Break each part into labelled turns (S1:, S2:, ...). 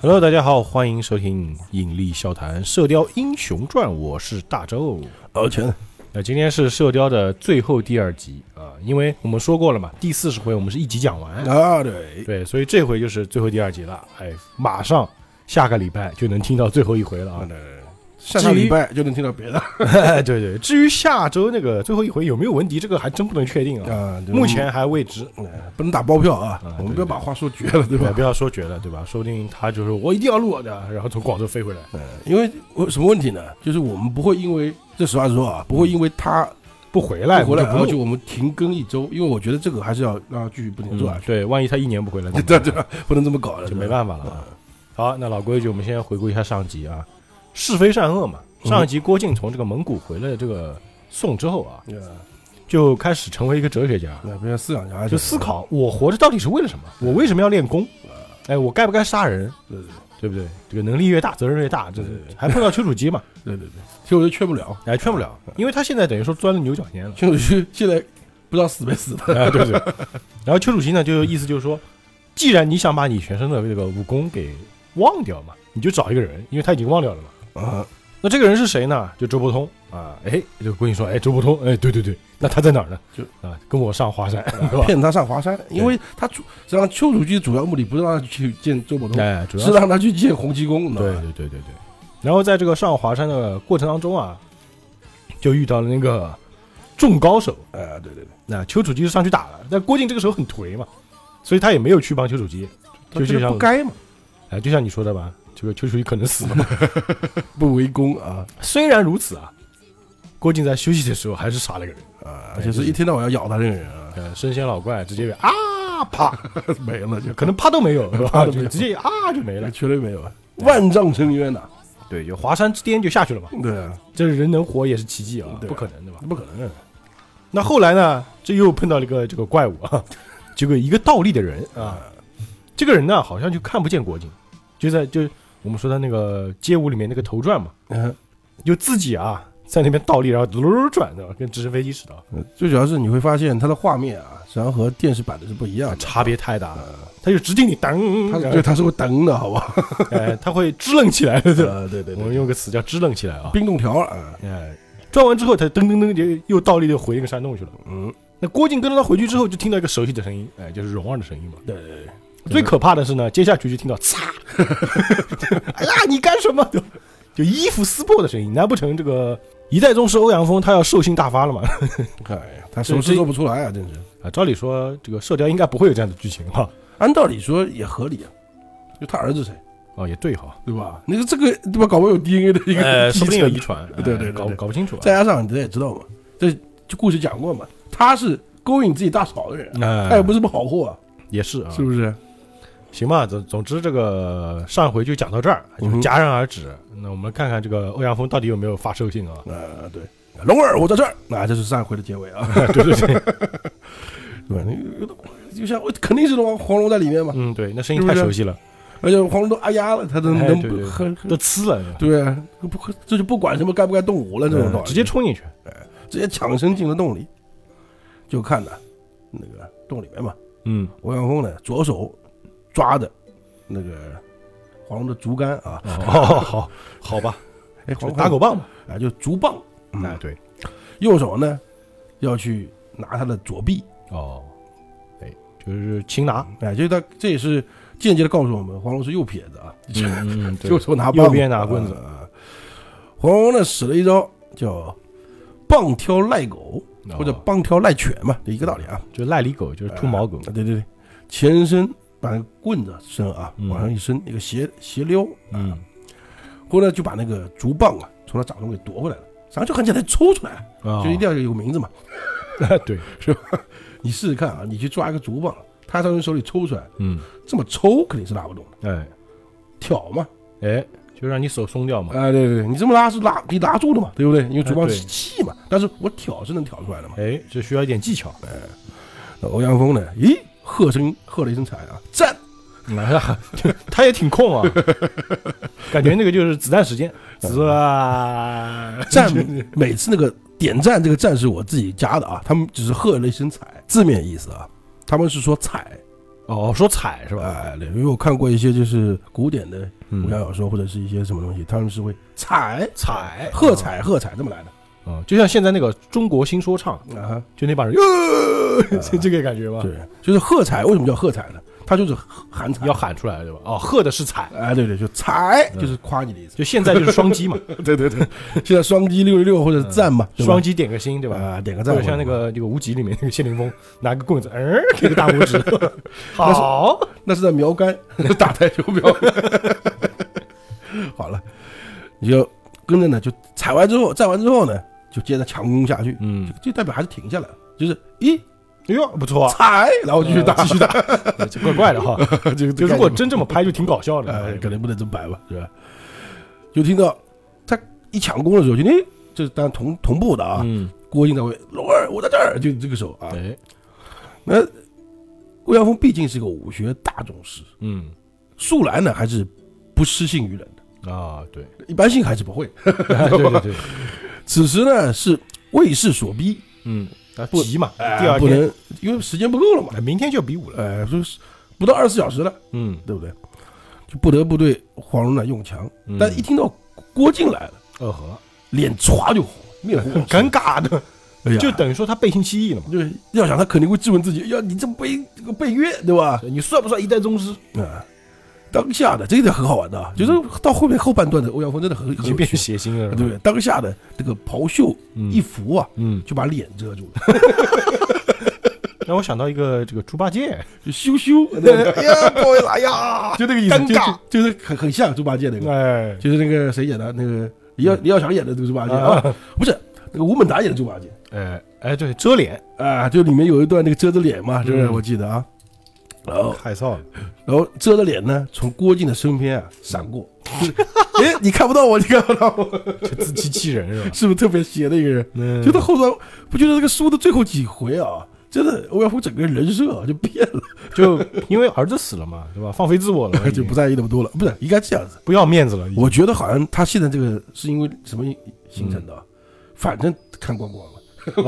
S1: Hello，大家好，欢迎收听《引力笑谈·射雕英雄传》，我是大周。
S2: 敖犬，
S1: 那今天是《射雕》的最后第二集啊，因为我们说过了嘛，第四十回我们是一集讲完，
S2: 啊对，
S1: 对，所以这回就是最后第二集了。哎，马上下个礼拜就能听到最后一回了 啊。
S2: 下个礼拜就能听到别的
S1: 对对，至于下周那个最后一回有没有文迪，这个还真不能确定啊，
S2: 啊。对
S1: 目前还未知。
S2: 我们哎不能打包票啊
S1: 啊，
S2: 我们
S1: 对
S2: 不要把话说绝了，对
S1: 对，
S2: 吧
S1: 不？要说绝了，对吧？说不定他就是我一定要录的，然后从广州飞回来。
S2: 因为我什么问题呢？就是我们不会因为这实话实说啊，不会因为他
S1: 不回来，
S2: 不回来，
S1: 我
S2: 然
S1: 们
S2: 后
S1: 就
S2: 就我们停更一周，因为我觉得这个还是要让他继续不停
S1: 不录
S2: 地做下
S1: 嗯
S2: 去，
S1: 对，万一他一年不回 来，怎么
S2: 对
S1: 办
S2: 对吧？不能这么搞了，
S1: 嗯就
S2: 对吧
S1: 没办法了啊。好，那老规矩，我们先回顾一下上集啊，是非善恶嘛。
S2: 嗯
S1: 上一集郭靖从这个蒙古回了这个宋之后啊，
S2: 啊
S1: 就开始成为一个哲学家，
S2: 那不要思想家
S1: 就思，考我活着到底是为了什么？我为什么要练功？哎，我该不该杀人？
S2: 对对
S1: 对不对？这个能力越大，责任越大，这
S2: 对对
S1: 还碰到丘处机嘛？
S2: 对对对对，其实我就劝不了，
S1: 哎，劝不了，因为他现在等于说钻了牛角尖了。
S2: 邱永旭现在不知道死没死的，
S1: 啊， 对对。 然后丘处机呢，就意思就是说，既然你想把你全身的这个武功给忘掉嘛，你就找一个人，因为他已经忘掉了嘛。
S2: 啊，
S1: 那这个人是谁呢？就周伯通啊，哎，就跟你说，哎，周伯通，哎，对对对，那他在哪儿呢？
S2: 就
S1: 啊，跟我上 华山，对吧？
S2: 骗他上华山，因为他主实际上邱处机的主要目的不是让他去见周伯通，
S1: 哎，主要
S2: 是
S1: 是
S2: 让他去见洪七公，你知道
S1: 对
S2: 吧？
S1: 对对对对。然后在这个上华山的过程当中啊，就遇到了那个众高手，
S2: 哎，对对对，
S1: 那丘处机就上去打了，但郭靖这个时候很颓嘛，所以他也没有去帮丘处机，
S2: 他
S1: 就
S2: 觉
S1: 这
S2: 得
S1: 样
S2: 不该嘛，
S1: 哎，就像你说的吧，这个丘处机可能死了。
S2: 不为公啊
S1: 虽然如此啊，郭靖在休息的时候还是杀了个人，
S2: 啊，而且是一天到晚要咬他这个人啊，
S1: 呃，神仙老怪直接啊啪，
S2: 没了就
S1: 可能啪都没 有，是吧？
S2: 啪都没
S1: 就
S2: 有
S1: 直接啊就没了。
S2: 绝对没有，万丈深渊呐，
S1: 对，有华山之巅就下去了嘛，
S2: 对啊，
S1: 这人能活也是奇迹啊，
S2: 对啊
S1: 不可能的吧？
S2: 不可能啊，
S1: 那后来呢，这又碰到了一个这个怪物啊， 这个一个倒立的人啊，这个人呢好像就看不见郭靖，就在就我们说他那个街舞里面那个头转嘛，
S2: 嗯，
S1: 就自己啊在那边倒立，然后嘟噜噜转的，跟直升飞机似的啊，
S2: 最主要是你会发现它的画面啊，实际上和电视版的是不一样的，
S1: 差别太大了。啊他就直接你当，
S2: 它
S1: 然
S2: 对它是会蹬的，好吧？
S1: 哎，它会支棱起来的，对吧？
S2: 啊，对对
S1: 我
S2: 对，
S1: 们用个词叫支棱起来啊。
S2: 冰冻条啊，
S1: 哎，转完之后，他噔噔噔就又倒立就回那个山洞去了。
S2: 嗯，
S1: 那郭靖跟着他回去之后，就听到一个熟悉的声音，哎，就是蓉儿的声音嘛。
S2: 对对对，
S1: 最可怕的是呢，接下去就听到“ 擦”，哎呀，你干什么？就就衣服撕破的声音。难不成这个一代宗师欧阳锋他要兽性大发了吗？
S2: 哎呀，他手势做不出来啊，真是。
S1: 啊，照理说这个《射雕》应该不会有这样的剧情哈。
S2: 按道理说也合理啊，就他儿子谁，
S1: 哦，也对哈，
S2: 对吧？那个这个对吧？搞不好有 DNA 的一个
S1: 呃说不定有遗
S2: 有。
S1: 传，哎
S2: 对对对对
S1: 搞不搞不清楚啊。
S2: 再加上你这也知道嘛，这就故事讲过嘛，他是勾引自己大嫂的人，
S1: 哎
S2: 他也不是什么好货啊，
S1: 也是啊，
S2: 是不是？
S1: 行吧，总总之这个上回就讲到这儿，就是
S2: 嗯哼？
S1: 戛然而止。那我们看看这个欧阳锋到底有没有发兽性啊
S2: 啊，对，龙儿，我在这儿。那、这是上回的结尾啊，
S1: 对对对，
S2: 对吧？那个就像我肯定是龙黄蓉在里面嘛，
S1: 嗯，对，那声音
S2: 是
S1: 太
S2: 不是
S1: 熟悉了，
S2: 而且黄蓉都哎呀了，他都
S1: 哎
S2: 能
S1: 对
S2: 不
S1: 对对
S2: 很
S1: 都呲了，
S2: 对啊，不这就不管什么该不该动武 了，这种道
S1: 嗯
S2: 理，
S1: 直接冲进去。
S2: 直接抢身进了洞里，就看呐，那个洞里面嘛，
S1: 嗯，
S2: 欧阳锋呢左手抓的那个黄蓉的竹竿啊，
S1: 哦，好，好吧，
S2: 哎，黄
S1: 就
S2: 蓉
S1: 打狗棒吧。
S2: 啊，就竹棒，
S1: 哎，
S2: 嗯，
S1: 对，
S2: 右手呢要去拿他的左臂，
S1: 哦，哎，就是擒拿，
S2: 哎，就是他这也是间接的告诉我们，黄蓉是右撇子啊，
S1: 嗯嗯，对
S2: 右手拿棒，
S1: 右边拿嗯棍子
S2: 啊。啊黄蓉呢使了一招叫棒挑赖狗或者
S1: 哦
S2: 棒挑赖犬嘛，就一个道理啊。
S1: 就赖里狗，就是秃毛狗
S2: 啊。对对对，前伸把那个棍子伸啊
S1: 嗯
S2: 往上一伸，一个斜斜溜，
S1: 嗯，
S2: 后来就把那个竹棒啊从他掌中给夺回来了。然后就很简单抽出来，啊
S1: 哦
S2: 嗯就一定要有名字嘛。
S1: 对，
S2: 你试试看啊，你去抓一个竹棒，他从人手里抽出来，
S1: 嗯，
S2: 这么抽肯定是拉不动的，
S1: 哎
S2: 挑嘛。
S1: 哎，就让你手松掉嘛。
S2: 啊，对对对，你这么拉是拉你拉住的嘛，对不对？因为竹
S1: 哎
S2: 棒
S1: 嗯对
S2: 是气嘛，但是我挑是能挑出来的嘛。
S1: 哎，这需要一点技巧。
S2: 那欧阳锋呢？咦，喝声喝了一声彩啊，赞！
S1: 来了， 他也挺空啊，感觉那个就是子弹时间，
S2: 嗯
S1: 子啊，
S2: 赞，每次那个点赞这个赞是我自己加的啊，他们只是喝了一声彩，字面意思啊，他们是说彩，
S1: 哦，说踩是吧？
S2: 哎，对，因为我看过一些就是古典的武侠
S1: 嗯，
S2: 小说或者是一些什么东西，他们是会踩
S1: 踩
S2: 喝彩喝彩这么来的
S1: 啊，就像现在那个中国新说唱，
S2: 啊
S1: 就那帮人，呃， 就这个感觉
S2: 哈。
S1: 吧，
S2: 对，嗯就是喝彩为什么叫喝彩呢？它就是喊彩
S1: 要。喊出来对吧？哦，喝的是踩，
S2: 哎，对对，就踩
S1: 嗯
S2: 就是夸你的意思。
S1: 就现在就是双击嘛，
S2: 对对对，现在双击六六六或者是赞嘛，
S1: 嗯
S2: 对吧
S1: 双击点个心对吧？
S2: 啊，点个
S1: 或
S2: 赞
S1: 者。像那个这个无极里面那个谢霆锋拿个 棍子，嗯，给个大拇指，好，
S2: 那是在苗杆打台球 苗杆。好了，你就跟着呢，就踩完之后，站完之后呢，就接着强攻下去，
S1: 嗯，
S2: 就代表还是停下来了，就是咦
S1: 哎呦，不错啊，
S2: 踩，然后继续打，
S1: 呃继续
S2: 打，
S1: 这怪怪的哈。
S2: 就
S1: 就如果真这么拍，就挺搞笑
S2: 呃，
S1: 的。
S2: 可能不能这么摆吧，对吧？就听到他一抢攻的时候，就哎，这是当然同同步的啊，
S1: 嗯，
S2: 郭靖在位，龙儿我在这儿，就这个时候啊，
S1: 哎，
S2: 那欧阳锋毕竟是个武学大宗师，
S1: 嗯，
S2: 素来呢还是不失信于人的，
S1: 啊，对，
S2: 一般性还是不会。
S1: 对对对，
S2: 此时呢是为势所逼，
S1: 嗯，啊
S2: 不
S1: 急嘛，
S2: 哎
S1: 第二
S2: 不
S1: 天，
S2: 能因为时间不够了嘛，
S1: 哎明天就比武了。
S2: 呃，就是不到二十四小时了，
S1: 嗯，
S2: 对不对？就不得不对黄蓉呢用强，
S1: 嗯
S2: 但一听到郭靖来了，
S1: 二合，
S2: 脸歘就红，面红
S1: 尴尬的，
S2: 哎呀
S1: 就等于说他背信弃义了嘛。
S2: 就是要想他肯定会质问自己，呀，你这背这个背约对吧？
S1: 哎你算不算一代宗师？
S2: 啊，当下的这一点很好玩的啊，就是到后面后半段的欧阳锋真的很
S1: 嗯已
S2: 很
S1: 经
S2: 有
S1: 变
S2: 趣
S1: 成，谐星了，
S2: 对不对？当下的这个袍袖
S1: 嗯
S2: 一拂啊，
S1: 嗯，
S2: 就把脸遮住了，
S1: 让我想到一个这个猪八戒，
S2: 就羞羞，
S1: 哎呀，不会来 呀，
S2: 就那个意思，
S1: 尴尬
S2: 就，就就是很很像猪八戒那个，
S1: 哎，
S2: 就是那个谁演的那个李
S1: 嗯
S2: 耀李耀祥演的这个猪八戒啊，不是那个吴孟达演的猪八戒
S1: 哎哎，对，遮脸
S2: 啊，就里面有一段那个遮着脸嘛，是不是？
S1: 嗯
S2: 我记得啊，然后
S1: 害臊了，
S2: 然后遮着脸呢，从郭靖的身边啊 闪过， 就是哎，你看不到我，你看不到我，
S1: 就自欺欺人 是吧？
S2: 是不是特别邪的一个人？
S1: 嗯
S2: 就到后段，不觉得这个书的最后几回啊，真的欧阳锋整个人设啊就变了，
S1: 就因为儿子死了嘛，对吧？放飞自我了，
S2: 就
S1: 已经
S2: 不在意那么多了。不是，应该这样子。
S1: 不要面子了。已经
S2: 我觉得好像他现在这个是因为什么形成的啊？反正看光光了，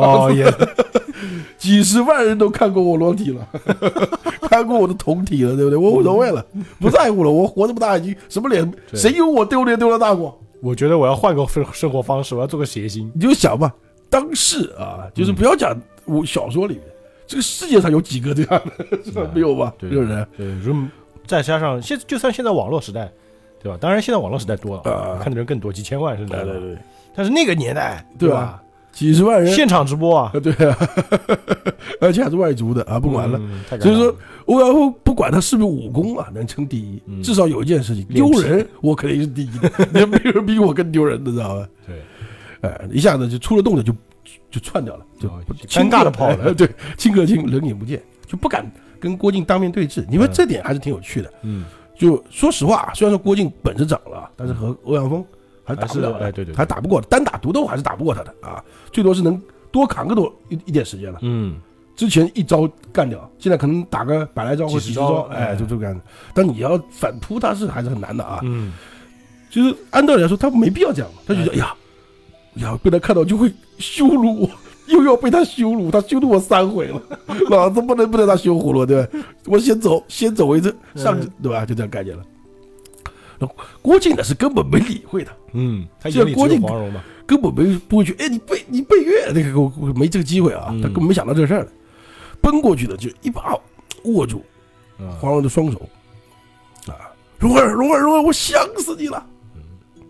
S1: 哦， 也
S2: 几十万人都看过我裸体 了，看过我的胴体了，对不对？我无所谓了，不在乎了。我活这么大已经什么脸，
S1: 对
S2: 谁有我丢脸丢的大过？
S1: 我觉得我要换个 生生活方式，我要做个谐星。
S2: 你就想吧，当时啊，就是不要讲我小说里面，这个世界上有几个这样的，是吧啊
S1: 嗯
S2: 没有吧？
S1: 对
S2: 是不是？
S1: 对，如嗯再加上现就算现在网络时代，对吧？当然现在网络时代多了，
S2: 啊
S1: 看的人更多，几千万甚至。
S2: 对对对，
S1: 但是那个年代，
S2: 对吧
S1: 吧？
S2: 几十万人，
S1: 现场直播啊，
S2: 啊对啊， 而且还是外族的啊，不管了。
S1: 嗯，太尴尬
S2: 所以说
S1: 了，
S2: 欧阳锋不管他是不是武功啊，能称第一，
S1: 嗯
S2: 至少有一件事情
S1: 脸
S2: 丢
S1: 皮
S2: 人，我肯定是 第一的，也没有人比我更丢人的，知道吧？
S1: 对，
S2: 哎，一下子就出了洞的就就窜掉了，就
S1: 哦
S2: 不
S1: 就
S2: 亲
S1: 尴尬
S2: 哥
S1: 地跑了
S2: 对，亲哥亲人眼不见，就不敢跟郭靖当面对峙。你说
S1: 嗯
S2: 这点还是挺有趣的。
S1: 嗯，
S2: 就说实话，啊虽然说郭靖本事长了，但是和欧阳锋还是打
S1: 还
S2: 不
S1: 是
S2: 了的，
S1: 哎，对对，
S2: 还
S1: 对
S2: 打不过的，单打独斗还是打不过他的啊，最多是能多扛个多一一点时间了。
S1: 嗯，
S2: 之前一招干掉，现在可能打个百来招或
S1: 几十
S2: 几十
S1: 招
S2: 招，哎，
S1: 哎
S2: 就这个样子。但你要反扑他是还是很难的啊。
S1: 嗯，
S2: 就是按道理来说，他没必要这样嘛，他就觉得哎呀，哎呀，被他看到就会羞辱我，又要被他羞辱，他羞辱我三回 了，老子不能不能让他羞辱了，对吧？我先走，先走为这
S1: 哎
S2: 上去，对吧？就这样概念了。然后郭靖呢是根本没理会他，
S1: 嗯，他
S2: 这
S1: 眼里只
S2: 郭
S1: 有
S2: 靖
S1: 黄蓉嘛，
S2: 根本没不会去，哎，你背你背越那个我我没这个机会啊，
S1: 嗯
S2: 他根本没想到这事儿了，奔过去的就一把握住
S1: 嗯，
S2: 黄蓉的双手，啊，蓉儿蓉儿蓉儿，我想死你了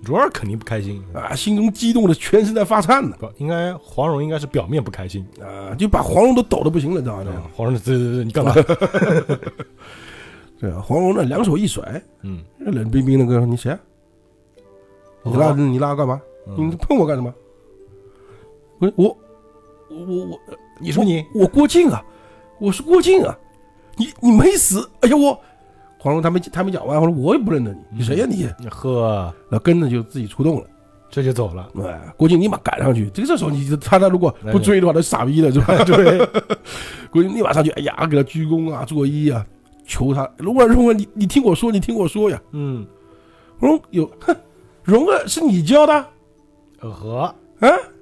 S1: 蓉儿肯定不开心，
S2: 啊，心中激动的全身在发颤呢。
S1: 不，应该黄蓉应该是表面不开心，
S2: 啊，就把黄蓉都抖得不行了，你知道
S1: 嗯
S2: 吗？
S1: 黄蓉，对对对，你干嘛？
S2: 对啊，黄蓉呢，两手一甩，
S1: 嗯，
S2: 冷冰冰的跟我说：“你谁啊？你拉你拉我干嘛？你
S1: 啊嗯
S2: 碰我干什么？”我我我我我，
S1: 你说你
S2: 我郭靖啊，我是郭靖啊，你你没死？哎呀我，黄蓉他没他没讲完，我说我也不认得你，你谁呀、
S1: 嗯
S2: 你？
S1: 呵，
S2: 然后跟着就自己出动了。
S1: 这就走 了，
S2: 哎，郭靖立马赶上去，这个这时候你他他如果不追的话，他是傻逼的是吧？
S1: 对，
S2: 郭靖立马上去，哎呀，给他鞠躬啊，作揖啊，求他蓉儿蓉儿，你你听我说，你听我说呀，
S1: 嗯，
S2: 蓉有哼，蓉儿是你教的啊？
S1: 呃呵，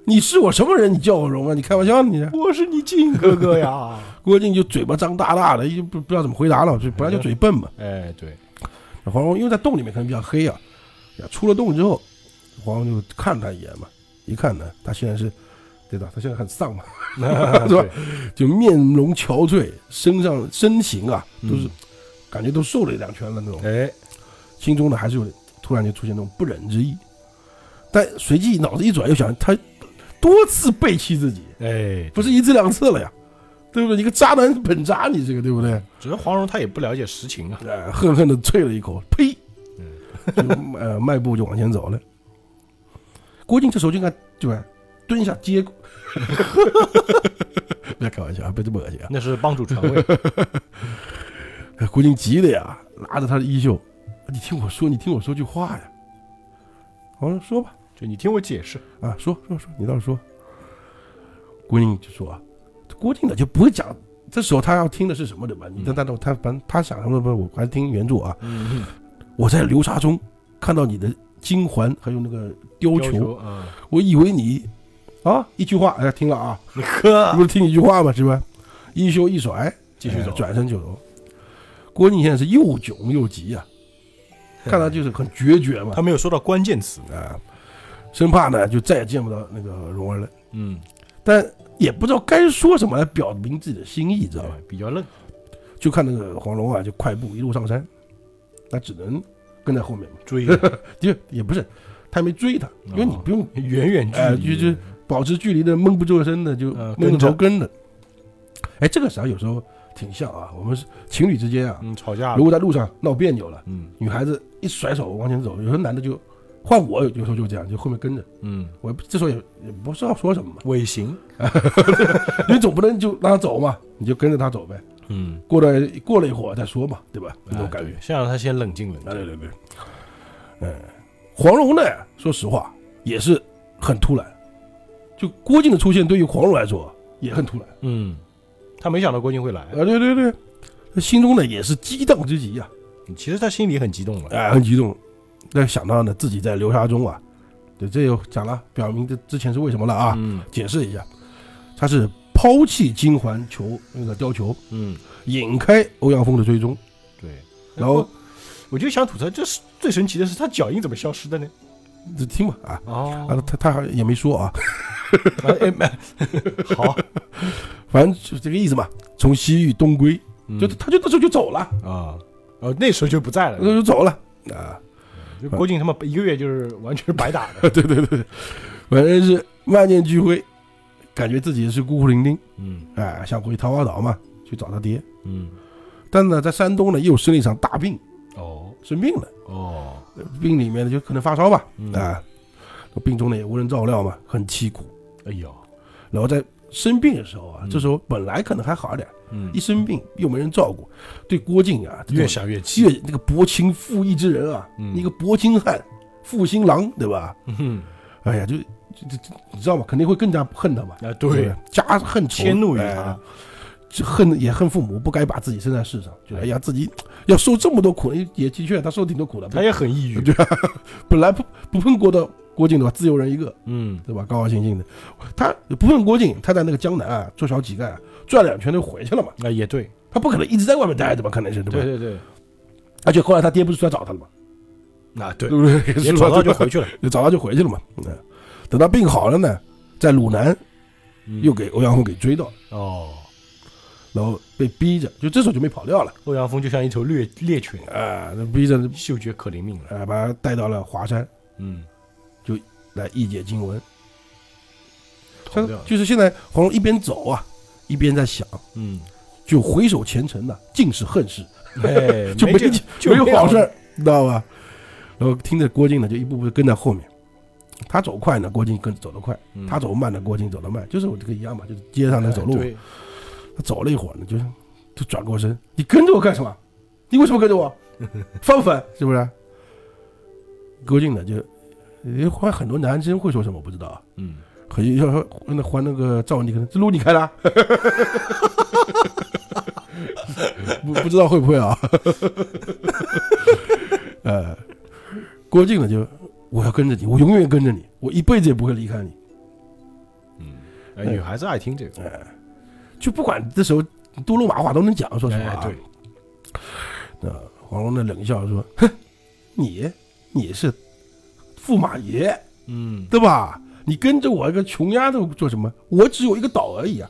S2: 你是我什么人？你叫我蓉儿？你开玩笑呢你？
S1: 我是你靖哥哥呀，
S2: 郭靖就嘴巴张大大的，就不不知道怎么回答了，就本来就嘴笨嘛。
S1: 哎，对，
S2: 黄蓉因为在洞里面可能比较黑啊，呀，出了洞之后，黄蓉就看了他一眼嘛，一看呢，他现在是，对的，他现在很丧嘛，是吧
S1: 对？
S2: 就面容憔悴，身上身形啊都是、
S1: 嗯
S2: 感觉都受了一两拳了那种，
S1: 哎，
S2: 心中呢还是有点突然就出现那种不忍之意，但随即脑子一转，又想他多次背弃自己，
S1: 哎，
S2: 不是一次两次了呀，对不对？你个渣男本渣，你这个对不对？
S1: 主要黄蓉她也不了解实情啊。
S2: 呃，恨恨的啐了一口，呸！
S1: 嗯
S2: 就呃迈步就往前走了。郭靖这时候就看，对吧？蹲下接过， 不要开玩笑啊，别这么恶心啊！
S1: 那是帮主传位，
S2: 哎郭靖急的呀，拉着他的衣袖，你听我说，你听我说句话呀。好了，说吧，
S1: 就你听我解释。
S2: 啊，说说说，你倒是说。郭靖就说啊，郭靖呢就不会讲，这时候他要听的是什么对吧？你但但他反正他想什么不，我还是听原著啊。
S1: 嗯，
S2: 我在流沙中看到你的金环，还有那个貂
S1: 要
S2: 裘，
S1: 求啊，
S2: 我以为你啊，一句话，哎，听了啊，
S1: 呵，
S2: 不是听一句话吗？是吧？一袖一甩，
S1: 继续走
S2: 哎转身就走。郭靖现在是又囧又急啊，看他就是很决绝嘛
S1: 他，没有说到关键词。
S2: 啊，生怕呢就再也见不到那个蓉儿了，
S1: 嗯，
S2: 但也不知道该说什么来表明自己的心意，知道吧？
S1: 对，比较愣。
S2: 就看那个黄蓉啊，就快步一路上山，那只能跟在后面嘛，
S1: 追
S2: 就也不是，他也没追他，因为你不用
S1: 远远
S2: 哎
S1: 嗯距离，
S2: 就就保持距离的闷不作声的就
S1: 呃
S2: 闷着
S1: 跟着
S2: 头跟着。哎，这个啥有时候挺像啊，我们是情侣之间啊，
S1: 嗯吵架
S2: 如。果在路上闹别扭了，
S1: 嗯
S2: 女孩子一甩手往前走，有时候男的就换我，有时候就这样，就后面跟着。
S1: 嗯，，
S2: 我也不这时候也也不知道说什么嘛
S1: 尾行。
S2: 你总不能就让他走嘛，你就跟着他走呗。
S1: 嗯，
S2: 过了过了一会儿再说嘛，对吧？那种
S1: 哎
S2: 感觉
S1: 对。先让他先冷静冷
S2: 哎，对
S1: 静。
S2: 对对。嗯，黄蓉呢，说实话也是很突然，就郭靖的出现对于黄蓉来说也很突然。
S1: 嗯，他没想到郭靖会来，
S2: 啊，对对对，他心中呢也是激荡之极呀、
S1: 其实他心里很激动了。
S2: 哎，很激动。但想到呢，自己在流沙中啊，对，这又讲了，表明这之前是为什么了啊？
S1: 嗯
S2: 解释一下，他是抛弃金环球那个貂裘，
S1: 嗯，
S2: 引开欧阳锋的追踪，
S1: 对。
S2: 然后
S1: 哎我就想吐槽，这是最神奇的是他脚印怎么消失的呢？
S2: 就听吧啊。
S1: 哦
S2: 啊，他他也没说啊，
S1: 哎没， 好，
S2: 反正就这个意思嘛。从西域东归，就
S1: 嗯
S2: 他就那时候就走了，
S1: 啊，哦那时候就不在
S2: 那时候
S1: 了，
S2: 就走了啊。
S1: 就郭靖他妈一个月就是完全白打的。
S2: 对对对对，反正是万念俱灰，感觉自己是孤苦伶仃。
S1: 嗯
S2: 哎，想回桃花岛嘛，去找他爹。
S1: 嗯，
S2: 但呢，在山东呢又生了一场大病，
S1: 哦
S2: 生病了，
S1: 哦，
S2: 病里面呢就可能发烧吧，
S1: 嗯
S2: 啊，病中呢也无人照料嘛，很凄苦。
S1: 哎呦，
S2: 然后在生病的时候啊，
S1: 嗯
S2: 这时候本来可能还好点，
S1: 嗯
S2: 一生病又没人照顾，对郭靖啊，这种
S1: 越想越气。
S2: 越那个薄情负义之人啊，
S1: 嗯
S2: 一个薄情汉、负心郎，对吧？
S1: 嗯
S2: 哎呀，就就就就你知道吗？肯定会更加恨他嘛，
S1: 啊
S2: 是不
S1: 对
S2: 是，，加恨仇
S1: 迁怒于
S2: 哎
S1: 他。
S2: 这恨也恨父母不该把自己生在世上，就哎呀自己要受这么多苦，也的确他受挺多苦的。
S1: 他也很抑郁。
S2: 对本来不不碰郭的郭靖的话，自由人一个，
S1: 嗯，
S2: 对吧？高高兴兴的，他不碰郭靖，他在那个江南啊做小乞丐、啊，转两圈就回去了嘛。
S1: 啊那也对，
S2: 他不可能一直在外面待着吧？可能是对吧？
S1: 对对对，
S2: 而且后来他爹不是出来找他了嘛，
S1: 那对
S2: 对，不对？
S1: 也
S2: 是
S1: 找
S2: 吧
S1: 到就回， 去了，
S2: 就找到就回去了嘛。嗯，等他病好了呢，在鲁南
S1: 嗯
S2: 又给欧阳锋给追到了，
S1: 哦，
S2: 然后被逼着，就这时候就没跑掉了
S1: 欧阳锋就像一头猎猎犬，
S2: 啊，那逼着
S1: 嗅觉可灵敏了。
S2: 啊把他带到了华山。
S1: 嗯，
S2: 来译解经文。
S1: 逃
S2: 像
S1: 掉了。
S2: 就是现在黄蓉一边走啊，一边在想，
S1: 嗯，
S2: 就回首前尘呐、尽是恨事，
S1: 哎，
S2: 就没
S1: 这
S2: 没有好事
S1: 儿。
S2: 儿，你知道吧？然后听着郭靖呢，就一步步跟在后面。他走快呢，郭靖跟走得快；
S1: 嗯
S2: 他走慢呢，郭靖走得慢。就是我这个一样嘛，就是街上
S1: 哎
S2: 的走路。
S1: 对
S2: 他走了一会儿呢，就就转过身，你跟着我干什么？你为什么跟着我？烦不烦？是不是？郭靖呢，就，呃好像很多男生会说什么，我不知道啊。
S1: 嗯，
S2: 可以要说那还那个赵文迪，可能这路你开的、啊， 不不知道会不会啊？ 呃，郭靖呢就我要跟着你，我永远跟着你，我一辈子也不会离开你，
S1: 哎，女孩子爱听这个。
S2: 就不管这时候多罗马话都能讲，说实啊话、
S1: 哎对，
S2: 黄蓉那冷笑说：“哼，你你是驸马爷
S1: 嗯，
S2: 对吧？你跟着我一个穷丫头做什么？我只有一个岛而已啊，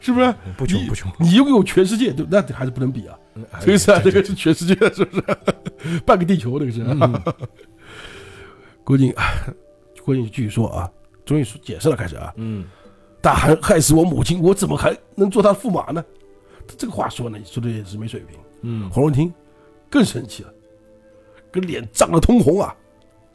S2: 是不是？
S1: 不穷不穷，
S2: 你又给我全世界，对，那还是不能比啊。所以说这个是全世界，是不是？半个地球，这个是。 郭靖，啊郭靖继续说啊，终于说解释了，开始啊，
S1: 嗯
S2: 大韩害死我母亲，我怎么还能做他驸马呢？这个话说呢，说的也是没水平。
S1: 嗯，
S2: 黄蓉听更生气了，跟脸涨得通红啊！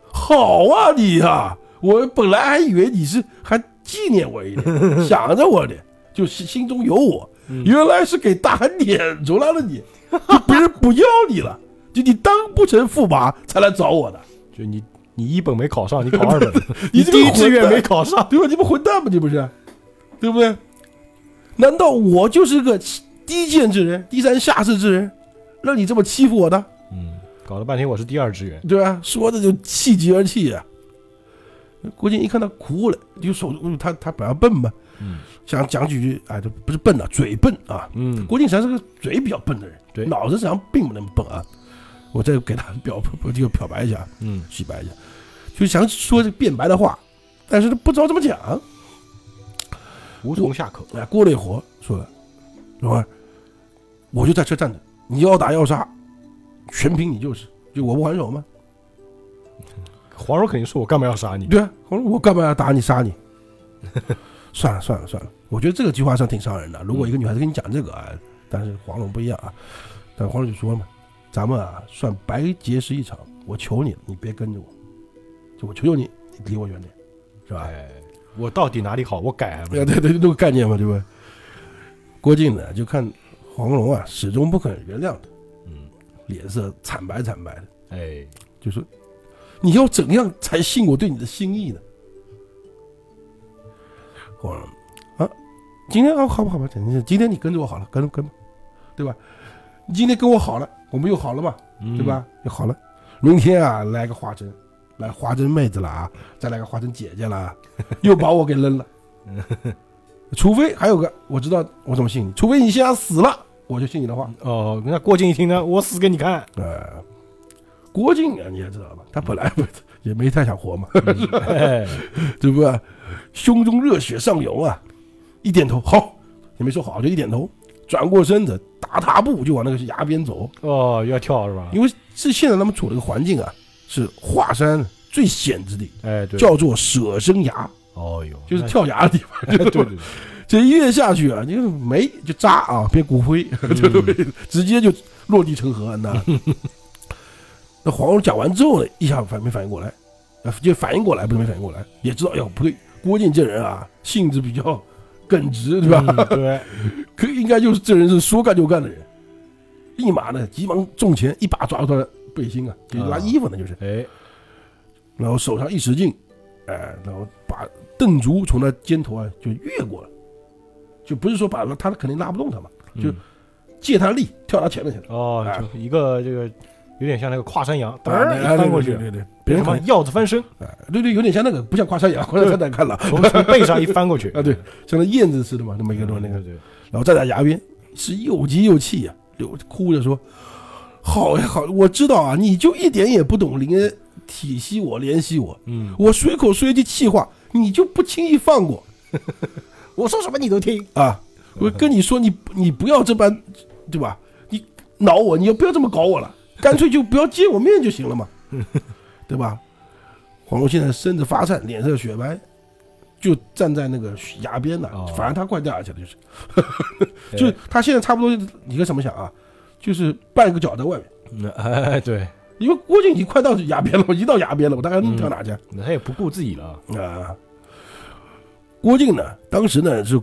S2: 好啊你啊，我本来还以为你是还纪念我一点，想着我的，就是心中有我，原来是给大韩撵出来了你，就别人不要你了，就你当不成驸马才来找我的，
S1: 就你你一本没考上，你考二本，
S2: 你这个
S1: 第一志
S2: 混
S1: 愿
S2: 蛋
S1: 没考上，
S2: 对吧？你不混蛋吗？你不是，对不对？难道我就是个低贱之人、低三下四之人，让你这么欺负我的？
S1: 嗯，搞了半天我是第二志愿，
S2: 对啊，说的就气极而气啊。郭靖一看他哭了，就手他他本来笨嘛，
S1: 嗯
S2: 想讲几句，哎，这不是笨啊，嘴笨啊。
S1: 嗯，
S2: 郭靖实际上是个嘴比较笨的人，
S1: 对
S2: 脑子实际上并不那么笨啊。我再给他表这个表白一下，
S1: 嗯
S2: 洗白一下，就想说这辩白的话，但是他不知道怎么讲。
S1: 无从下口，
S2: 哎，过了一会儿说了，蓉儿，我就在这站着，你要打要杀，全凭你就是，就我不还手吗？
S1: 黄蓉肯定说我干嘛要杀你，
S2: 对啊，我说我干嘛要打你杀你？ 算了算了算了，我觉得这个计划上挺伤人的。如果一个女孩子跟你讲这个啊，但是黄蓉不一样啊，但黄蓉就说了嘛，咱们啊算白结识一场，我求你，你别跟着我，就我求求你，你离我远点，是吧？
S1: 哎，我到底哪里好，我改还不
S2: 对
S1: 是，
S2: 对对，这个概念嘛，对吧？郭靖呢，就看黄蓉啊，始终不肯原谅他，
S1: 嗯，
S2: 脸色惨白惨白的，
S1: 哎，
S2: 就说：“你要怎样才信我对你的心意呢？”我说：“啊，今天啊，好吧，好吧，今天今天你跟着我好了，跟跟吧，对吧？你今天跟我好了，我们又好了嘛，
S1: 嗯
S2: 对？吧？又好了。明天啊，来个花针，来花针妹子了啊，再来个花针姐姐了啊，又把我给扔了。除非还有个，我知道我怎么信你，除非你现在死了，我就信你的话。
S1: 哦，那郭靖一听呢，我死给你看，
S2: 呃，郭靖啊，你也知道吧，他本来不也没太想活嘛，
S1: 哎，
S2: 对不对？胸中热血上涌啊，一点头，好，也没说好，就一点头，转过身子，大踏步就往那个崖边走，
S1: 哦，要跳是吧？
S2: 因为是现在他们处的这个环境啊，是华山最险之地，
S1: 哎，对，
S2: 叫做舍生崖，
S1: 哦哟，
S2: 就是
S1: 那
S2: 跳崖的地方，
S1: 哎对 对对，
S2: 这一跃下去啊，你没就扎
S1: 嗯
S2: 啊，变 骨灰，对不对？直接就落地成盒，那。那黄蓉讲完之后呢，一下反没反应过来，啊，就反应过来，不是没反应过来，也知道，哎呦不对，郭靖这人啊，性子比较耿直，对吧？
S1: 嗯对，
S2: 可应该就是这人是说干就干的人，立马呢，急忙纵前一把抓住他的背心啊，给拉
S1: 啊
S2: 衣服呢，就是，
S1: 哎，
S2: 然后手上一使劲，哎、然后把邓竹从他肩头啊就越过了，就不是说把他他肯定拉不动他嘛，就
S1: 嗯
S2: 借他力跳他前面去了，
S1: 哦，
S2: 哎
S1: 就一个这个有点像那个跨山羊，当
S2: 哎
S1: 然一翻过去，
S2: 对对对，对别
S1: 别什
S2: 人可
S1: 么
S2: 能
S1: 鹞子翻身，
S2: 哎对对，有点像那个，不像夸山羊，夸山太难看 了，
S1: 从从背上一翻过去
S2: 啊对像那燕子似的嘛，那么一个
S1: 嗯
S2: 东西那个，
S1: 对对
S2: 然后站在崖边是又急又气呀、流哭着说：“好呀好，我知道啊，你就一点也不懂灵恩，体惜我怜惜我，
S1: 嗯，
S2: 我随口说一句气话，你就不轻易放过。”
S1: 我说什么你都听，
S2: 啊，我跟你说，你你不要这般，对吧？你挠我，你要不要这么搞我了？干脆就不要见我面就行了嘛，对吧？黄蓉现在身子发颤，脸色雪白，就站在那个崖边呢、
S1: 哦
S2: 反正他快掉下去了，就是，哎就是他现在差不多，你跟什么想啊？就是半个脚在外面，
S1: 那哎对，
S2: 因为郭靖已经快到崖边了，我一到崖边了，我大概能跳哪去啊？
S1: 那他也不顾自己了，
S2: 啊，郭靖呢，当时呢是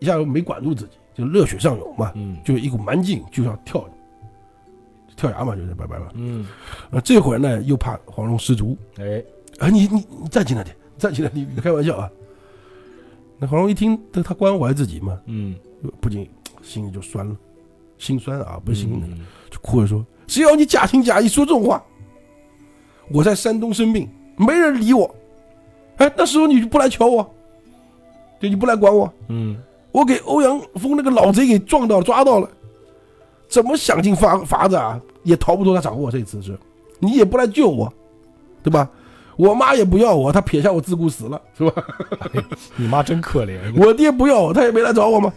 S2: 一下没管住自己，就热血上涌嘛，
S1: 嗯
S2: 就一股蛮劲就要跳跳崖嘛，就是拜拜了。
S1: 嗯，
S2: 啊，这会儿呢又怕黄蓉失足，
S1: 哎
S2: 啊，你你你站起来点，站起来，你你开玩笑啊？那黄蓉一听，他他关怀自己嘛，
S1: 嗯，
S2: 不禁心里就酸了，心酸啊，不
S1: 不
S2: 是心里的，就哭着说：“谁要你假情假意说这种话？我在山东生病，没人理我。哎，那时候你就不来瞧我，对，你不来管我，
S1: 嗯，
S2: 我给欧阳锋那个老贼给撞到了，抓到了，怎么想尽法法子啊，也逃不脱他掌握。这次是，你也不来救我，对吧？我妈也不要我，她撇下我自顾死了，是吧？
S1: 你妈真可怜。
S2: 我爹不要我，他也没来找我嘛。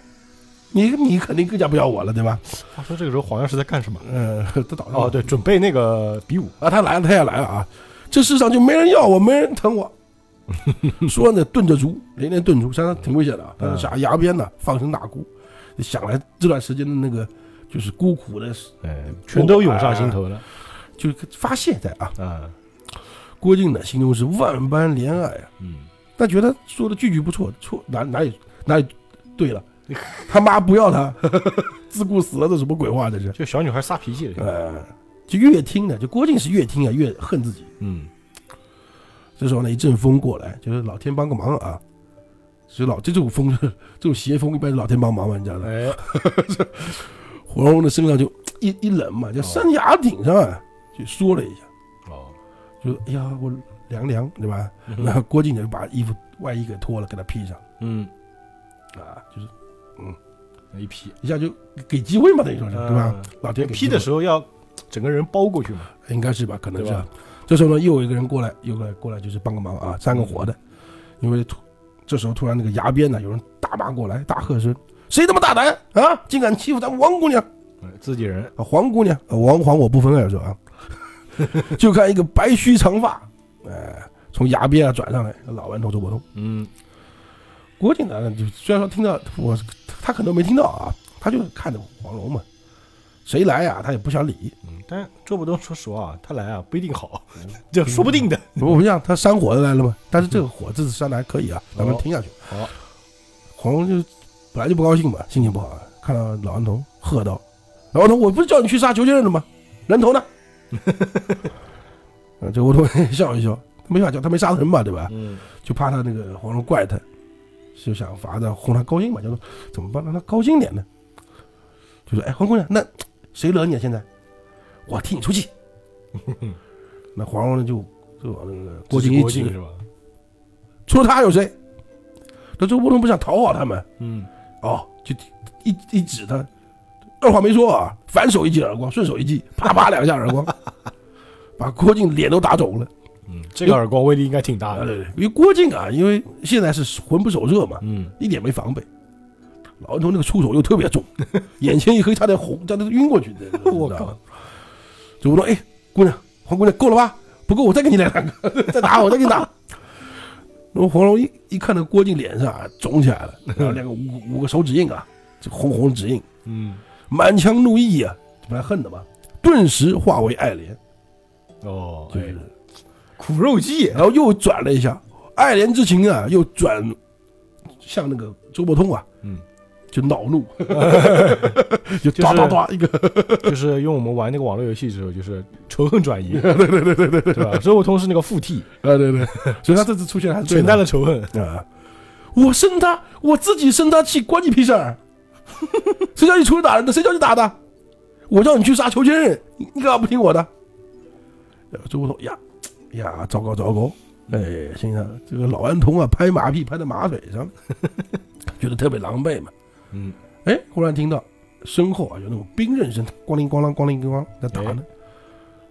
S2: 你你肯定更加不要我了，对吧？
S1: 话说这个时候黄药师在干什么？
S2: 嗯，这倒是
S1: 哦，对，准备那个比武。
S2: 啊，他来了，他也来了啊！这世上就没人要我，没人 疼我。说呢，炖着猪，连连炖猪，山上挺危险的啊。
S1: 嗯
S2: 但是牙崖边呢，放声大哭，想来这段时间的那个就是孤苦的，
S1: 哎，全都涌上心头了
S2: 就发泄在啊。
S1: 啊，
S2: 郭靖呢，心中是万般怜爱啊，
S1: 嗯，
S2: 但觉得说的句句不错，错哪哪里哪里对了， 他妈不要他， 自顾死了，这什么鬼话这是？
S1: 就小女孩撒脾气了，
S2: 呃，就越听呢，就郭靖是越听啊越恨自己。
S1: 嗯，
S2: 这时候呢，一阵风过来，就是老天帮个忙啊。所以老这种风， 这种邪风一般是老天帮忙嘛，你知道的。
S1: 哎，
S2: 火龙的身上就一一冷嘛，就山崖顶上啊，就缩了一下，
S1: 哦，
S2: 就哎呀我凉凉，对吧？然后
S1: 嗯
S2: 郭靖呢就把衣服外衣给脱了，给他披上
S1: 嗯，
S2: 啊，就是
S1: 哎一劈，
S2: 一下就给机会嘛，等于说是对吧？老天给
S1: 嗯劈的
S2: 机
S1: 时候要整个人包过去嘛，
S2: 会应该是吧，可能是
S1: 对
S2: 啊
S1: 吧。嗯
S2: 这时候呢，又有一个人过来，又过来过来就是帮个忙啊，三个活的，因为突这时候突然那个崖边呢有人大骂过来，大喝声：“谁他妈大胆啊！竟敢欺负咱王姑娘
S1: 哎自己人，
S2: 啊！黄姑娘，呃王黄我不分二说啊！” 就看一个白须长发，哎、从崖边啊转上来，老顽童周伯通。
S1: 嗯，
S2: 郭靖呢，就虽然说听到我，他可能没听到啊，他就看着黄蓉嘛，谁来啊，他也不想理。
S1: 嗯，但是周伯通说实话啊，他来啊不一定好， 这说不定的，
S2: 我不像他山火的来了嘛，但是这个火这次山的还可以啊，咱们听下去。
S1: 好，
S2: 黄蓉就本来就不高兴嘛，心情不好啊，看到老顽童，喝道：“老顽童，我不是叫你去杀裘千仞的吗？人头呢？”啊，这我突然笑一笑，他没法叫，他没杀人嘛，对吧？
S1: 嗯，
S2: 就怕他那个黄蓉怪他，就想法子哄他高兴嘛，就说怎么办让他高兴点呢？就说：“哎，黄姑娘，那谁惹你啊了？现在我替你出气。” 那黄蓉呢就就往那个郭靖一
S1: 郭
S2: 指
S1: 靖，是吧？
S2: 除了他有谁？那周伯通不想讨好他们
S1: 嗯，
S2: 哦，就一一指他，二话没说啊，反手一记耳光，顺手一记，啪啪两下耳 光，把郭靖脸都打肿了。
S1: 嗯，这个耳光威力应该挺大
S2: 啊，
S1: 的，
S2: 对对，因为郭靖啊，因为现在是魂不守舍嘛，
S1: 嗯，
S2: 一点没防备。老顽童那个出手又特别重， 眼前一黑，差点红，差点晕过去。你知 道吗
S1: 我靠！
S2: 就我说：“哎，姑娘，黄姑娘，够了吧？不够，我再给你来两个， 再打我，再给你打。”然后黄蓉一一看到郭靖脸上啊肿起来了，然后两个五五个手指印啊，这红红的指印，
S1: 嗯，
S2: 满腔怒意啊，本来恨的嘛，顿时化为爱怜，
S1: 哦，
S2: 就是
S1: 哎苦肉计，
S2: 然后又转了一下，爱怜之情啊，又转向那个周伯通啊，
S1: 嗯，
S2: 就恼 怒，就
S1: 就是
S2: 哒哒哒一个，
S1: 就是用我们玩那个网络游戏的时候，就是仇恨转移， 对对对对对对，吧？周伯通是那个附体，
S2: 啊对对，所以他这次出现还是对
S1: 承
S2: 的
S1: 担了仇恨，
S2: 啊，我生他，我自己生他气，关你屁事儿， 谁叫你出去打人的，谁叫你打的，我叫你去杀裘千仞，你你干嘛不听我的？然后周伯通呀呀，糟糕糟糕，哎，心想这个老顽童啊，拍马屁拍在马腿上， 觉得特别狼狈嘛。
S1: 嗯，
S2: 哎，忽然听到身后啊有那种兵刃声，咣铃咣啷咣铃咣啷在打呢。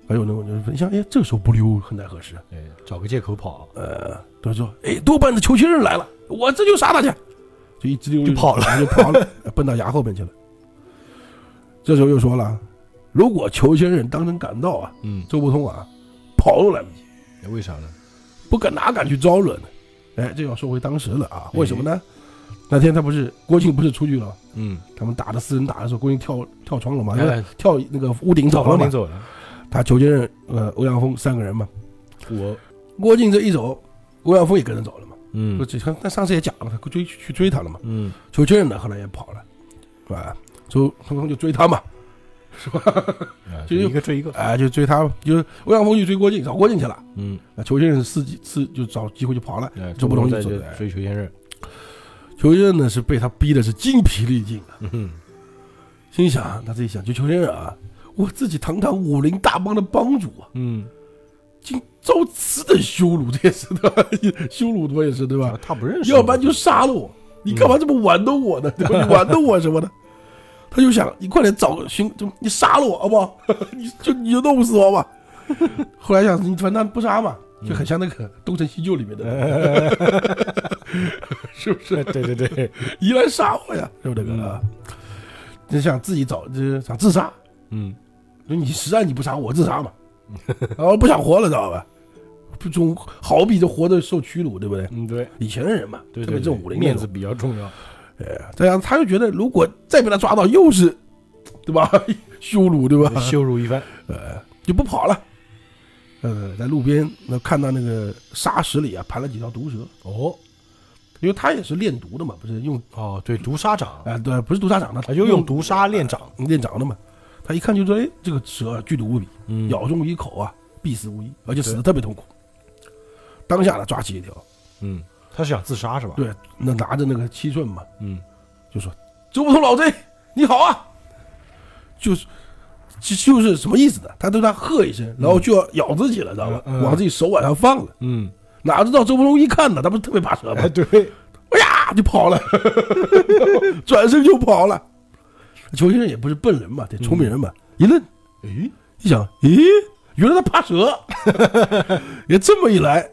S2: 还有那种就是你想，哎，这个时候不溜很难合适。
S1: 哎，找个借口跑
S2: 呃，他说，哎，多半的裘千仞来了，我这就杀他去，就一直溜
S1: 就跑了，
S2: 就跑了， 奔到崖后面去了。这时候又说了，如果裘千仞当真赶到啊，
S1: 嗯，
S2: 周伯通啊，跑都来不及，
S1: 哎为啥呢？
S2: 不敢哪敢去招惹呢？哎，这要说回当时了
S1: 哎
S2: 啊，为什么呢？那天他不是郭靖不是出去了，
S1: 嗯，
S2: 他们打的四人打的时候，郭靖跳跳窗了嘛，
S1: 哎
S2: 跳那个屋顶走了
S1: 王
S2: 嘛
S1: 林。走了，
S2: 他裘千仞、呃欧阳锋三个人嘛，
S1: 我，
S2: 郭靖这一走，欧阳锋也跟着走了嘛。
S1: 嗯
S2: 就只看，但上次也讲了，他追去追他了嘛。
S1: 嗯，
S2: 裘千仞呢后来也跑了，是吧？周周通就追他嘛，是吧？
S1: 啊
S2: 就
S1: 就一个追一个，
S2: 哎，就追他嘛，就是欧阳锋去追郭靖，找郭靖去了。啊
S1: 嗯，
S2: 那裘千仞是机次就找机会就跑了。
S1: 哎
S2: 周伯通
S1: 在
S2: 就走
S1: 这
S2: 了
S1: 追裘千仞，
S2: 裘千仞呢是被他逼的是筋疲力尽啊，
S1: 嗯哼，
S2: 心想他自己想，就裘千仞啊，我自己堂堂武林大帮的帮主啊，
S1: 嗯，
S2: 竟遭此等羞辱，这也是对吧？羞辱我也是对吧
S1: 啊？他不认识我，
S2: 要不然就杀了我。你干嘛这么玩弄我呢？ 对吧？你玩弄我什么呢？他就想，你快点找个寻，就你杀了我好不好？你就你就弄死我吧。后来想，你反正不杀嘛，就很像那个《东成西就》里面 的，是不是？
S1: 对对 对，
S2: 你来杀我呀，是不是那个啊？ 就想自己找，就是想自杀，
S1: 嗯
S2: 就你实在你不杀我自杀嘛，然后不想活了，知道吧？不总好比这活着受屈辱，对不对？
S1: 嗯，对
S2: 以前的人嘛，
S1: 对
S2: 特
S1: 对，
S2: 别这种
S1: 对
S2: 武林
S1: 面
S2: 那
S1: 子
S2: 种，
S1: 比较重 要，
S2: 哎这样他就觉得如果再被他抓到，又是，对吧？ 羞辱，对吧？
S1: 羞辱一番，
S2: 呃，就不跑了。呃，在路边那看到那个沙石里啊，盘了几条毒蛇，
S1: 哦
S2: 因为他也是练毒的嘛，不是用
S1: 哦，对，毒杀掌
S2: 啊、，对，不是毒杀掌的，
S1: 啊，就用毒杀练掌，
S2: 用练掌的嘛。他一看就说，哎，这个蛇啊剧毒无比，
S1: 嗯
S2: 咬中一口啊，必死无疑，而且死的特别痛苦。当下呢，抓起一条，
S1: 嗯，他是想自杀是吧？，
S2: 对，那拿着那个七寸嘛，
S1: 嗯，
S2: 就说：“周捕头老贼，你好啊！”就是，就就是什么意思呢？他对他喝一声，然后就要咬自己了，知道吧？
S1: 嗯嗯
S2: 往自己手腕上放了。
S1: 嗯，
S2: 哪知道周伯通一看呢，他不是特别怕蛇 吗
S1: 哎，？对，
S2: 哎呀，就 跑了，转身就跑了。裘先生也不是笨人嘛，
S1: 嗯
S2: 得聪明人嘛，一愣，
S1: 诶，
S2: 一想，咦，原来他怕蛇。 也这么一来，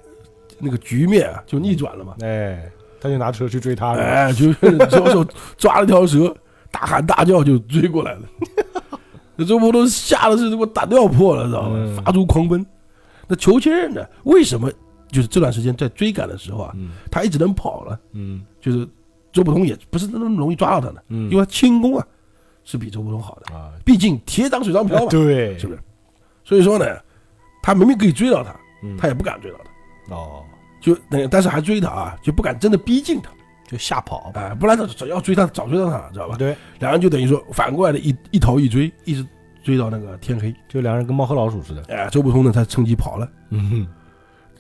S2: 那个局面啊就逆转了嘛。
S1: 哎，他就拿车去追他了，
S2: 哎，就是左手抓了条蛇，大喊大叫就追过来了。这周伯通吓得是给我胆都要破了，知道
S1: 嗯
S2: 吗？发出狂奔。那裘千仞呢？为什么就是这段时间在追赶的时候啊，
S1: 嗯
S2: 他一直能跑了？
S1: 嗯
S2: 就是周伯通也不是那么容易抓到他的，
S1: 嗯，
S2: 因为他轻功啊是比周伯通好的，
S1: 啊，
S2: 毕竟铁掌水上漂
S1: 哎
S2: 嘛，
S1: 对，
S2: 是不是？所以说呢，他明明可以追到他，
S1: 嗯
S2: 他也不敢追到他，
S1: 哦，
S2: 就那但是还追他啊，就不敢真的逼近他。
S1: 就吓跑，
S2: 哎，不然他只要追他，早追到他了，知道吧？
S1: 对，
S2: 两人就等于说反过来的一一头一追，一直追到那个天黑。
S1: 就两人跟猫和老鼠似的，
S2: 哎，周伯通呢，他趁机跑了。
S1: 嗯哼，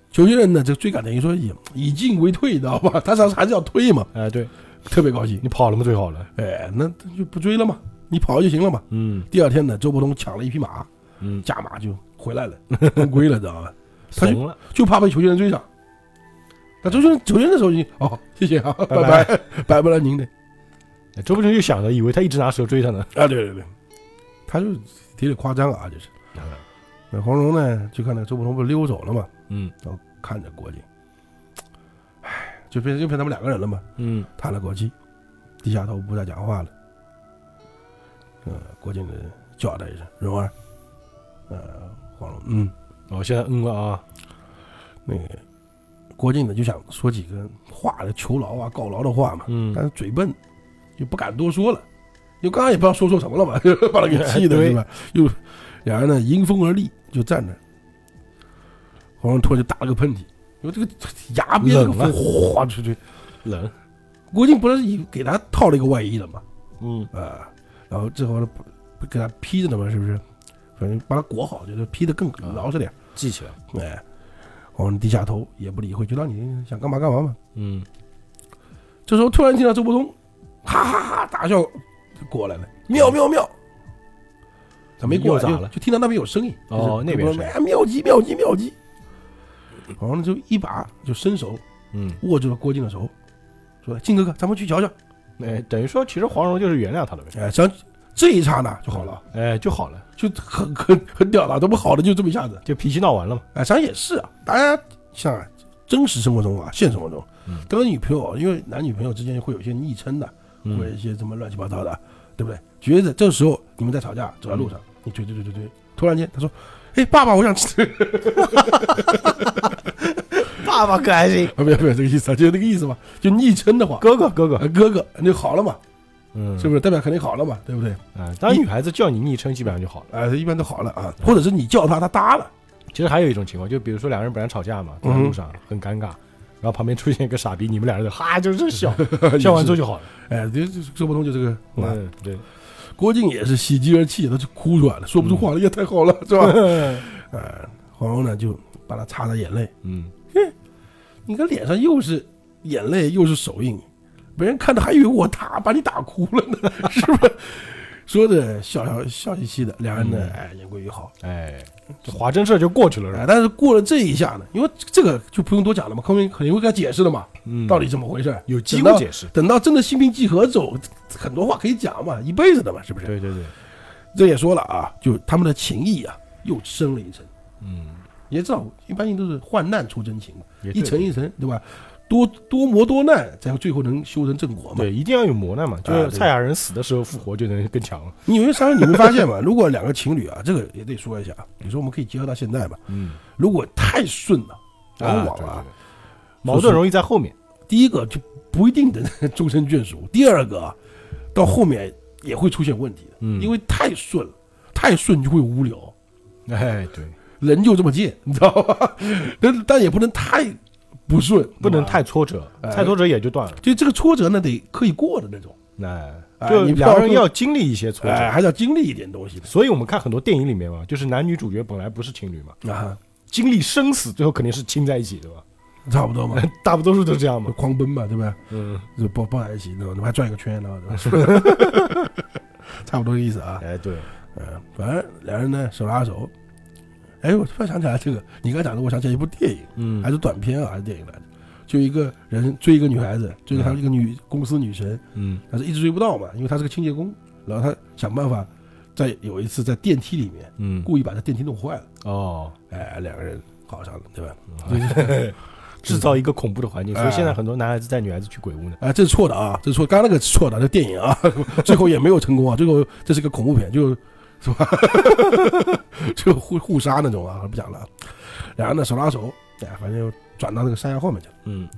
S2: 裘千仞呢，这个追赶等于说也以进为退，知道吧？ 他上还是要推嘛，
S1: 哎，对
S2: 特别高兴。
S1: 你跑了嘛最好了，
S2: 哎，那就不追了嘛，你跑就行了嘛。
S1: 嗯
S2: 第二天呢，周伯通抢了一匹马，
S1: 嗯，
S2: 驾马就回来了， 东归了，知道吧？他就
S1: 怂了，
S2: 就怕被裘千仞追上。那周千仞，裘千仞这时候已经哦，谢谢啊， 拜
S1: 拜
S2: 拜，拜不了您的
S1: 哎周不成就想着以为他一直拿蛇追他呢，
S2: 啊，对对对，他就有点夸张啊，就是。那黄蓉呢，就看那周伯通不是溜走了嘛，
S1: 嗯
S2: 看着郭靖，唉，就变就变他们两个人了嘛，
S1: 嗯
S2: 叹了口气，低下头不再讲话了。呃，郭靖呢叫他一声：“蓉儿。”呃，黄蓉，嗯，
S1: 哦，现在嗯了啊，
S2: 那个郭靖呢就想说几个话，求饶啊、告饶的话嘛，
S1: 嗯
S2: 但是嘴笨，就不敢多说了。就刚刚也不知道说错什么了嘛， 就把他给气的
S1: 哎对
S2: 是吧？又两人呢迎风而立，就站那儿。黄蓉突然就打了个喷嚏，因为这个牙边这个
S1: 冷啊了
S2: 风哗出去。
S1: 冷，
S2: 郭靖不是已给他套了一个外衣了吗？
S1: 嗯
S2: 啊，然后这会儿呢不不给他披着呢嘛，是不是？反正把他裹好，就是披得更
S1: 啊
S2: 牢实点。
S1: 记起来，
S2: 哎，黄蓉低下头也不理会，就让你想干嘛干嘛嘛。
S1: 嗯
S2: 这时候突然听到周伯通哈哈哈大笑过来了，妙妙妙！他没
S1: 嗯
S2: 过
S1: 又
S2: 来，
S1: 咋
S2: 就
S1: 了
S2: 就听到那边有声音。
S1: 哦
S2: 就是
S1: 那边
S2: 周伯通
S1: 声
S2: 哎，妙计妙计妙计！黄蓉就一把就伸手
S1: 嗯，
S2: 握住了郭靖的手，说：“靖哥哥，咱们去瞧瞧。
S1: 哎，等于说其实黄蓉就是原谅他了呗”，
S2: 哎，想这一刹那就好了，，
S1: 哎，就好了，
S2: 就很 很很屌了，怎么好的就这么一下子？
S1: 就脾气闹完了嘛，
S2: 哎，咱也是啊，大家像啊真实生活中啊，现实生活中
S1: 嗯，
S2: 跟女朋友，因为男女朋友之间会有一些昵称的，
S1: 嗯
S2: 或者一些什么乱七八糟的，对不对？觉得这时候你们在吵架，走在
S1: 嗯
S2: 路上，你追追追追追，突然间他说：“哎，爸爸，我想吃。
S1: 爸爸可还行
S2: 啊”没有没有这个意思啊，就是那个意思嘛，就昵称的话，
S1: 哥哥哥哥，
S2: 啊哥哥，那就好了嘛，
S1: 嗯，
S2: 是不是？代表肯定好了嘛，对不对？
S1: 啊，当然女孩子叫你昵称基本上就好了。
S2: 啊，一般都好了啊，或者是你叫他，他搭 了，
S1: 其实还有一种情况，就比如说两人本来吵架嘛，走在路上很尴尬，然后旁边出现一个傻逼，你们俩人就哈就是笑， 笑完之后就好了。
S2: 哎，就就说不通就这个。啊
S1: 嗯， 对，
S2: 郭靖也是喜极而泣，他就哭出来了，说不出
S1: 嗯
S2: 话来，也太好了，是吧？呃，黄蓉呢就帮他擦擦眼泪，
S1: 嗯，
S2: 你看脸上又是眼泪又是手印，别人看到还以为我打把你打哭了呢，是不是？ 说的笑笑笑嘻嘻的，两人呢
S1: 嗯，
S2: 哎，言归于好。
S1: 哎，这华筝事儿就过去了，是
S2: 哎
S1: 吧？，
S2: 但是过了这一下呢，因为这个就不用多讲了嘛，后面肯定会给他解释的嘛，
S1: 嗯，
S2: 到底怎么回事？
S1: 有机会解释。
S2: 等到真的心平气和走，很多话可以讲嘛，一辈子的嘛，是不是？
S1: 哎对对对，
S2: 这也说了啊，就他们的情谊啊，又深了一层。
S1: 嗯，
S2: 你也知道，一般人都是患难出真情嘛，
S1: 也
S2: 一
S1: 对
S2: 层一层，对吧？多多磨多难，才会最后能修成正果嘛。
S1: 对，一定要有磨难嘛，就
S2: 啊
S1: 是
S2: 对
S1: 蔡雅人死的时候复活就能更强了。
S2: 你有些时候你会发现 嘛，如果两个情侣啊，这个也得说一下啊，你说我们可以结合到现在嘛，
S1: 嗯，
S2: 如果太顺了，往往
S1: 对
S2: 啊
S1: 对，对矛盾容易在后面。
S2: 第一个就不一定能终身眷属，第二个啊到后面也会出现问题的，
S1: 嗯，
S2: 因为太顺了，太顺就会无聊，
S1: 哎，对，
S2: 人就这么贱，你知道吧？但但也不能太不顺，
S1: 不能
S2: 嗯对吧啊
S1: 太挫折，
S2: 哎
S1: 太挫折也就断了。
S2: 就这个挫折呢得可以过的那种，
S1: 那
S2: 哎
S1: 就
S2: 你不
S1: 两个人
S2: 要
S1: 要经历一些挫
S2: 哎，
S1: 折，
S2: 还是要经历一点东西的
S1: 所以我们看很多电影里面嘛，就是男女主角本来不是情侣嘛，
S2: 啊，
S1: 经历生死，最后肯定是亲在一起，对吧？
S2: 差不多嘛，
S1: 大多数都这样
S2: 就
S1: 嘛。
S2: 狂奔嘛，对吧？
S1: 嗯，
S2: 就抱抱在一起，你知道吗？还转一个圈，然后对吧 差不多意思啊。
S1: 哎，对，
S2: 嗯，反正两人呢手拉手。哎，我突然想起来这个，你刚才讲的，我想起来一部电影，
S1: 嗯
S2: 还是短片啊，还是电影来着？就一个人追一个女孩子，追她一个女公司女神，
S1: 嗯
S2: 但是一直追不到嘛，因为她是个清洁工。然后他想办法，在有一次在电梯里面
S1: 嗯，
S2: 故意把这电梯弄坏了，
S1: 哦，
S2: 哎，两个人搞上了，对吧？
S1: 嗯制造一个恐怖的环境，
S2: 哎
S1: 所以现在很多男孩子带女孩子去鬼屋呢。
S2: 啊，这是错的啊，这是错，刚刚那个是错的，这电影啊， 最后也没有成功啊，最后这是个恐怖片，就是吧， 就互互杀那种啊，不讲了啊。然后呢，手拉手，哎，反正又转到那个山崖后面去了，
S1: 嗯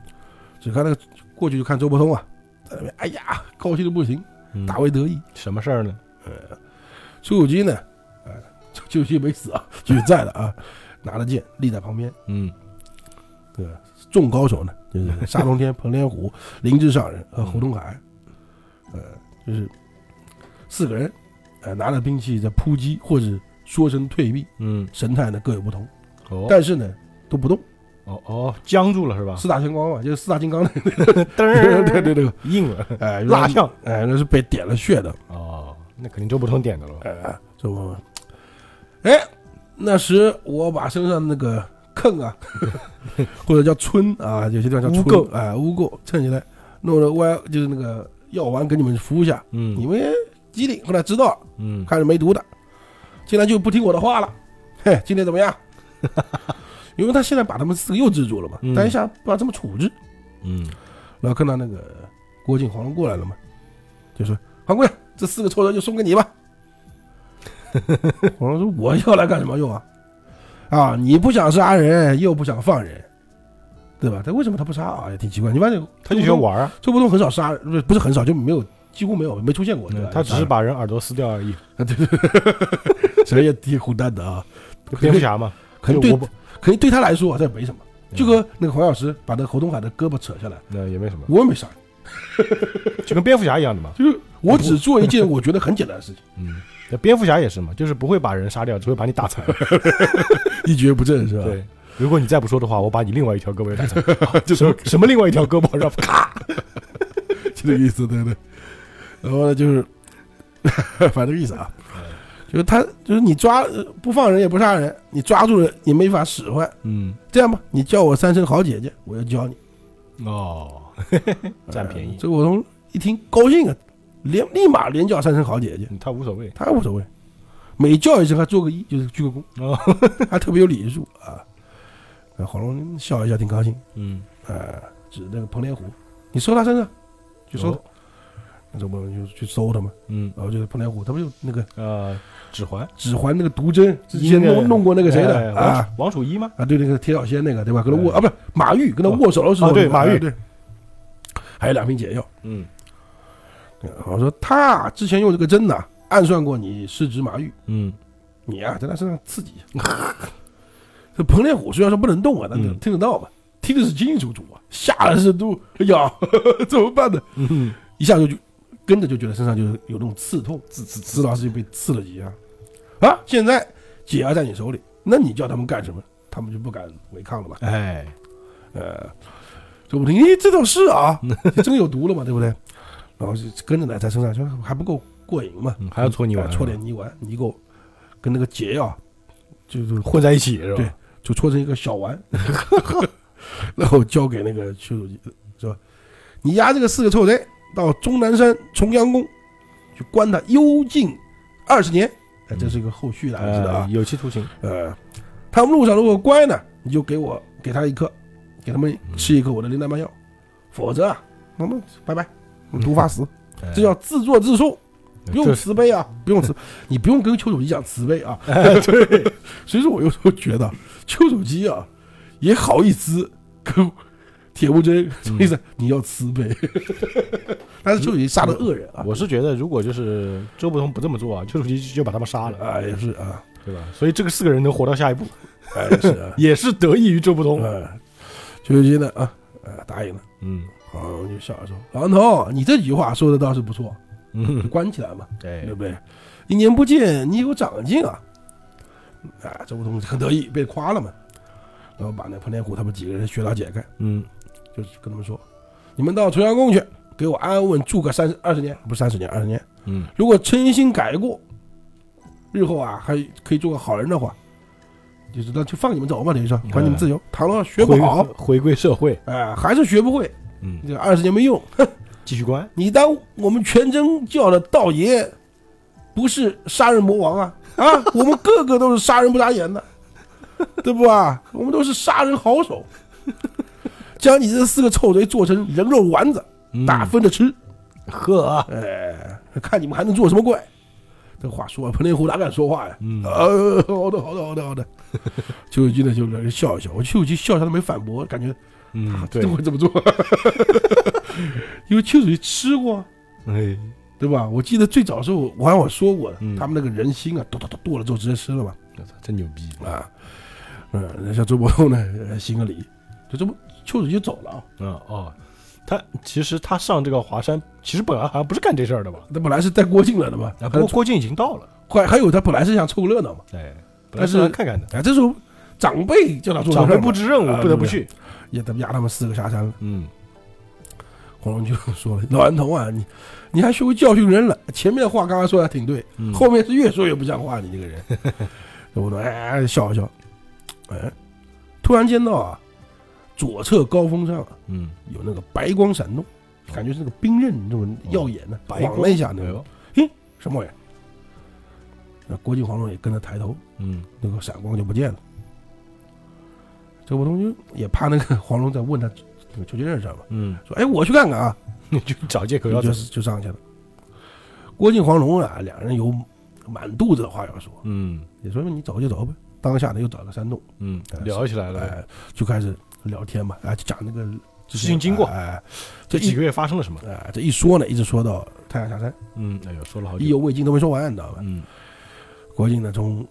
S2: 只看那个过去就看周伯通啊，在那边，哎呀，高兴的不行，
S1: 嗯
S2: 大为得意。
S1: 什么事儿呢？
S2: 崔永基呢，呃，崔崔永基没死啊，继续在的啊，拿着剑立在旁边，
S1: 嗯
S2: 对吧？众高手呢，就是沙龙天、彭连虎、林志上人和胡东海，呃，就是四个人，呃，拿着兵器在扑击或者说声退避，
S1: 嗯，
S2: 神态呢各有不同，
S1: 哦
S2: 但是呢都不动，
S1: 哦哦，僵住了是吧？
S2: 四大天光嘛，就是四大金刚的，
S1: 噔 儿
S2: 对对对，
S1: 硬了，
S2: 哎，
S1: 蜡像。
S2: 哎，那是被点了穴的，
S1: 哦，那肯定周伯通点的了。
S2: 哎，这我，哎，那时我把身上那个坑 啊，或者叫村啊，有些地方叫
S1: 污
S2: 村，
S1: 垢
S2: 哎，污垢蹭起来，弄了歪，就是那个药丸给你们服下，你
S1: 嗯
S2: 们也机灵，后来知道
S1: 嗯，
S2: 看着没毒的，竟然就不听我的话了，嘿，今天怎么 样？因为他现在把他们四个又制住了嘛，
S1: 嗯
S2: 但一下不知道怎么处置，
S1: 嗯，
S2: 然后看到那个郭靖、黄蓉过来了嘛，就说：“黄贵，这四个臭人就送给你吧。” 黄蓉说：“我要来干什么用啊？啊，你不想杀人，又不想放人，对吧？但为什么他不杀啊？也挺奇怪。你发现
S1: 他就喜欢，玩儿啊，
S2: 周伯通很少杀，不是不是很少，就没有几乎没有没出现过，对吧
S1: 嗯？他只是把人耳朵撕掉而已。
S2: 啊，对对对， 谁也挺混蛋的啊。
S1: 蝙蝠侠嘛，
S2: 可能
S1: 就我
S2: 对
S1: 不，
S2: 可能对他来说啊这没什么，就跟那个黄药师把那个侯东海的胳膊扯下来，
S1: 那也没什么，
S2: 我也没杀，
S1: 就跟蝙蝠侠一样的嘛。
S2: 就是我只做一件我觉得很简单的事情。”
S1: 嗯，那蝙蝠侠也是嘛，就是不会把人杀掉，只会把你打残。
S2: 一蹶不振是 吧？，
S1: 对，如果你再不说的话，我把你另外一条胳膊也打残。 就什么什么另外一条胳膊，然后咔，
S2: 就 这个意思，对对。然后呢，就是 反正这个意思啊，就是他就是你抓呃不放人也不杀人，你抓住了也没法使唤。
S1: 嗯，
S2: 这样吧，你叫我三声好姐姐，我要教你。
S1: 哦， 占便宜
S2: 这，个我从一听高兴啊，连立马连叫三声好姐姐，
S1: 嗯他无所谓。
S2: 他无所谓，每叫一声还做个揖，就是鞠个躬，
S1: 哦，
S2: 还特别有礼数啊。呃黄蓉笑一下，挺高兴。
S1: 嗯，
S2: 呃，指那个彭连虎，你搜他身上，去搜
S1: 哦
S2: 他。那我们就去搜他嘛。
S1: 嗯，
S2: 然后就是彭连虎，他不就那个
S1: 呃，指环
S2: 指环那个毒针，之前
S1: 那个
S2: 弄弄过那个谁
S1: 哎王
S2: 的
S1: 楚
S2: 啊
S1: 王楚一吗？
S2: 啊，对那个铁小仙那个对吧？跟他握
S1: 哎
S2: 啊，不是马玉跟他握手的时候
S1: 哦
S2: 那
S1: 对
S2: 个，
S1: 马玉
S2: 哎对，还有两瓶解药。
S1: 嗯，
S2: 我说他之前用这个针呐，暗算过你师侄马玉，
S1: 嗯，
S2: 你啊在他身上刺激一下。 这彭连虎虽然说不能动啊，但是
S1: 嗯
S2: 听得到嘛，听的是清清楚楚啊，吓的是都哎呀 怎么办呢？
S1: 嗯，
S2: 一下就就跟着就觉得身上就是有那种刺痛，
S1: 自自
S2: 知道自己被刺了一下。啊，现在解药在你手里，那你叫他们干什么？他们就不敢违抗了吧？
S1: 哎，
S2: 呃，说不定，咦，这倒是啊，真有毒了嘛，对不对？然后就跟着来在身上，说还不够过瘾嘛，
S1: 嗯还要搓泥丸
S2: 哎搓点泥丸，泥垢跟那个解药就是
S1: 混在一起是吧？
S2: 对就搓成一个小丸，然后交给那个邱主席，是吧？你押这个四个臭贼到终南山重阳宫去关他幽禁二十年，哎，这是一个后续的案子的啊
S1: 呃，。有期徒刑，
S2: 呃，他们路上如果乖呢，你就给我给他一颗，给他们吃一颗我的灵丹妙药，否则啊，那么拜拜，你毒发死，
S1: 哎
S2: 这叫自作自受，不用
S1: 这
S2: 慈悲啊， 不用慈，你不用跟丘处机讲慈悲 啊。
S1: 哎对，
S2: 所以说我有时候觉得丘处机啊，也好意思跟铁木真什么意思？你要慈 悲，但是丘处机杀的恶人啊，
S1: 我是觉得如果就是周伯通不这么做啊，丘处机就把他们杀了，
S2: 啊也是啊，
S1: 对吧？所以这个四个人能活到下一步，，
S2: 哎也是啊
S1: 也是得益于周伯通。
S2: 哎，丘处机呢啊，呃答应了。
S1: 嗯
S2: 啊，我就笑着说：“老王头，你这句话说的倒是不错，
S1: 嗯，
S2: 关起来嘛，
S1: 对
S2: 对，不对？一年不见，你有长进啊！”啊，周伯通很得意，被夸了嘛。然后把那彭天虎他们几个人学长解开，
S1: 嗯
S2: 就是跟他们说：“你们到重阳宫去，给我安安稳稳住个三十二十年，不是三十年，二十年。
S1: 嗯
S2: 如果诚心改过，日后啊还可以做个好人的话，就是那就放你们走嘛，等于说管你们自由。倘若学不
S1: 回
S2: 好，
S1: 回归社会，
S2: 哎、还是学不会，
S1: 嗯，
S2: 这二十年没用，
S1: 继续关，
S2: 你当我们全真教的道爷不是杀人魔王啊？ 啊，我们个个都是杀人不眨眼的，对不啊？我们都是杀人好手，将你这四个臭贼做成人肉丸子，大分着吃。
S1: 喝嗯啊，
S2: 哎，看你们还能做什么怪？这话说，彭天虎哪敢说话呀？
S1: 嗯
S2: 呃，好的，好的，好的，好的。邱永基呢，就在那笑一笑。我邱永基笑一笑都没反驳，感觉
S1: 嗯，对
S2: 真，会这么做， 因为邱永基吃过啊。
S1: 哎，
S2: 对吧？我记得最早的时候，我好像我说过的，
S1: 嗯
S2: 他们那个人心啊，剁剁剁剁了之后直接吃了嘛，
S1: 我操，真牛逼
S2: 啊，嗯，那像周伯通呢， 呃行个礼，就这么秋水就走了啊。
S1: 嗯哦，他其实他上这个华山，其实本来好像不是干这事儿的吧？
S2: 他本来是带郭靖来的嘛，
S1: 啊，不过郭靖已经到了，
S2: 还还有他本来是想凑个热闹嘛，
S1: 哎，本
S2: 但
S1: 来
S2: 是
S1: 来看看的，
S2: 啊，这时候长辈叫他做这
S1: 长
S2: 事儿嘛
S1: 辈布置任务
S2: 啊
S1: 不得不
S2: 对对
S1: 去，
S2: 也他们压他们四个下山了。
S1: 嗯
S2: 黄蓉就说了：“老顽童啊，你你还学会教训人了？前面的话刚刚说的还挺对，
S1: 嗯
S2: 后面是越说越不像话，你这个人。我说哎，笑一笑，哎，突然间到啊，左侧高峰上啊
S1: 嗯，
S2: 有那个白光闪动，感觉是那个兵刃那种耀眼的，
S1: 白
S2: 晃
S1: 光
S2: 了一下
S1: 哎
S2: 那个
S1: 呦，
S2: 什么玩意儿？那郭靖、黄蓉也跟着抬头，
S1: 嗯
S2: 那个闪光就不见了。周伯通就也怕那个黄蓉在问他这个求签的事儿嘛，
S1: 嗯，
S2: 说哎，我去看看啊。
S1: 你就找借口要走
S2: 就，是就上去了。郭靖、黄蓉啊，两人有满肚子的话要说，
S1: 嗯
S2: 也说你走就走呗。当下呢，又找个山洞，
S1: 嗯，聊起来了，
S2: 哎，就开始聊天嘛，哎，就讲那个
S1: 事情经过
S2: 哎，
S1: 这
S2: 这
S1: 几
S2: 一
S1: 个月发生了什么？
S2: 哎，这一说呢，一直说到太阳下山，
S1: 嗯，哎呦，说了好
S2: 意犹
S1: 久，
S2: 未尽都没说完，你知道吧？
S1: 嗯
S2: 郭靖呢，从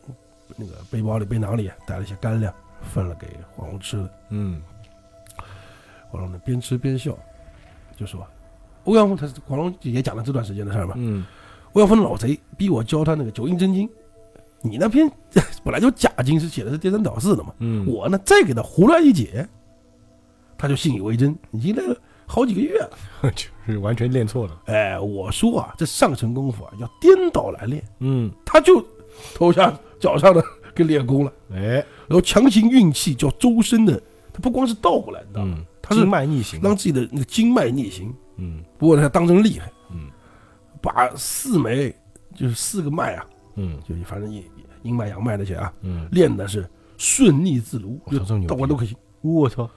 S2: 那个背包里、背囊里带了一些干粮，分了给黄蓉吃的。
S1: 嗯
S2: 黄蓉呢，边吃边笑，就说：“欧阳锋，他是黄蓉也讲了这段时间的事儿嘛，
S1: 嗯
S2: 欧阳锋老贼逼我教他那个九阴真经，你那篇 本来就假经是写的是颠三倒四的嘛，
S1: 嗯，
S2: 我呢再给他胡乱一解，他就信以为真，已经那个好几个月了。
S1: 嗯 就是完全练错了，
S2: 哎，我说啊，这上乘功夫啊要颠倒来练，
S1: 嗯，
S2: 他就头上脚上的给练功了，
S1: 哎，
S2: 然后强行运气叫周身的，他不光是倒过来，你知道吗？
S1: 嗯，
S2: 他是
S1: 经脉逆行，
S2: 让自己的那个经脉逆行，
S1: 嗯
S2: 不过他当真厉害，
S1: 嗯
S2: 把四枚就是四个脉啊，
S1: 嗯
S2: 就反正阴阴脉阳脉那些啊。
S1: 嗯，
S2: 练的是顺逆自如，
S1: 我
S2: 就
S1: 操这么牛啊
S2: 到关都可以行。
S1: 我操，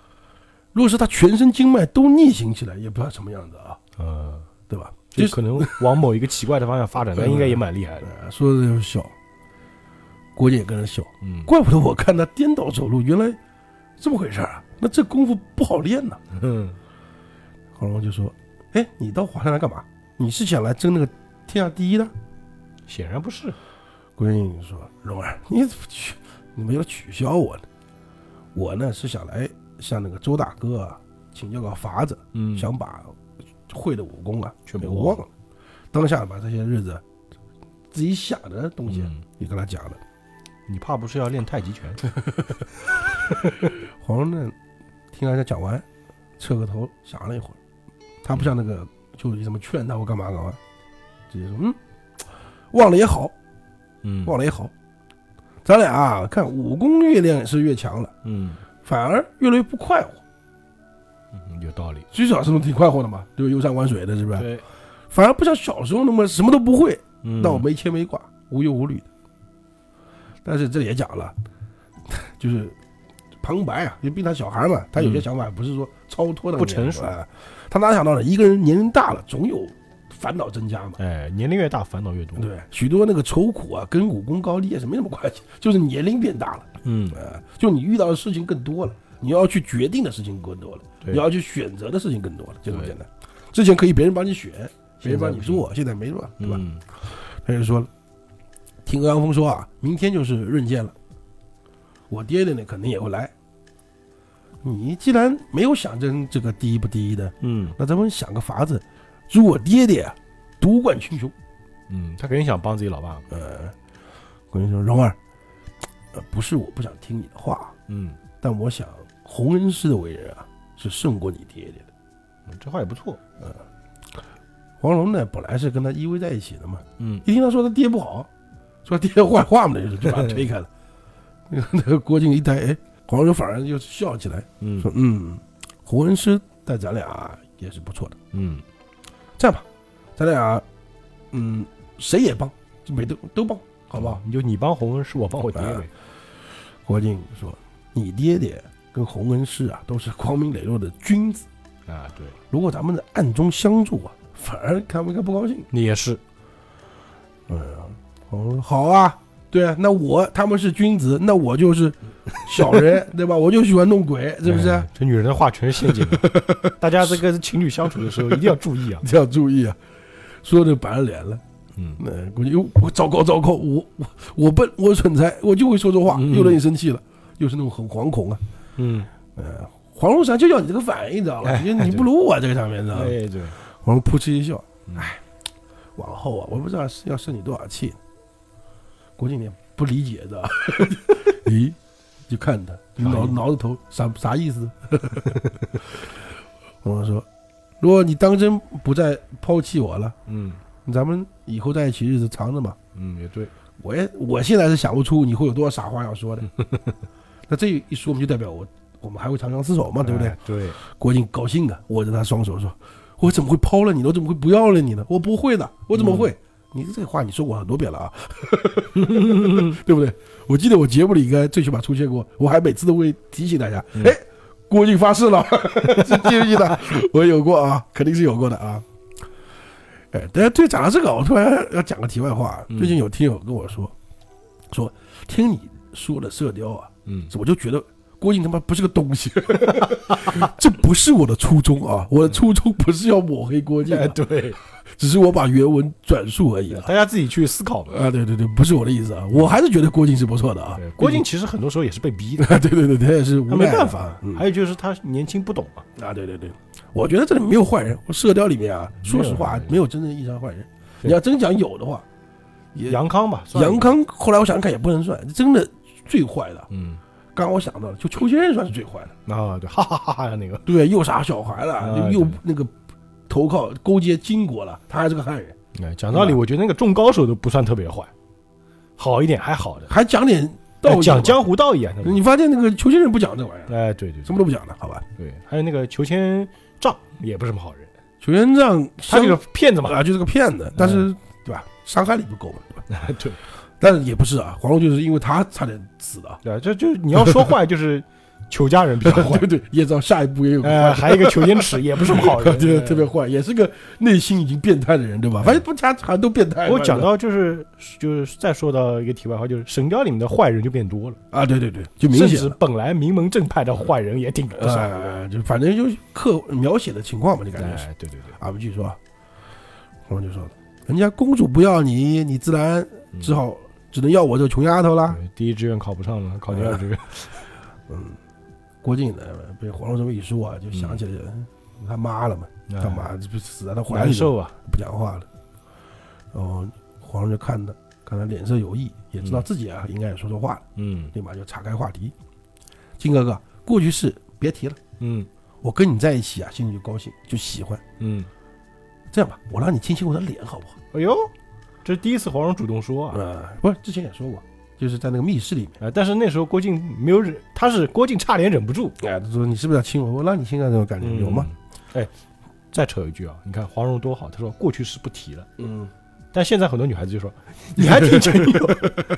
S2: 如果是他全身经脉都逆行起来，也不知道什么样子啊，
S1: 呃。
S2: 对吧？
S1: 就
S2: 就是
S1: 可能往某一个奇怪的方向发展， 那应该也蛮厉害的。
S2: 呃说的就是笑，郭靖也跟着笑，
S1: 嗯，
S2: 怪不得我看他颠倒走路，原来这么回事儿啊！那这功夫不好练呐。
S1: 嗯
S2: 黄蓉就说：“哎，你到华山来干嘛？你是想来争那个天下第一的
S1: 显然不是。？”
S2: 郭靖就说：“蓉儿，你怎么取，你们要取消我呢？我呢是想来向那个周大哥啊请教个法子。”
S1: 嗯
S2: 想把会的武功啊
S1: 全部
S2: 给忘了，当下把这些日子自己想的东西
S1: 嗯
S2: 也跟他讲了。
S1: 你怕不是要练太极拳？
S2: 黄蓉呢，听人家讲完，侧个头想了一会儿，他不像那个就是什么劝他或干嘛干嘛，直接说嗯，忘了也好，
S1: 嗯
S2: 忘了也好，咱俩啊看武功越练是越强了，
S1: 嗯
S2: 反而越来越不快活。
S1: 嗯有道理。
S2: 最小是能挺快活的嘛，对吧？游山玩水的，是不是？
S1: 对，
S2: 反而不像小时候那么什么都不会，
S1: 嗯
S2: 那我没牵没挂，无忧无虑的。但是这里也讲了，就是旁白啊，因为毕竟他小孩嘛，他有些
S1: 嗯
S2: 想法不是说超脱的
S1: 不成熟
S2: 啊。他哪想到呢？一个人年龄大了，总有烦恼增加嘛。
S1: 哎，年龄越大，烦恼越多。，
S2: 对，许多那个愁苦啊，跟武功高低啊是没什么关系，就是年龄变大了，
S1: 嗯，
S2: 呃，就你遇到的事情更多了，你要去决定的事情更多了，
S1: 对
S2: 你要去选择的事情更多了，就这么
S1: 对
S2: 简单。之前可以别人帮你选，
S1: 现在
S2: 别人帮你
S1: 不行
S2: 做，现在没了，对吧？
S1: 嗯
S2: 他就说了，听欧阳锋说啊，明天就是闰见了，我爹爹呢肯定也会来。你既然没有想争这个第一不第一的，
S1: 嗯
S2: 那咱们想个法子，如果爹爹啊独冠群雄，
S1: 嗯，他肯定想帮自己老爸。
S2: 呃，我跟你说，蓉儿，呃，不是我不想听你的话，
S1: 嗯，
S2: 但我想洪恩师的为人啊，是胜过你爹爹的。
S1: 这话也不错。
S2: 黄蓉呢，本来是跟他依偎在一起的嘛，
S1: 嗯
S2: 一听他说他爹不好，说他爹坏话嘛，这就是就把他推开了。那个那个郭靖一呆，哎，黄蓉反而又笑起来，
S1: 嗯
S2: 说：“嗯，洪恩师待咱俩也是不错的。
S1: 嗯
S2: 这样吧，咱俩，嗯，谁也帮，就每都都帮，好不好？”？
S1: 你就你帮洪恩师，我帮我爹呗。
S2: 郭靖说：“你爹爹跟洪恩师啊，都是光明磊落的君子，
S1: 啊，对，
S2: 如果咱们在暗中相助啊，反而他们应该不高兴。”
S1: 你也是。
S2: 我说好啊，对啊，那我他们是君子，那我就是小 人，对吧？我就喜欢弄鬼，是不是？
S1: 哎这女人的话全是陷阱啊。 大家这个情侣相处的时候一定要注意啊。
S2: 你要注意啊！说着板着脸了，
S1: 嗯
S2: 那估计哟，我糟糕糟糕，我我我笨，我蠢材，我就会说这话，
S1: 嗯
S2: 又让你生气了，又是那种很惶恐啊。
S1: 嗯，
S2: 呃，黄蓉想就要你这个反应，你知道吧？
S1: 哎
S2: 因为你不如我这个上面，知道吧？
S1: 哎对，
S2: 黄蓉扑哧一笑
S1: 嗯，
S2: 哎，往后啊，我不知道是要生你多少气。郭靖也不理解的，咦，就看他挠挠着头，啥啥意思？ 黄蓉说：“如果你当真不再抛弃我了，
S1: 嗯
S2: 咱们以后在一起日子长着嘛。
S1: 嗯也对，
S2: 我也我现在是想不出你会有多少傻话要说的。那这一说，我们就代表我我们还会长相厮守啊嘛，对不对？
S1: 哎？对，
S2: 郭靖高兴啊，握着他双手说：“我怎么会抛了你呢？我怎么会不要了你呢？我不会的，我怎么
S1: 嗯
S2: 会？你这话你说过很多遍了啊， 对不对？我记得我节目里应该最起码出现过，我还每次都会提醒大家，
S1: 嗯
S2: 哎、郭靖发誓了， 是记不记得？我有过啊，肯定是有过的啊。”哎，但是对讲到这个，我突然要讲个题外话。
S1: 嗯
S2: 最近有听友跟我说，说听你说的《射雕》啊，
S1: 嗯
S2: 我就觉得郭靖他妈不是个东西， 这不是我的初衷啊！我的初衷不是要抹黑郭靖啊、
S1: 哎对，
S2: 只是我把原文转述而已啊！
S1: 大家自己去思考吧。
S2: 啊，对对对，不是我的意思啊！我还是觉得郭靖是不错的啊
S1: 对，郭靖，其实很多时候也是被逼的，
S2: 啊， 对对对，他也是无
S1: 他
S2: 奈
S1: 没
S2: 的
S1: 办法。
S2: 嗯
S1: 还有就是他年轻不懂嘛，
S2: 啊，对对对，我觉得这里没有坏人，《射雕》里面啊，说实话
S1: 没有
S2: 没有真正意义上的坏人。
S1: 对
S2: 你要真讲有的话，也
S1: 杨康吧，算
S2: 杨，康，后来我想想看也不能算，真的最坏的。
S1: 嗯。
S2: 刚刚我想到了，就裘千仞算是最坏的。
S1: 啊，对，哈哈哈哈，那个
S2: 对，又杀小孩了，
S1: 啊
S2: 又
S1: 对
S2: 那个投靠勾结金国了，他还是个汉人，
S1: 哎，讲道理，
S2: 对吧
S1: 我觉得那个众高手都不算特别坏，好一点还好的，
S2: 还讲点道
S1: 哎
S2: 义，
S1: 讲。江湖道义啊，他们
S2: 你发现那个裘千仞不讲这玩意儿，
S1: 哎，对对，
S2: 嗯什么都不讲的，好吧？
S1: 对对，还有那个裘千丈也不是什么好人，
S2: 裘千丈
S1: 他
S2: 他
S1: 是个骗 子嘛，
S2: 啊，就是个骗子，但是对吧？伤害力不够嘛，对吧？
S1: 哎对
S2: 但是也不是啊，黄蓉就是因为他差点死 的啊，
S1: 对，这就你要说坏就是裘家人比较坏
S2: 对，对，也知道下一步也有个
S1: 哎，
S2: 坏
S1: 还有一个裘千尺也不是什么好人，
S2: 对，
S1: 哎
S2: 特别坏，也是个内心已经变态的人，对吧？反正不家常都变态嘛。
S1: 哎我讲
S2: 对吧
S1: 到就是就是再说到一个题外话，就是《神雕》里面的坏人就变多了，
S2: 啊，对对对，就明
S1: 甚
S2: 显
S1: 至
S2: 了
S1: 本来名门正派的坏人也挺不少的。
S2: 呃，就反正就是刻描写的情况嘛，就感觉是。
S1: 哎，对对对，
S2: 啊，我们继续说，啊，我们就说，人家公主不要你，你自然
S1: 嗯
S2: 只好只能要我这穷丫头啦。
S1: 对第一志愿考不上了，考第二志愿。
S2: 嗯，郭靖呢被黄蓉这么一说啊，就想起来他妈了嘛，
S1: 嗯 哎
S2: 他妈这不死在他怀
S1: 难
S2: 里了，
S1: 受啊！
S2: 不讲话了。然后黄蓉就看他，看他脸色有异，也知道
S1: 嗯
S2: 自己啊应该也说错话了，
S1: 嗯
S2: 立马就岔开话题。靖哥哥，过去事别提了，
S1: 嗯
S2: 我跟你在一起啊，心里就高兴，就喜欢。
S1: 嗯，
S2: 这样吧，我让你亲亲我的脸好不好？
S1: 哎呦，这是第一次黄蓉主动说啊，
S2: 啊，不是之前也说过，就是在那个密室里面。
S1: 啊、但是那时候郭靖没有忍，他是郭靖差点忍不住，
S2: 哎，他说你是不是要亲我？我让你亲啊，这种感觉
S1: 嗯
S2: 有吗？？
S1: 哎，再扯一句啊，你看黄蓉多好，她说过去是不提了，
S2: 嗯，
S1: 但现在很多女孩子就 说你还挺真有，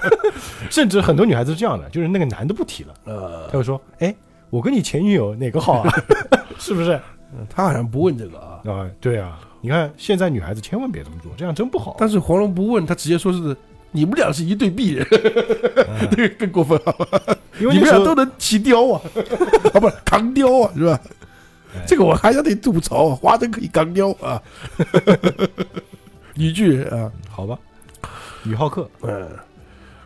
S1: 甚至很多女孩子是这样的，就是那个男的不提了，
S2: 呃
S1: 他，就说，哎，我跟你前女友哪个好 啊？ 是不是？
S2: 他好像不问这个啊，
S1: 啊，对啊，你看现在女孩子千万别这么做，这样真不好。
S2: 但是黄蓉不问，他直接说是你们俩是一对璧 人， 这个更过分啊！
S1: 因为
S2: 你
S1: 那
S2: 们
S1: 时
S2: 俩
S1: 候
S2: 都能骑雕啊， 啊，不是扛雕啊，是吧
S1: 哎？
S2: 这个我还想得吐槽啊，华灯可以扛雕啊， 一句啊，
S1: 好吧，宇浩克，
S2: 嗯，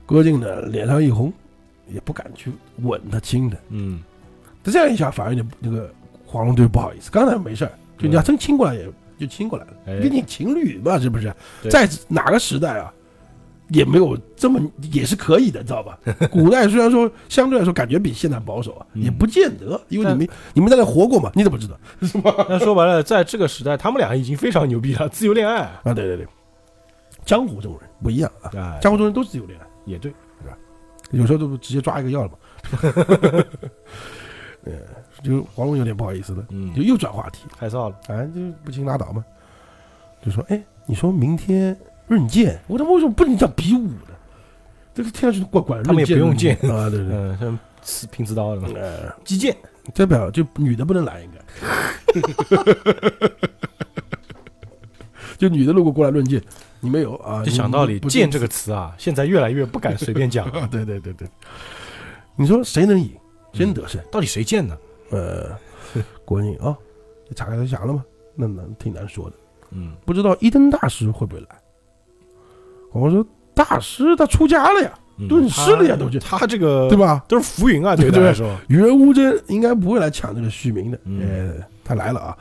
S2: 郭靖呢脸上一红，也不敢去吻他亲他，
S1: 嗯，
S2: 他这样一下反而有点那个黄蓉对不好意思，刚才没事儿，就你要真亲过来也就亲过来了，
S1: 哎
S2: 毕竟情侣嘛，是不是？
S1: 对
S2: 在哪个时代啊，也没有这么也是可以的，知道 吧？古代虽然说相对来说感觉比现在保守啊，
S1: 嗯
S2: 也不见得，因为
S1: 但
S2: 你们你们在那活过嘛，你怎么知道
S1: 那说白了，在这个时代，他们俩已经非常牛逼了，自由恋爱，
S2: 啊？对对对，江湖中人不一样啊，
S1: 啊，
S2: 江湖中人都是自由恋爱，
S1: 也对，
S2: 有时候都直接抓一个要 了嘛。 呃，就是黄蓉有点不好意思了，
S1: 嗯
S2: 就又转话题。
S1: 害臊了，
S2: 反正就不行拉倒嘛。就说，哎，你说明天论剑，我他妈为什么不能叫比武呢？这个听上去都怪怪的。
S1: 他们也不用剑
S2: 论啊，对对对。
S1: 嗯，像刺拼刺刀了嘛，
S2: 呃，
S1: 击剑，
S2: 代表就女的不能来，应该。 就女的如果过来论剑，你没有 啊？
S1: 就想到理，剑这
S2: 个
S1: 个词啊，现在越来越不敢随便 讲，
S2: 啊，对对对对。你说谁能赢？谁能得胜？
S1: 到底谁贱呢？
S2: 呃， 国靖啊，就查开他想了嘛，那难挺难说的。
S1: 嗯，
S2: 不知道一灯大师会不会来。我们说大师他出家了呀，论师嗯了呀，都去，
S1: 他这个
S2: 对？吧？
S1: 都是浮云啊，对他
S2: 对
S1: 来说，
S2: 与人无争，应该不会来抢这个虚名的。
S1: 嗯
S2: 呃，他来了啊，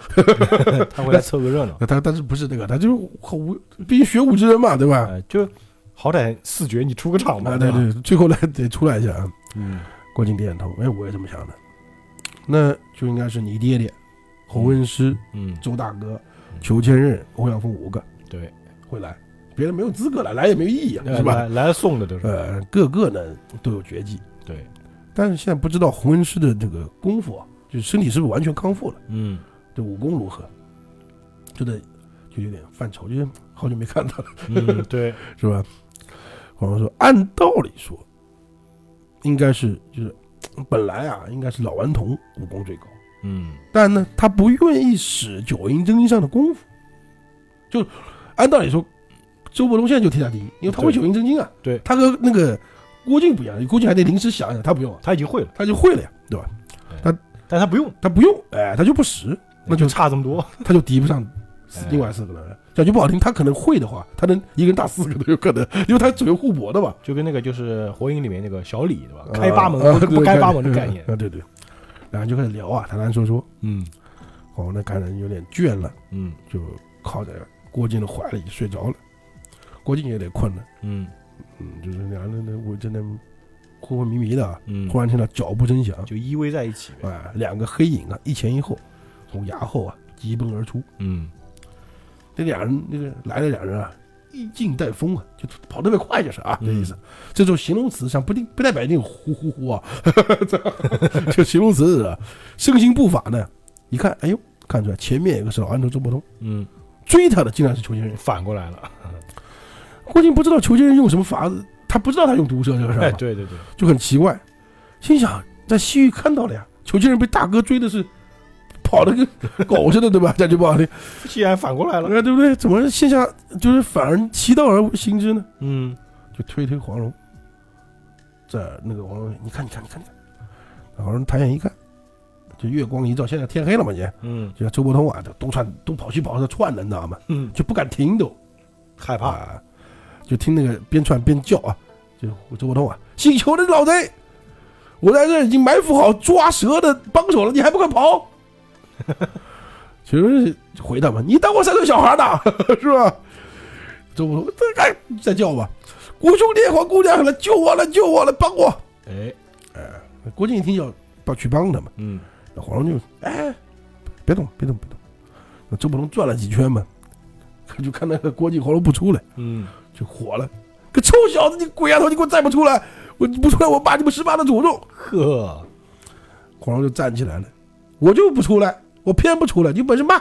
S1: 他会来凑个热闹，
S2: 他但是不是那个，他就是很无，毕竟学武之人嘛，对吧？
S1: 哎，就好歹四绝你出个场嘛，
S2: 啊啊，对
S1: 吧？
S2: 对，最后来得出来一下啊。
S1: 嗯，
S2: 郭靖点点头，哎，我也这么想的，那就应该是你爹爹，侯恩师、
S1: 嗯，
S2: 周大哥、裘千仞、欧阳锋五个
S1: 对，
S2: 会来，别人没有资格来，来也没有意义啊， 是吧？
S1: 来来送的都是，
S2: 呃，个个呢都有绝技，
S1: 对，
S2: 但是现在不知道洪恩师的这个功夫啊，就是身体是不是完全康复了，
S1: 嗯，
S2: 这武功如何，就得就有点犯愁，就是好久没看他了，
S1: 嗯，对，
S2: 是吧？黄蓉说，按道理说，应该是就是本来啊，应该是老顽童武功最高，
S1: 嗯，
S2: 但呢，他不愿意使九阴真经上的功夫，就按道理说，周伯通现在就天下第一，因为他会
S1: 对
S2: 九阴真经啊，
S1: 对
S2: 他和那个郭靖不一样，郭靖还得临时想一想，他不用啊，
S1: 他已经会了，
S2: 他就会了呀，对吧？
S1: 但他不用，
S2: 他不用，哎，他就 不使，那就
S1: 差这么多，
S2: 他就敌不上
S1: 哎
S2: 另外四个人了。讲句不好听，他可能会的话，他能一个人打四个都有可能， 因为他左右互搏的嘛。
S1: 就跟那个就是《火影》里面那个小李对吧？
S2: 啊
S1: 开八门
S2: 啊
S1: 不
S2: 对
S1: 不开
S2: 对
S1: 八门的
S2: 对
S1: 概 念，
S2: 啊，对对。然后就开始聊啊，谈谈说说，
S1: 嗯
S2: 哦，那感人有点倦了，
S1: 嗯
S2: 就靠在郭靖的怀里睡着了。郭靖也得困了，
S1: 嗯
S2: 嗯，就是两人呢，我真的昏昏迷迷的啊，
S1: 嗯，
S2: 忽然听到脚步声响，
S1: 就依偎在一起呗，
S2: 啊，两个黑影啊，一前一后，从崖后啊疾奔而出。
S1: 嗯，
S2: 那俩人那个来的俩人啊，一静带风啊，就跑特别快，就是啊，
S1: 嗯
S2: 这意思。这种形容词上不定不代表一定呼呼呼啊， 就形容词是啊，身形步伐呢，一看，哎呦，看出来前面有个是啊老安头周伯通，
S1: 嗯，
S2: 追他的竟然是裘千仞。
S1: 反过来了，
S2: 郭靖不知道裘千仞用什么法子，他不知道他用毒蛇这个事儿
S1: 哎，
S2: 吧，
S1: 对对对，
S2: 就很奇怪，心想在西域看到了呀，裘千仞被大哥追的是。跑的跟狗似的，对吧？讲句不 好听，
S1: 既然反过来了，
S2: 哎对不对？怎么线下就是反而其道而行之呢？
S1: 嗯
S2: 就推推黄蓉，在那个黄蓉，你看，你看，你看，你看，黄蓉抬眼一看，就月光一照，现在天黑了嘛，也
S1: 嗯
S2: 就像周伯通啊，都东窜东跑西跑的窜的，你知道吗？
S1: 嗯，
S2: 就不敢停都
S1: 害怕，
S2: 啊，就听那个边窜边叫啊，就周伯通啊，姓裘的老贼，我在这已经埋伏好抓蛇的帮手了，你还不快跑？ 其实回他们，你当我三岁小孩呢， 是吧？周伯通，这该再叫吧，国兄烈火，姑娘来救我来救我来帮我。
S1: 哎，
S2: 郭靖一听要要去帮他们，
S1: 嗯
S2: 那黄蓉就哎，别动别动别动。那 周伯通转了几圈嘛，就看那个郭靖黄蓉不出来。
S1: 嗯
S2: 就火了，个臭小子，你鬼丫头，你给我再不出来，我不出来，我把你们十八的诅咒。
S1: 呵，
S2: 黄蓉就站起来了，我就不出来，我偏不出来，你有本事骂，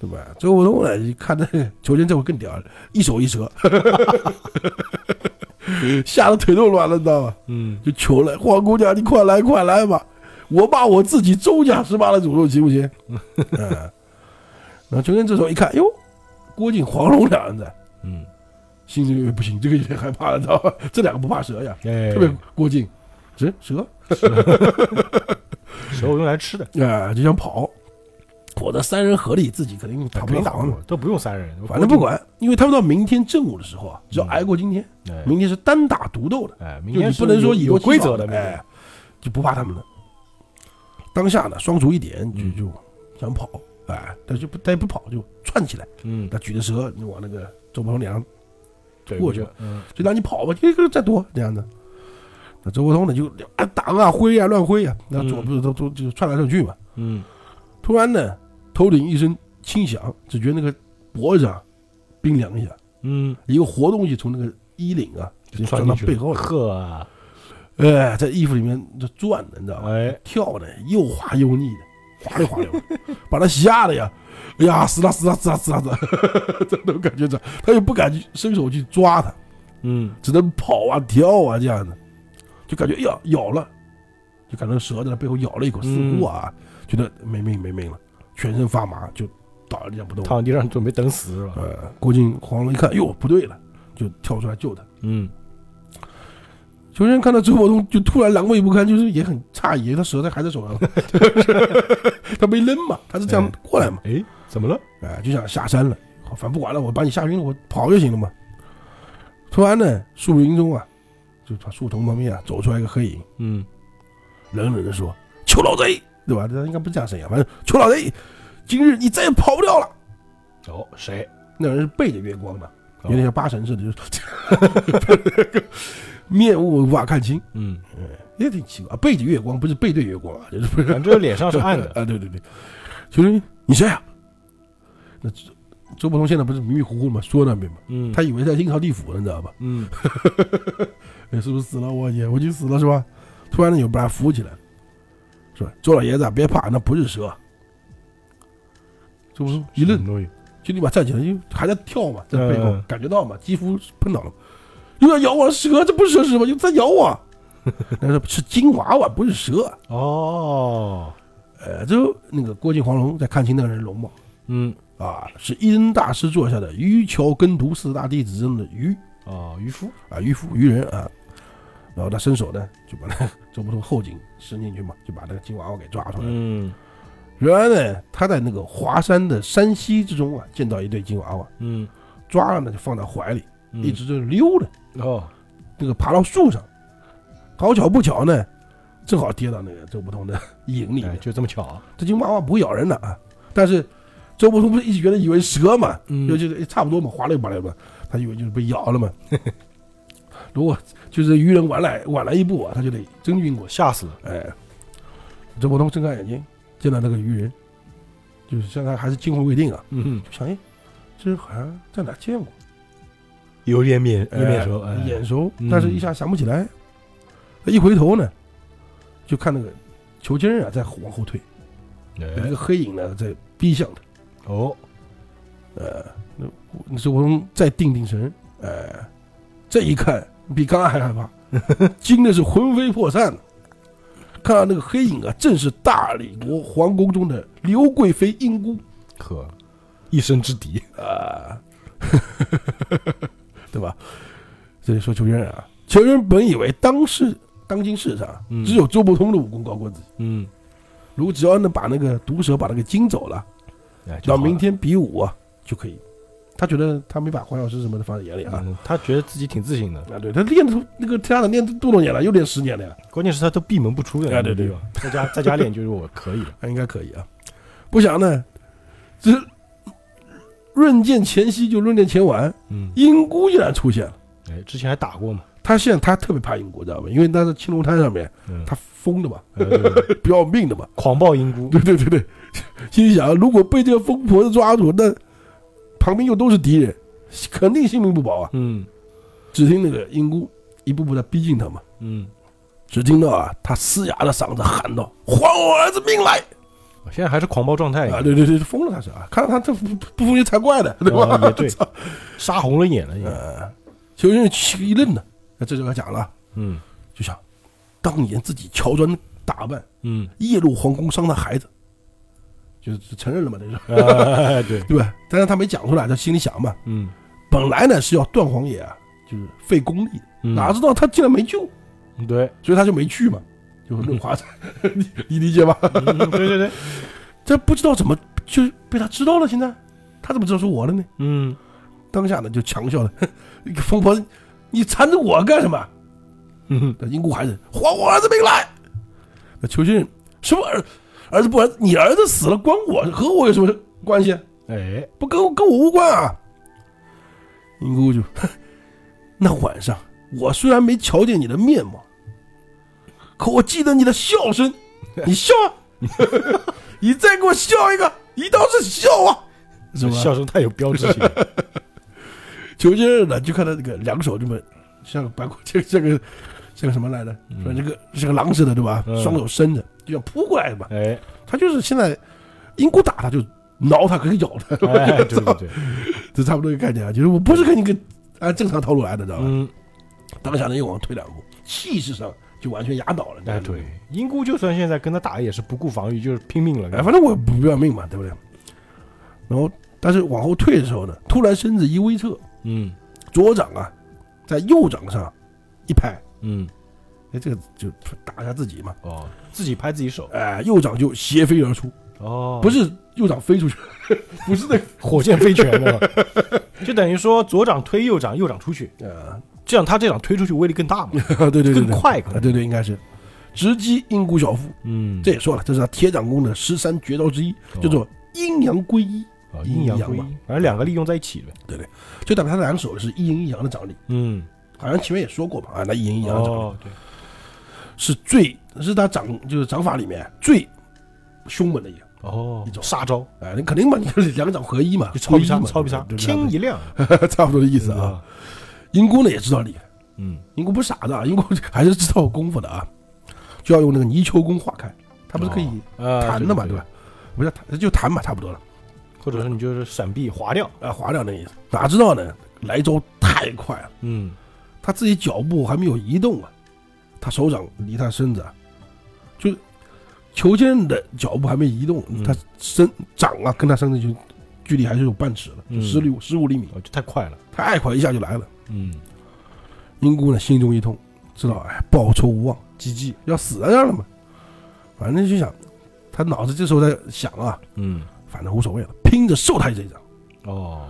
S2: 对吧？最后我呢，看那裘千这会 更屌了，一手一折，吓得腿都软了，你知道吧？
S1: 嗯，
S2: 就求了黄姑娘，你快来快来吧，我把我自己周家十八的诅咒行不行？ 嗯，然后裘千这时候一看，哟，郭靖、黄蓉两人在，
S1: 嗯，
S2: 心里不行，这个有点害怕了，你知道吧？ 这两个不怕蛇呀，
S1: 哎
S2: 特，别郭靖，蛇蛇。
S1: 蛇我用来吃的，
S2: 啊、就想跑，我的三人合力自哎己肯定打不
S1: 没
S2: 赢
S1: 哎打
S2: 黄
S1: 过
S2: 蓉，，
S1: 都不用三人，
S2: 反正不，管，因为他们到明天正午的时候啊，只要
S1: 嗯
S2: 挨过今天，
S1: 哎，
S2: 明天是单打独斗的，
S1: 哎，
S2: 就
S1: 明
S2: 你
S1: 天
S2: 不能说
S1: 是
S2: 以
S1: 有有
S2: 多欺
S1: 规
S2: 少
S1: 则的，明
S2: 哎
S1: 天，
S2: 就不怕他们了。当下呢，双足一点就
S1: 嗯
S2: 就想跑，哎，但是不但也不跑就窜起来，
S1: 嗯，
S2: 他举着蛇就往那个周伯通脸上，
S1: 对
S2: 过去了，
S1: 嗯，
S2: 就让你跑吧，一个再躲这样的。那周伯通呢就啊挡啊挥啊乱挥啊，那左
S1: 嗯
S2: 不是都都就窜来窜去嘛，
S1: 嗯，
S2: 突然呢，头顶一声轻响，只觉得那个脖子上冰凉一下，
S1: 嗯，
S2: 一个活东西从那个衣领啊，直接
S1: 穿进
S2: 钻到
S1: 去
S2: 背 后了，
S1: 呵啊，
S2: 哎，在衣服里面就转的，你知道吗？
S1: 哎，
S2: 跳的又滑又腻的，滑溜滑溜的， 把他吓得呀，哎呀，死了死了死了死了死了， 这种感觉着，他又不敢去伸手去抓他，
S1: 嗯，
S2: 只能跑啊跳啊这样的，就感觉哎呀咬了，就感觉蛇在他背后咬了一口，似乎啊、觉得没命没命了，全身发麻，就倒在地上不动了。
S1: 躺地上准备等死是吧？
S2: 呃，郭靖、黄蓉一看，哟不对了，就跳出来救他。
S1: 嗯，
S2: 裘千仞看到周伯通，就突然狼狈不堪，就是也很诧异，他蛇在还在手上， 他没扔嘛，他是这样过来嘛，
S1: 哎，怎么了？
S2: 哎、就想下山了，好反正不管了，我把你吓晕了，我跑就行了嘛。突然呢，树林中啊，就从树丛旁边啊走出来一个黑影，
S1: 嗯，
S2: 冷冷的说：“臭老贼，对吧？他应该不是这样声音啊，反正臭老贼，今日你再也跑不掉了。
S1: 哦，谁？”
S2: 那人是背着月光的，
S1: 哦
S2: 有点像八神似的，就是 面目无法看清，
S1: 嗯，
S2: 也挺奇怪。啊背着月光不是背对月光啊， 就是不是
S1: 反正脸上是暗的，
S2: 啊？对对对，就是你谁啊？那周周伯通现在不是迷迷糊糊嘛，说那边嘛，
S1: 嗯，
S2: 他以为在阴曹地府呢，你知道吧？
S1: 嗯，
S2: 哎，是不是死了？我也我已经死了是吧？突然呢，有把他扶起来，说：“周老爷子啊，别怕，那不是蛇。”周伯通一愣
S1: 什么，东西，
S2: 就立马站起来，因为还在跳嘛，在背后、
S1: 嗯
S2: 感觉到嘛，几乎碰到了，又要咬我蛇，这不是蛇是吧？又在咬我， 那是是金娃娃，不是蛇。
S1: 哦，
S2: 呃，就那个郭靖、黄蓉在看清那个人容貌
S1: 嗯，
S2: 啊，是一真大师座下的渔樵耕读四大弟子中的渔
S1: 哦，渔夫，
S2: 啊，渔夫渔人啊。然后他伸手呢，就把那个 周伯通后颈伸进去嘛，就把那个金娃娃给抓出来了。
S1: 嗯
S2: 原来呢，他在那个华山的山溪之中啊，见到一对金娃娃，
S1: 嗯，
S2: 抓了呢就放在怀里，
S1: 嗯
S2: 一直就溜达。
S1: 哦，
S2: 那个爬到树上，好巧不巧呢，正好跌到那个周伯通的 影里
S1: 哎，
S2: 面。
S1: 就这么巧啊，
S2: 这金娃娃不会咬人的啊，但是周伯通不是一直觉得以为蛇嘛，
S1: 嗯
S2: 就就是哎差不多嘛，滑溜滑溜嘛，他以为就是被咬了嘛。 如果就是渔人晚来晚来一步啊，他就得真晕过去。
S1: 吓死了，
S2: 哎，周伯通睁开眼睛，见到那个渔人，就是现在还是惊魂未定啊，
S1: 嗯，
S2: 就想哎，这人好像在哪见过。
S1: 有点面，有点
S2: 熟
S1: 熟，，哎，
S2: 眼熟
S1: 嗯，
S2: 但是一下想不起来。他一回头呢，就看那个裘千仞啊在往后退，有一
S1: 哎
S2: 个黑影呢在逼向他。
S1: 哦，
S2: 呃，那那周伯通再定定神，呃，这一看比刚刚还害 怕，惊的是魂飞魄散了。看到那个黑影啊，正是大理国皇宫中的刘贵妃英姑
S1: 呵，一生之敌，
S2: 啊， 对吧？所以说裘千仞啊，裘千仞本以为当世当今世上
S1: 嗯
S2: 只有周伯通的武功高过自己，
S1: 嗯，
S2: 如果只要能把那个毒蛇把那个惊走了，
S1: 哎，就
S2: 到
S1: 好
S2: 明
S1: 了
S2: 天比武啊就可以。他觉得他没把黄药师什么的放在眼里啊，
S1: 嗯，他觉得自己挺自信的，
S2: 啊，对他练都那个家长练都多少年了，又练十年了呀，
S1: 关键是他都闭门不出的，
S2: 哎对对
S1: 吧？在 家在家练就是我可以了，
S2: 他应该可以啊。不想呢，这论剑前夕就论剑前晚，
S1: 嗯，
S2: 英姑竟然出现了。
S1: 哎，之前还打过嘛，
S2: 他现在他特别怕英姑，知道吧？因为他在青龙滩上面，
S1: 嗯，
S2: 他疯的嘛，
S1: 哎对对对
S2: 不要命的嘛。
S1: 狂暴英姑，
S2: 对对对对，心想如果被这个疯婆子抓住，那旁边又都是敌人，肯定性命不保啊。
S1: 嗯，
S2: 只听那个英姑一步步的逼近他嘛，
S1: 嗯，
S2: 只听到啊，他嘶哑的嗓子喊道：“还我儿子命来
S1: 我现在还是狂暴状！”态，
S2: 啊，对对对，疯了他是啊，看到他这不不不服就才怪的，对吧
S1: 啊？也对
S2: 操
S1: 杀红了眼了也，
S2: 呃，邱先生气一愣呢，那这就要讲了，
S1: 嗯
S2: 就想当年自己乔装打扮
S1: 嗯，
S2: 夜入皇宫伤他孩子，就是承认了嘛，这是
S1: 啊对，
S2: 对吧？但是他没讲出来，他心里想嘛，
S1: 嗯，
S2: 本来呢是要断皇爷啊，就是费功力，
S1: 嗯
S2: 哪知道他竟然没救，
S1: 对，
S2: 所以他就没去嘛，就 很划算，你你理解吧？
S1: 嗯对对对，
S2: 这不知道怎么就被他知道了，现在他怎么知道是我了呢？
S1: 嗯，
S2: 当下呢就强笑了， 哼你个疯婆，你缠着我干什么？
S1: 嗯
S2: 那英姑还是还我儿子命来。那裘先生什么儿儿子不儿子？你儿子死了关我和我有什么关系？
S1: 哎，
S2: 不跟跟我无关啊。英姑就， 哼那晚上我虽然没瞧见你的面貌，可我记得你的笑 声，你笑啊，你再给我笑一个，一道是笑啊，是吧？
S1: 笑声太有标志性了，
S2: 裘先生呢，就看他这个两手这么 像个白骨，这个这个像个什么来着？
S1: 嗯
S2: 反正这个像个狼似的，对吧？
S1: 嗯
S2: 双手伸着就要扑过来嘛。
S1: 哎，
S2: 他就是现在英国打他就挠他，可以咬 他，
S1: 哎，对对对，
S2: 就差不多一个概念啊。就是我不是跟你个按正常套路来的，知道吧？
S1: 嗯，
S2: 当下呢又往退两步，气势上就完全压倒了。
S1: 哎对，，英姑就算现在跟他打也是不顾防御，就是拼命
S2: 哎，
S1: 了，
S2: 反正我也不要命嘛，对不对？然后，但是往后退的时候呢，突然身子一微侧，
S1: 嗯
S2: 左掌啊在右掌上一拍，
S1: 嗯，
S2: 哎，这个就打一下自己嘛。
S1: 哦，自己拍自己手，
S2: 哎，右掌就斜飞而出，
S1: 哦，
S2: 不是右掌飞出去，不是那
S1: 火箭飞拳的嘛，就等于说左掌推右掌，右掌出去，
S2: 个，
S1: 这样他这掌推出去威力更大嘛，
S2: 啊，对对对
S1: 更
S2: 对，
S1: 快可
S2: 啊，
S1: 能，
S2: 对对，应该是直击阴骨小腹。
S1: 嗯，
S2: 这也说了，这是他铁掌功的十三绝招之一，
S1: 哦
S2: 叫做阴阳归一，
S1: 啊阴阳
S2: 阴
S1: 归一
S2: 阳嘛，
S1: 反正两个利用在一起呗，
S2: 就代表他两手是一阴一阳的掌力。
S1: 嗯，
S2: 好像前面也说过吧，啊，那一阴一阳的掌力
S1: 哦，对，
S2: 是最是他掌就是掌法里面最凶猛的一个。
S1: 哦
S2: 一，种
S1: 杀招
S2: 哎，那肯定嘛，你就是两掌合一嘛，
S1: 就超必杀
S2: 归一
S1: 嘛，
S2: 嘛
S1: 超必杀，
S2: 对对
S1: 天一亮，
S2: 对差不多的意思啊。，英姑呢也知道厉害，
S1: 嗯，
S2: 英国不是傻子啊， 英国还是知道功夫的啊，就要用那个泥鳅功化开，他不是可以
S1: 呃
S2: 弹的嘛，哦啊对吧？？不是弹就弹嘛，差不多了
S1: 或者说你就是闪避划掉，
S2: 啊，划掉那意思。哪知道呢，来招太快了，
S1: 嗯，
S2: 他自己脚步还没有移动啊，他手掌离他身子啊，就裘先生的脚步还没移动，
S1: 嗯
S2: 他身掌啊跟他身子就距离还是有半尺了，就
S1: 嗯
S2: 十六十五厘米，
S1: 哦，就太快了，
S2: 太快一下就来了。
S1: 嗯，
S2: 英姑呢心中一痛，知道哎报仇无望。
S1: g g，
S2: 要死在这儿了嘛。反正就想，他脑子这时候在想啊，
S1: 嗯，
S2: 反正无所谓了，拼着受他这一掌。
S1: 哦，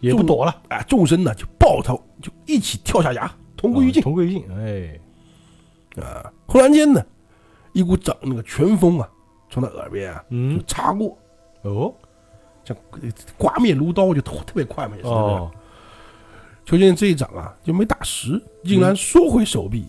S1: 也不躲了，
S2: 哎，众生呢就抱头就一起跳下崖，同归于
S1: 哦。
S2: 尽
S1: 同归于尽，哎，
S2: 啊！忽然间呢，一股掌那个拳风啊，从他耳边啊就
S1: 嗯，
S2: 擦过，
S1: 哦，
S2: 像刮面如刀，就特特别快嘛。也是
S1: 哦，
S2: 邱先生这一掌啊就没打实，竟然缩回手臂，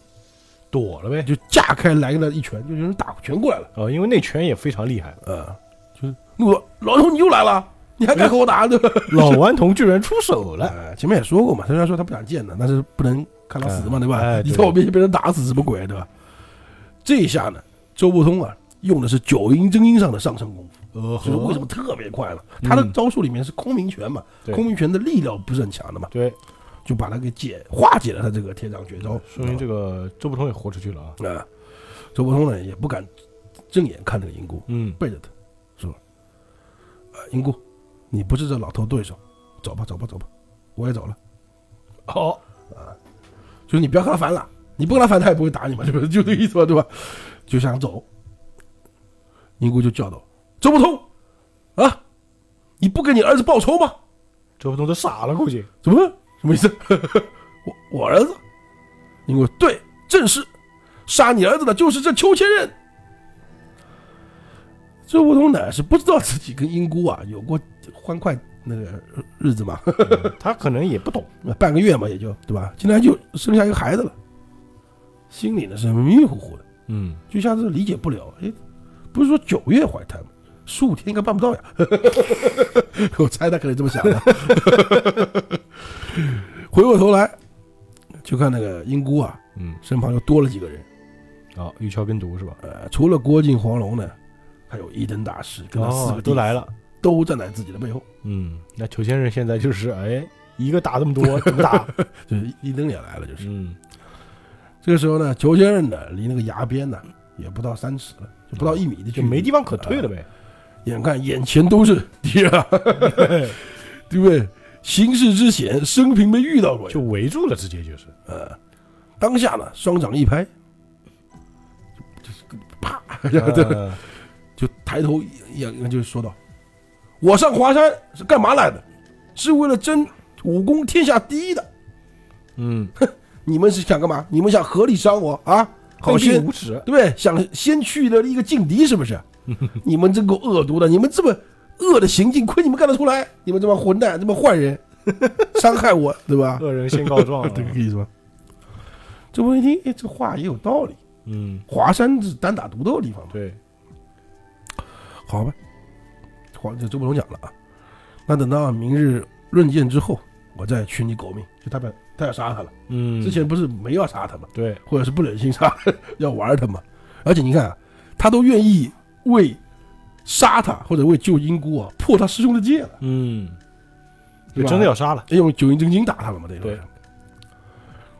S1: 躲了呗，
S2: 就架开来了一拳，就有人打拳过来了。
S1: 哦，因为那拳也非常厉害，
S2: 啊，就是怒说：“老头你又来了，你还敢和我打？”对吧？
S1: 老顽童居然出手了，
S2: 哎，前面也说过嘛，虽然说他不想见他，但是不能看他死嘛，
S1: 哎
S2: 对吧？
S1: 哎
S2: 你
S1: 对
S2: 在我面前被人打死什么鬼，对吧？这一下呢，周伯通啊，用的是九阴真经上的上乘功 夫，
S1: 呃，
S2: 就是为什么特别快了。他的招数里面是空明拳嘛，
S1: 对
S2: 空明拳的力量不是很强的嘛，
S1: 对，
S2: 就把他给解化解了他这个天掌绝招，
S1: 说明这个周伯通也活出去了啊，
S2: 个啊，周伯通呢也不敢正眼看这个银姑，
S1: 嗯，
S2: 背着他说：“呃，银姑，你不是这老头对手，走吧，走吧，走吧，我也走了。”
S1: 哦，
S2: 就是你不要跟他烦了，你不跟他烦，他也不会打你嘛，对不对？就这个意思嘛，对吧？就想走，尼姑就叫道：“周伯通，啊，你不给你儿子报仇吗？
S1: 周伯通都傻了，估计，
S2: 怎么什么意思？ 我我儿子？”尼姑对，正是杀你儿子的就是这邱千仞。周伯通呢是不知道自己跟英姑啊有过欢快那个日子嘛，
S1: 嗯他可能也不懂，
S2: 半个月嘛也就对吧？竟然就生下一个孩子了，心里呢是迷迷糊糊的。
S1: 嗯，
S2: 就像是理解不了。哎，不是说九月怀胎吗？十五天应该办不到呀。 我猜他可能这么想的。回过头来，就看那个英姑啊，
S1: 嗯，
S2: 身旁又多了几个人，
S1: 啊，玉箫跟读是吧？
S2: 呃，除了郭靖、黄蓉呢，还有一灯大师跟他四
S1: 哦
S2: 个，
S1: 都来
S2: 了，
S1: 了。
S2: 都站在自己的背后，
S1: 嗯，那裘先生现在就是哎，一个打这么多，怎么打？
S2: 就是一灯也来了，就是。
S1: 嗯，
S2: 这个时候呢，裘先生呢，离那个崖边呢，也不到三尺了，就不到一米的距
S1: 就
S2: 离，
S1: 没地方可退了呗。
S2: 眼看眼前都是 敌人啊，对不对？行事之险，生平没遇到过呀。
S1: 就围住了，直接就是。
S2: 呃，当下呢，双掌一拍，就就啪，对，
S1: 呃
S2: 就抬头一眼就说道：“我上华山是干嘛来的？是为了争武功天下第一的。
S1: 嗯，
S2: 你们是想干嘛？你们想合理伤我啊？好
S1: 卑鄙
S2: 先
S1: 无耻
S2: 对不对？想先去了一个劲敌，是不 是？你们真够恶毒的！你们这么恶的行径，亏你们干得出来！你们这帮混蛋，这帮坏 人，伤害我，对吧？
S1: 恶人先告状
S2: 这个意思吧？这我一听，哎，这话也有道理。
S1: 嗯，
S2: 华山是单打独斗的地方嘛，
S1: 对，
S2: 好吧？黄这周伯通讲了啊，那等到明日论剑之后，我再取你狗命。就他把他要杀他了，
S1: 嗯，
S2: 之前不是没要杀他吗？
S1: 对，
S2: 或者是不忍心杀， 要玩他嘛。而且你看啊，他都愿意为杀他或者为救英姑啊破他师兄的戒了，
S1: 嗯，
S2: 对
S1: 就
S2: 吧
S1: 真的要杀了。
S2: 用九阴真经打他了嘛，对吧
S1: 对？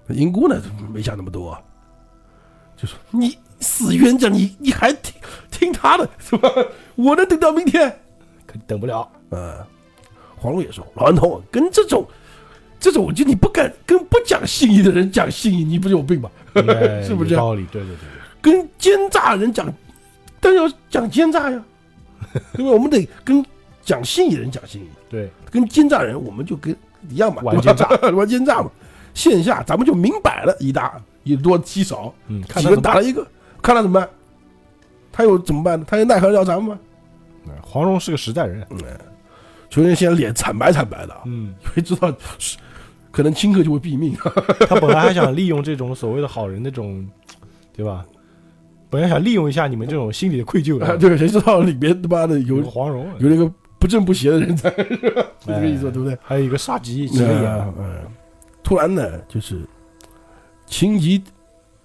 S2: 那英姑呢没想那么多、啊，就说你死冤家，你你还听听他的是吧？我能等到明天？
S1: 可等 不了。
S2: 呃，黄蓉也说，老顽童跟这种。这种就你不敢跟不讲信义的人讲信义，你不是有病吧？
S1: 哎
S2: 是不是
S1: 有道理？对对对对，
S2: 跟奸诈人讲，但要讲奸 诈呀，对吧？我们得跟讲信义人讲信义，
S1: 对，
S2: 跟奸诈人我们就跟一样嘛，
S1: 玩奸诈
S2: 对吧， 玩奸诈嘛。线下咱们就明摆了，以大以多欺少，
S1: 嗯，看
S2: 几
S1: 他怎
S2: 个
S1: 么
S2: 打了一个，看他怎么办。他又怎么办呢？他又奈何得了咱们吗？
S1: 办。黄蓉是个实在 人，
S2: 裘先生现在脸惨白惨白的啊，
S1: 嗯，
S2: 因为知道是可能顷刻就会毙命。啊
S1: 他本来还想利用这种所谓的好人那种，对吧？本来想利用一下你们这种心理的愧疚
S2: 啊
S1: 感，
S2: 对，谁知道里面他妈的有
S1: 有个黄蓉，啊
S2: 有那个不正不邪的人在，是吧
S1: 嗯哎
S2: 这个意思，对不对？
S1: 还有一个杀鸡啊几
S2: 那
S1: 个眼，
S2: 嗯，突然呢，就是情急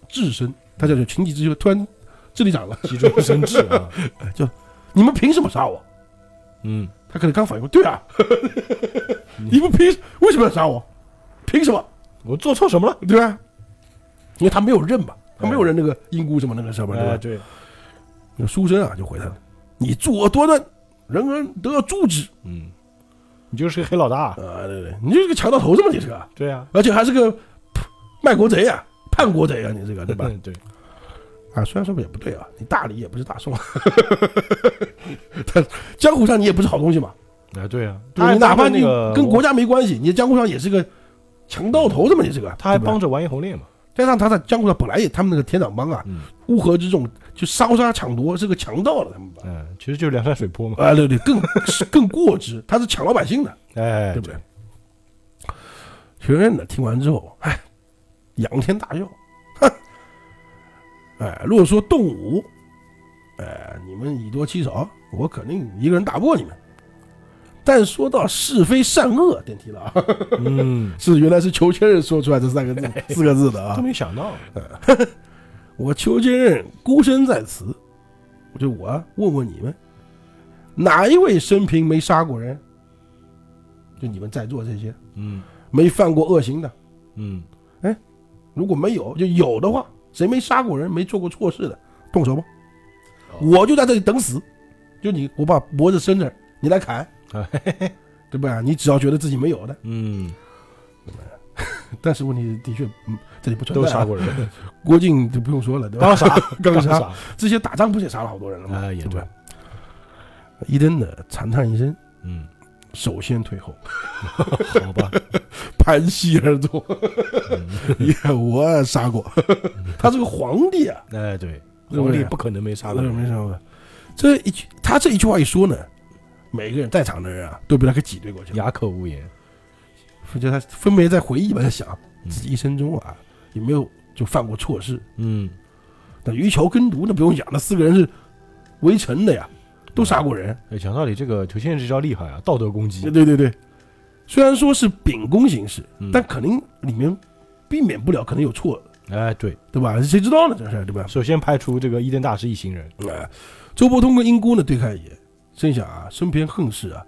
S2: 智深，他叫做情急智深，突然智力长了，哎
S1: 急中生智啊，
S2: 就你们凭什么杀我？
S1: 嗯，
S2: 他可能刚反应过，对 啊，你们凭为什么要杀我？凭什么？
S1: 我做错什么了？
S2: 对吧？因为他没有认嘛，他没有认那个英姑什么那个什么，对
S1: 哎，
S2: 吧？
S1: 对，
S2: 那书生啊就回他了，你作恶多端，人人都要诛之
S1: 嗯，你就是个黑老大，
S2: 啊！对对，你就是个强盗头子嘛，你是个，
S1: 对啊，
S2: 而且还是个卖国贼啊，叛国贼啊，你这 个对吧？
S1: 对，
S2: 啊，虽然说也不对啊，你大理也不是大宋，啊 但江湖上你也不是好东西嘛。
S1: 哎，对啊，
S2: 你哪怕你跟国
S1: 家，
S2: 家没关系，你江湖上也是个强盗头子嘛，你这个。
S1: 他还
S2: 对吧
S1: 帮，着完颜洪烈嘛，
S2: 加上他在江湖上本来也他们那个田长帮啊，
S1: 嗯
S2: 乌合之众就烧杀抢夺是个强盗了，他们吧。
S1: 嗯，其实就是梁山水泊嘛，
S2: 啊，对对，更 是更过之，他是抢老百姓的，
S1: 哎，
S2: 呃对不对？学院呢，听完之后，哎，仰天大笑，哼，哎，若说动武，哎，你们以多欺少，我肯定一个人打不过你们。但说到是非善恶，电梯了啊，
S1: 嗯，
S2: 是原来是裘千仞说出来这三个字四个字的啊
S1: 都。没想到，
S2: 我裘千仞孤身在此，我就我啊问问你们，哪一位生平没杀过人？就你们在座这些
S1: 嗯
S2: 没犯过恶行的，
S1: 嗯，
S2: 如果没有，就有的话，谁没杀过人，没做过错事的，动手吧，
S1: 哦
S2: 我就在这里等死。就你，我把脖子伸这儿，你来 砍，对吧？你只要觉得自己没有的，
S1: 嗯，
S2: 但是问题的确，嗯，这里不存在、
S1: 都
S2: 啊。
S1: 杀过人，
S2: 郭靖就不用说了，对 吧？
S1: 刚杀，
S2: 刚
S1: 杀
S2: 杀，，之前打仗不是也杀了好多人了吗？
S1: 哎也
S2: 对
S1: 对
S2: 吧？伊登呢，长叹一声，
S1: 嗯，
S2: 首先退后，
S1: 好吧，
S2: 盘膝而坐。
S1: 嗯
S2: 也我 杀过，他是个皇帝啊，
S1: 哎对，
S2: 对不
S1: 皇帝
S2: 对
S1: 不可能没杀
S2: 打
S1: 过
S2: 的
S1: 人，
S2: 没杀过。这一句，他这一句话一说呢，每个人在场的人啊，都被他给挤兑过去了。
S1: 哑口无言，
S2: 就他分别在回忆吧，在想
S1: 嗯
S2: 自己一生中啊，有没有就犯过错事。
S1: 嗯，
S2: 那于桥跟毒那不用讲，那四个人是围城的呀，都杀过人。
S1: 哎，讲道理，这个裘千仞这招厉害啊，
S2: 嗯
S1: 道德攻击
S2: 对，对对对，虽然说是秉公行事，
S1: 嗯
S2: 但肯定里面避免不了可能有错，
S1: 哎，对，
S2: 对吧？谁知道呢？这事儿对吧？
S1: 首先排除这个伊登大师一行人，
S2: 哎，周伯通跟英姑呢对看一眼，心想啊，身边横事啊，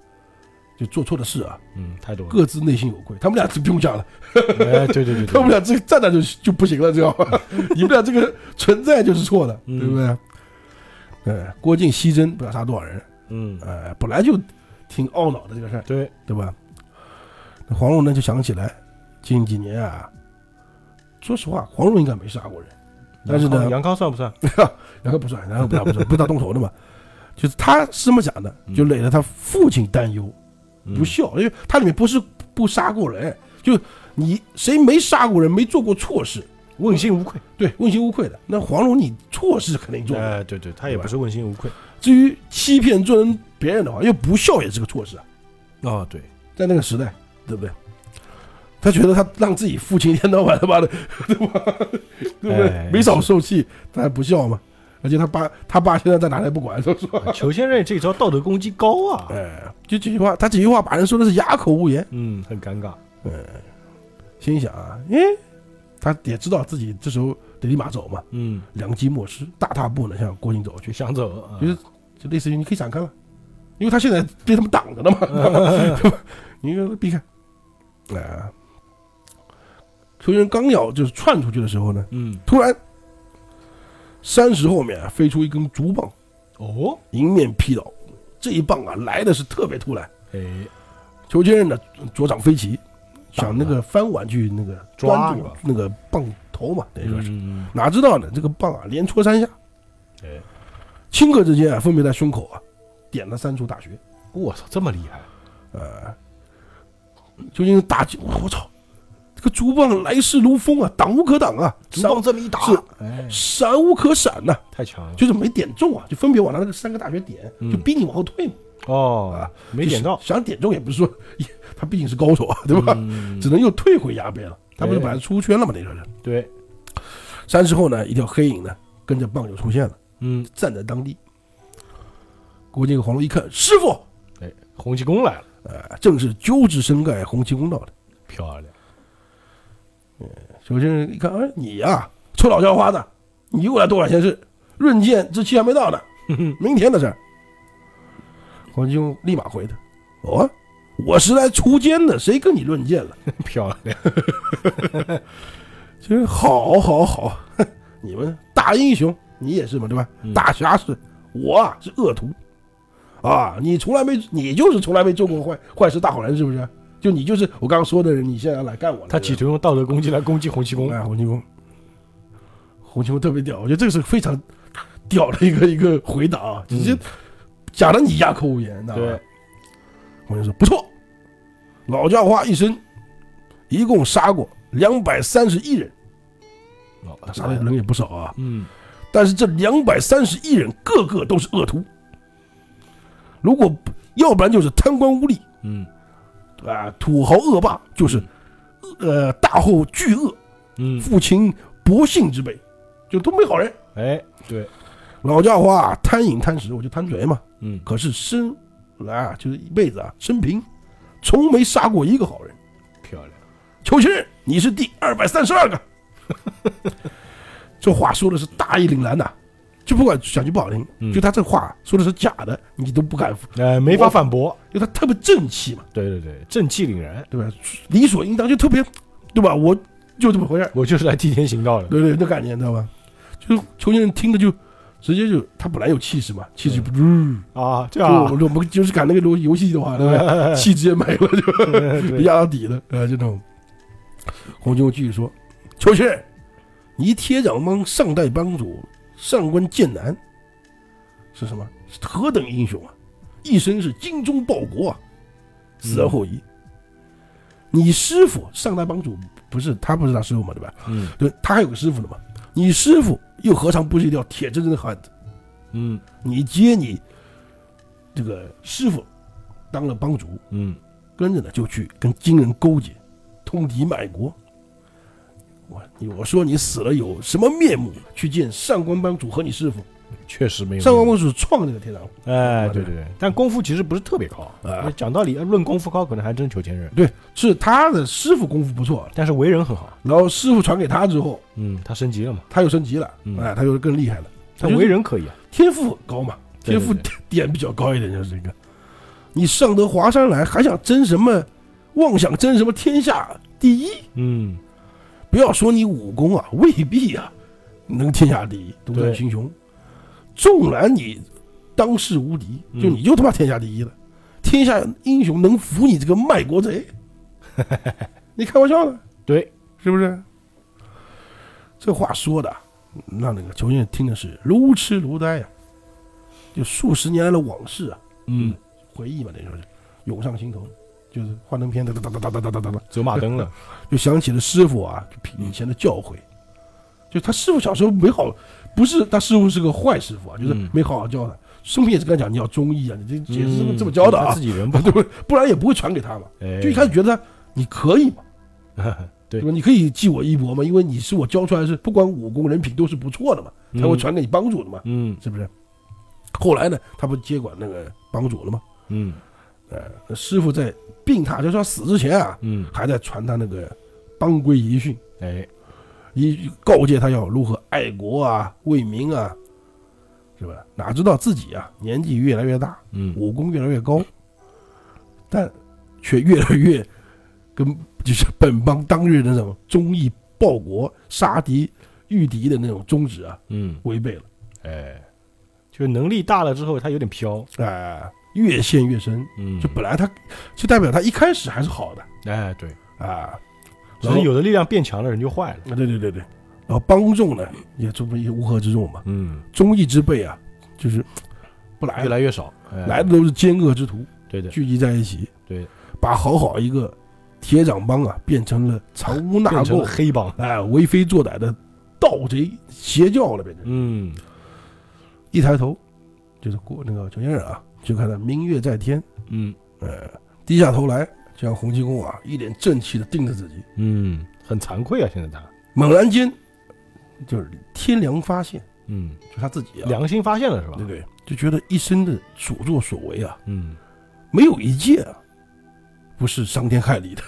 S2: 就做错的事啊，
S1: 嗯，太多了，
S2: 各自内心有愧。他们俩就不用讲了，
S1: 哎，对 对对
S2: 他
S1: 对，
S2: 们俩这个站那就就不行了，知道 吧？你们俩这个存在就是错的，
S1: 嗯
S2: 对不对？哎，郭靖西征不知道杀多少人，
S1: 嗯，
S2: 哎，本来就挺懊恼的这个事儿，
S1: 对，
S2: 对吧？那黄蓉呢就想起来，近几年啊，说实话，黄蓉应该没杀过人。
S1: 嗯
S2: 但是呢
S1: 杨康杨康算不算？
S2: 然后不算，然后不算，不算，不是他动手的嘛，就是他是这么想的，
S1: 嗯
S2: 就累了他父亲担忧，
S1: 是，
S2: 不孝，因为他里面不是不杀过人，就你谁没杀过人，没做过错事，
S1: 问心无愧，
S2: 对，问心无愧的。那黄蓉你错事肯定做了，
S1: 哎，对对，他也不是问心无愧，
S2: 至于欺骗做人别人的话，因为不孝也是个错事啊，
S1: 哦，对，
S2: 在那个时代，对不对？他觉得他让自己父亲一天到晚他妈的，对吧？对不
S1: 哎
S2: 对？没少受气，但不孝嘛。而且他爸他爸现在在哪里不管，都说。
S1: 裘先生这招道德攻击高啊，
S2: 哎，就几句话，他几句话把人说的是哑口无言。
S1: 嗯，很尴尬，
S2: 心想啊，哎，他也知道自己这时候得立马走嘛，
S1: 嗯，
S2: 良机莫失，大踏步呢向郭靖走去，
S1: 想走啊
S2: 就是就类似于你可以闪开了，因为他现在被他们挡着呢嘛，对吧？你给他避开。哎、球员刚要就是窜出去的时候呢，
S1: 嗯，
S2: 突然山石后面、啊、飞出一根竹棒，
S1: 哦，
S2: 迎面劈倒。这一棒啊，来的是特别突然。
S1: 哎，
S2: 裘千仞呢，左掌飞起，想那个翻碗去那个
S1: 抓
S2: 端
S1: 住
S2: 住那个棒头嘛，等于说是。
S1: 嗯，
S2: 哪知道呢，这个棒啊连戳三下，
S1: 哎，
S2: 顷刻之间啊，分别在胸口啊点了三处大穴。
S1: 我操，这么厉害，
S2: 呃，究竟打击，我操，这个竹棒来势如风啊，挡无可挡啊，
S1: 竹棒这么一打
S2: 是，
S1: 哎，
S2: 闪闪无可闪呐、
S1: 太强了，
S2: 就是没点中啊，就分别往他那个三个大穴点，
S1: 嗯
S2: 就逼你往后退嘛。
S1: 哦，没点到
S2: 就是，想点中也不是说，也他毕竟是高手啊，对吧？
S1: 嗯
S2: 只能又退回崖边了。他不是
S1: 哎
S2: 本来出圈了吗？那个人。
S1: 对，
S2: 三十后呢，一条黑影呢跟着棒就出现了，
S1: 嗯，
S2: 站在当地。郭靖和黄蓉一看，师傅，
S1: 哎，洪七公来了，
S2: 呃，正是鸠之深盖洪七公到的。
S1: 漂亮，
S2: 首先一看，哎，你呀、臭老叫花子，你又来多管闲事，润剑之期还没到呢，
S1: 哼哼
S2: 明天的事儿。黄七公立马回他：“哦，我是来锄奸的，谁跟你论剑了？
S1: 漂亮，
S2: 其实好，好，好， 哼你们大英雄，你也是嘛，对吧？
S1: 嗯
S2: 大侠士，我啊是恶徒，啊，你从来没，你就是从来没做过坏坏事，大好人是不是？就你就是我刚刚说的人，你现在要来干我了。
S1: 他
S2: 对吧
S1: 企图用道德攻击来攻击洪七公，
S2: 哎，洪七公，洪七公特别屌，我觉得这个是非常屌的一个 一个回答啊，直接
S1: 嗯
S2: 讲的你哑口无言，你知道吧
S1: 对？，
S2: 洪七公说不错，老叫花一生一共杀过两百三十一人，
S1: 哦
S2: 杀的人也不少啊，
S1: 嗯，
S2: 但是这两百三十一人个个都是恶徒，如果不要不然就是贪官污吏
S1: 嗯
S2: 啊，土豪恶霸，就是呃大后巨恶，
S1: 嗯，
S2: 父亲薄幸之辈，就都没好人。
S1: 哎，对，
S2: 老叫花啊贪饮贪食，我就贪嘴嘛。
S1: 嗯，
S2: 可是生来啊，就是一辈子啊，生平从没杀过一个好人。
S1: 漂亮，
S2: 裘千仞，你是第二百三十二个。 这话说的是大义凛然呐、就不管讲句不好听，
S1: 嗯
S2: 就他这话说的是假的，你都不敢，
S1: 呃，没法反驳，
S2: 就他特别正气嘛，
S1: 对对对，正气凛然，
S2: 对吧？理所应当，就特别，对吧？我就这么回事儿，
S1: 我就是来替天行道的，
S2: 对对，那感觉你知道吧？就是裘千仞听着就直接就，他本来有气势嘛，气势就嗯
S1: 啊，这
S2: 就
S1: 样啊
S2: 我，们我们就是赶那个游游戏的话，对不对？气直接没了，就
S1: 对，
S2: 压到底了，呃，就那种。红军继续说：“秋去，你铁掌帮上代帮主上官剑南是什么？是何等英雄啊！一生是精忠报国啊，死而后已。你师傅上代帮主不是他不是他师傅嘛，对吧？
S1: 嗯
S2: 对，他还有个师傅呢嘛。你师傅又何尝不是一条铁铮铮的汉子？
S1: 嗯
S2: 你接你这个师傅当了帮主，
S1: 嗯，
S2: 跟着呢就去跟金人勾结，通敌卖国。我你我说你死了有什么面目去见上官帮主和你师傅？
S1: 确实没有那个。
S2: 上官孟鼠创立了天狼湖，
S1: 哎，
S2: 对
S1: 对对对，但功夫其实不是特别高。
S2: 啊
S1: 因为讲道理，论功夫高，可能还真是裘千仞，
S2: 对，是他的师傅功夫不错，
S1: 但是为人很好。
S2: 然后师傅传给他之后，
S1: 嗯，他升级了嘛，
S2: 他又升级了，
S1: 嗯
S2: 哎，他又更厉害了，
S1: 他
S2: 就是
S1: 为人可以啊。
S2: 天赋很高嘛，
S1: 对
S2: 天赋
S1: 对
S2: 点比较高一点，就是这个。你上得华山来，还想争什么？妄想争什么天下第一？
S1: 嗯，
S2: 不要说你武功啊， 未必啊能天下第一，独占群雄。纵然你当世无敌，就
S1: 嗯
S2: 你就他妈天下第一了，天下英雄能服你这个卖国 贼？你开玩笑呢？
S1: 对，
S2: 是不是？这话说的啊，让那个裘先听的是如痴如呆呀、就数十年来的往事啊，
S1: 嗯，
S2: 回忆嘛，那时候是涌上心头，就是幻灯片哒哒哒哒哒哒哒哒哒。
S1: 走马 灯了。
S2: 就想起了师傅啊，就
S1: 嗯
S2: 以前的教诲，就他师傅小时候没好，不是他师傅是个坏师傅啊，就是
S1: 嗯
S2: 没好好教他。生平也是跟他讲，你要忠义啊，你这也是这么
S1: 嗯
S2: 这么教的
S1: 他
S2: 啊
S1: 自，己人不
S2: 对不对？不然也不会传给他嘛。
S1: 哎，
S2: 就一开始觉得他你可以嘛，
S1: 对
S2: 对吧？你可以记我一搏嘛，因为你是我教出来的是不管武功人品都是不错的嘛，才会传给你帮主的嘛，
S1: 嗯。
S2: 是不是？后来呢，他不接管那个帮主了吗？
S1: 嗯
S2: 呃，师傅在病榻就是要死之前啊，
S1: 嗯嗯，
S2: 还在传他那个帮规遗训。
S1: 哎，
S2: 以告诫他要如何爱国啊、为民啊，是吧？哪知道自己啊年纪越来越大，
S1: 嗯，
S2: 武功越来越高，但却越来越跟就是本邦当日的那种忠义报国、杀敌御敌的那种宗旨啊
S1: 嗯，
S2: 违背了，
S1: 哎，就是能力大了之后，他有点飘，
S2: 哎、越陷越深。
S1: 嗯，
S2: 就本来他就代表他一开始还是好的
S1: 哎，对，
S2: 啊，
S1: 只
S2: 然后
S1: 是有的力量变强了，人就坏了，
S2: 啊对对对对，然后帮众呢也这么一乌合之众嘛，
S1: 嗯，
S2: 忠义之辈啊，就是不来
S1: 越
S2: 了。
S1: 来越少，哎
S2: 来的都是奸恶之徒，
S1: 对的，
S2: 聚集在一起，
S1: 对，
S2: 把好好一个铁掌帮啊，变成了藏污纳
S1: 变成了
S2: 垢、
S1: 黑帮，
S2: 哎为非作歹的盗贼邪教了，变成。
S1: 嗯，
S2: 一抬头，就是过那个裘千仞啊，就看到明月在天，
S1: 嗯
S2: 呃，低下头来，就像洪七公啊，一脸正气的盯着自己。
S1: 嗯，很惭愧啊，现在他，
S2: 猛然间，就是天良发现，
S1: 嗯，
S2: 就他自己啊，
S1: 良心发现了是吧
S2: 对？对，就觉得一生的所作所为啊，
S1: 嗯，
S2: 没有一件啊，不是伤天害理的。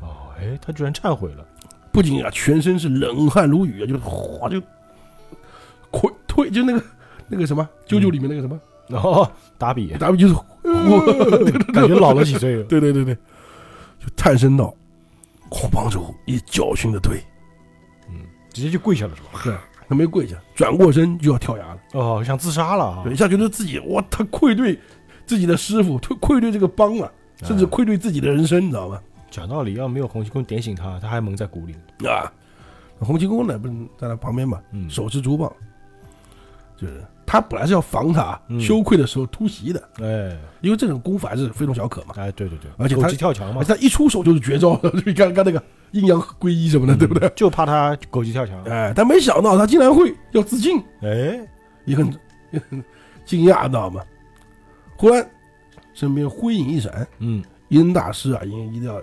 S1: 哦，哎，他居然忏悔了，
S2: 不仅啊，全身是冷汗如雨啊，就哗就 溃退，就那个那个什么《啾啾》里面那个什么，
S1: 哦，打比，
S2: 咱们就是
S1: 感觉老了几 岁了，
S2: 嗯对对对对，就探身到狂帮主一教训的腿，
S1: 嗯，直接就跪下了是吧？
S2: 对，他没跪下，转过身就要跳崖了，
S1: 哦，想自杀了啊
S2: 对，，一下觉得自己哇，他愧对自己的师傅，愧愧对这个帮啊，甚至
S1: 哎
S2: 愧对自己的人生，你知道吗？
S1: 讲道理，要没有洪七公点醒他，他还蒙在鼓里呢，
S2: 啊，洪七公呢，不是在他旁边嘛，
S1: 嗯，
S2: 手持竹棒，就是他本来是要防他啊
S1: 嗯
S2: 羞愧的时候突袭的，
S1: 哎，
S2: 因为这种功法是非同小可嘛。
S1: 哎，对对对，
S2: 而且
S1: 狗
S2: 他
S1: 急跳墙嘛
S2: 而，且他一出手就是绝招， 你看看那个阴阳归一什么的，对不对？
S1: 嗯？就怕他狗急跳墙。
S2: 哎，但没想到他竟然会要自尽，
S1: 哎，
S2: 也很 也很惊讶，知道吗？忽然身边灰影一闪，
S1: 嗯，
S2: 殷大师啊，已经移到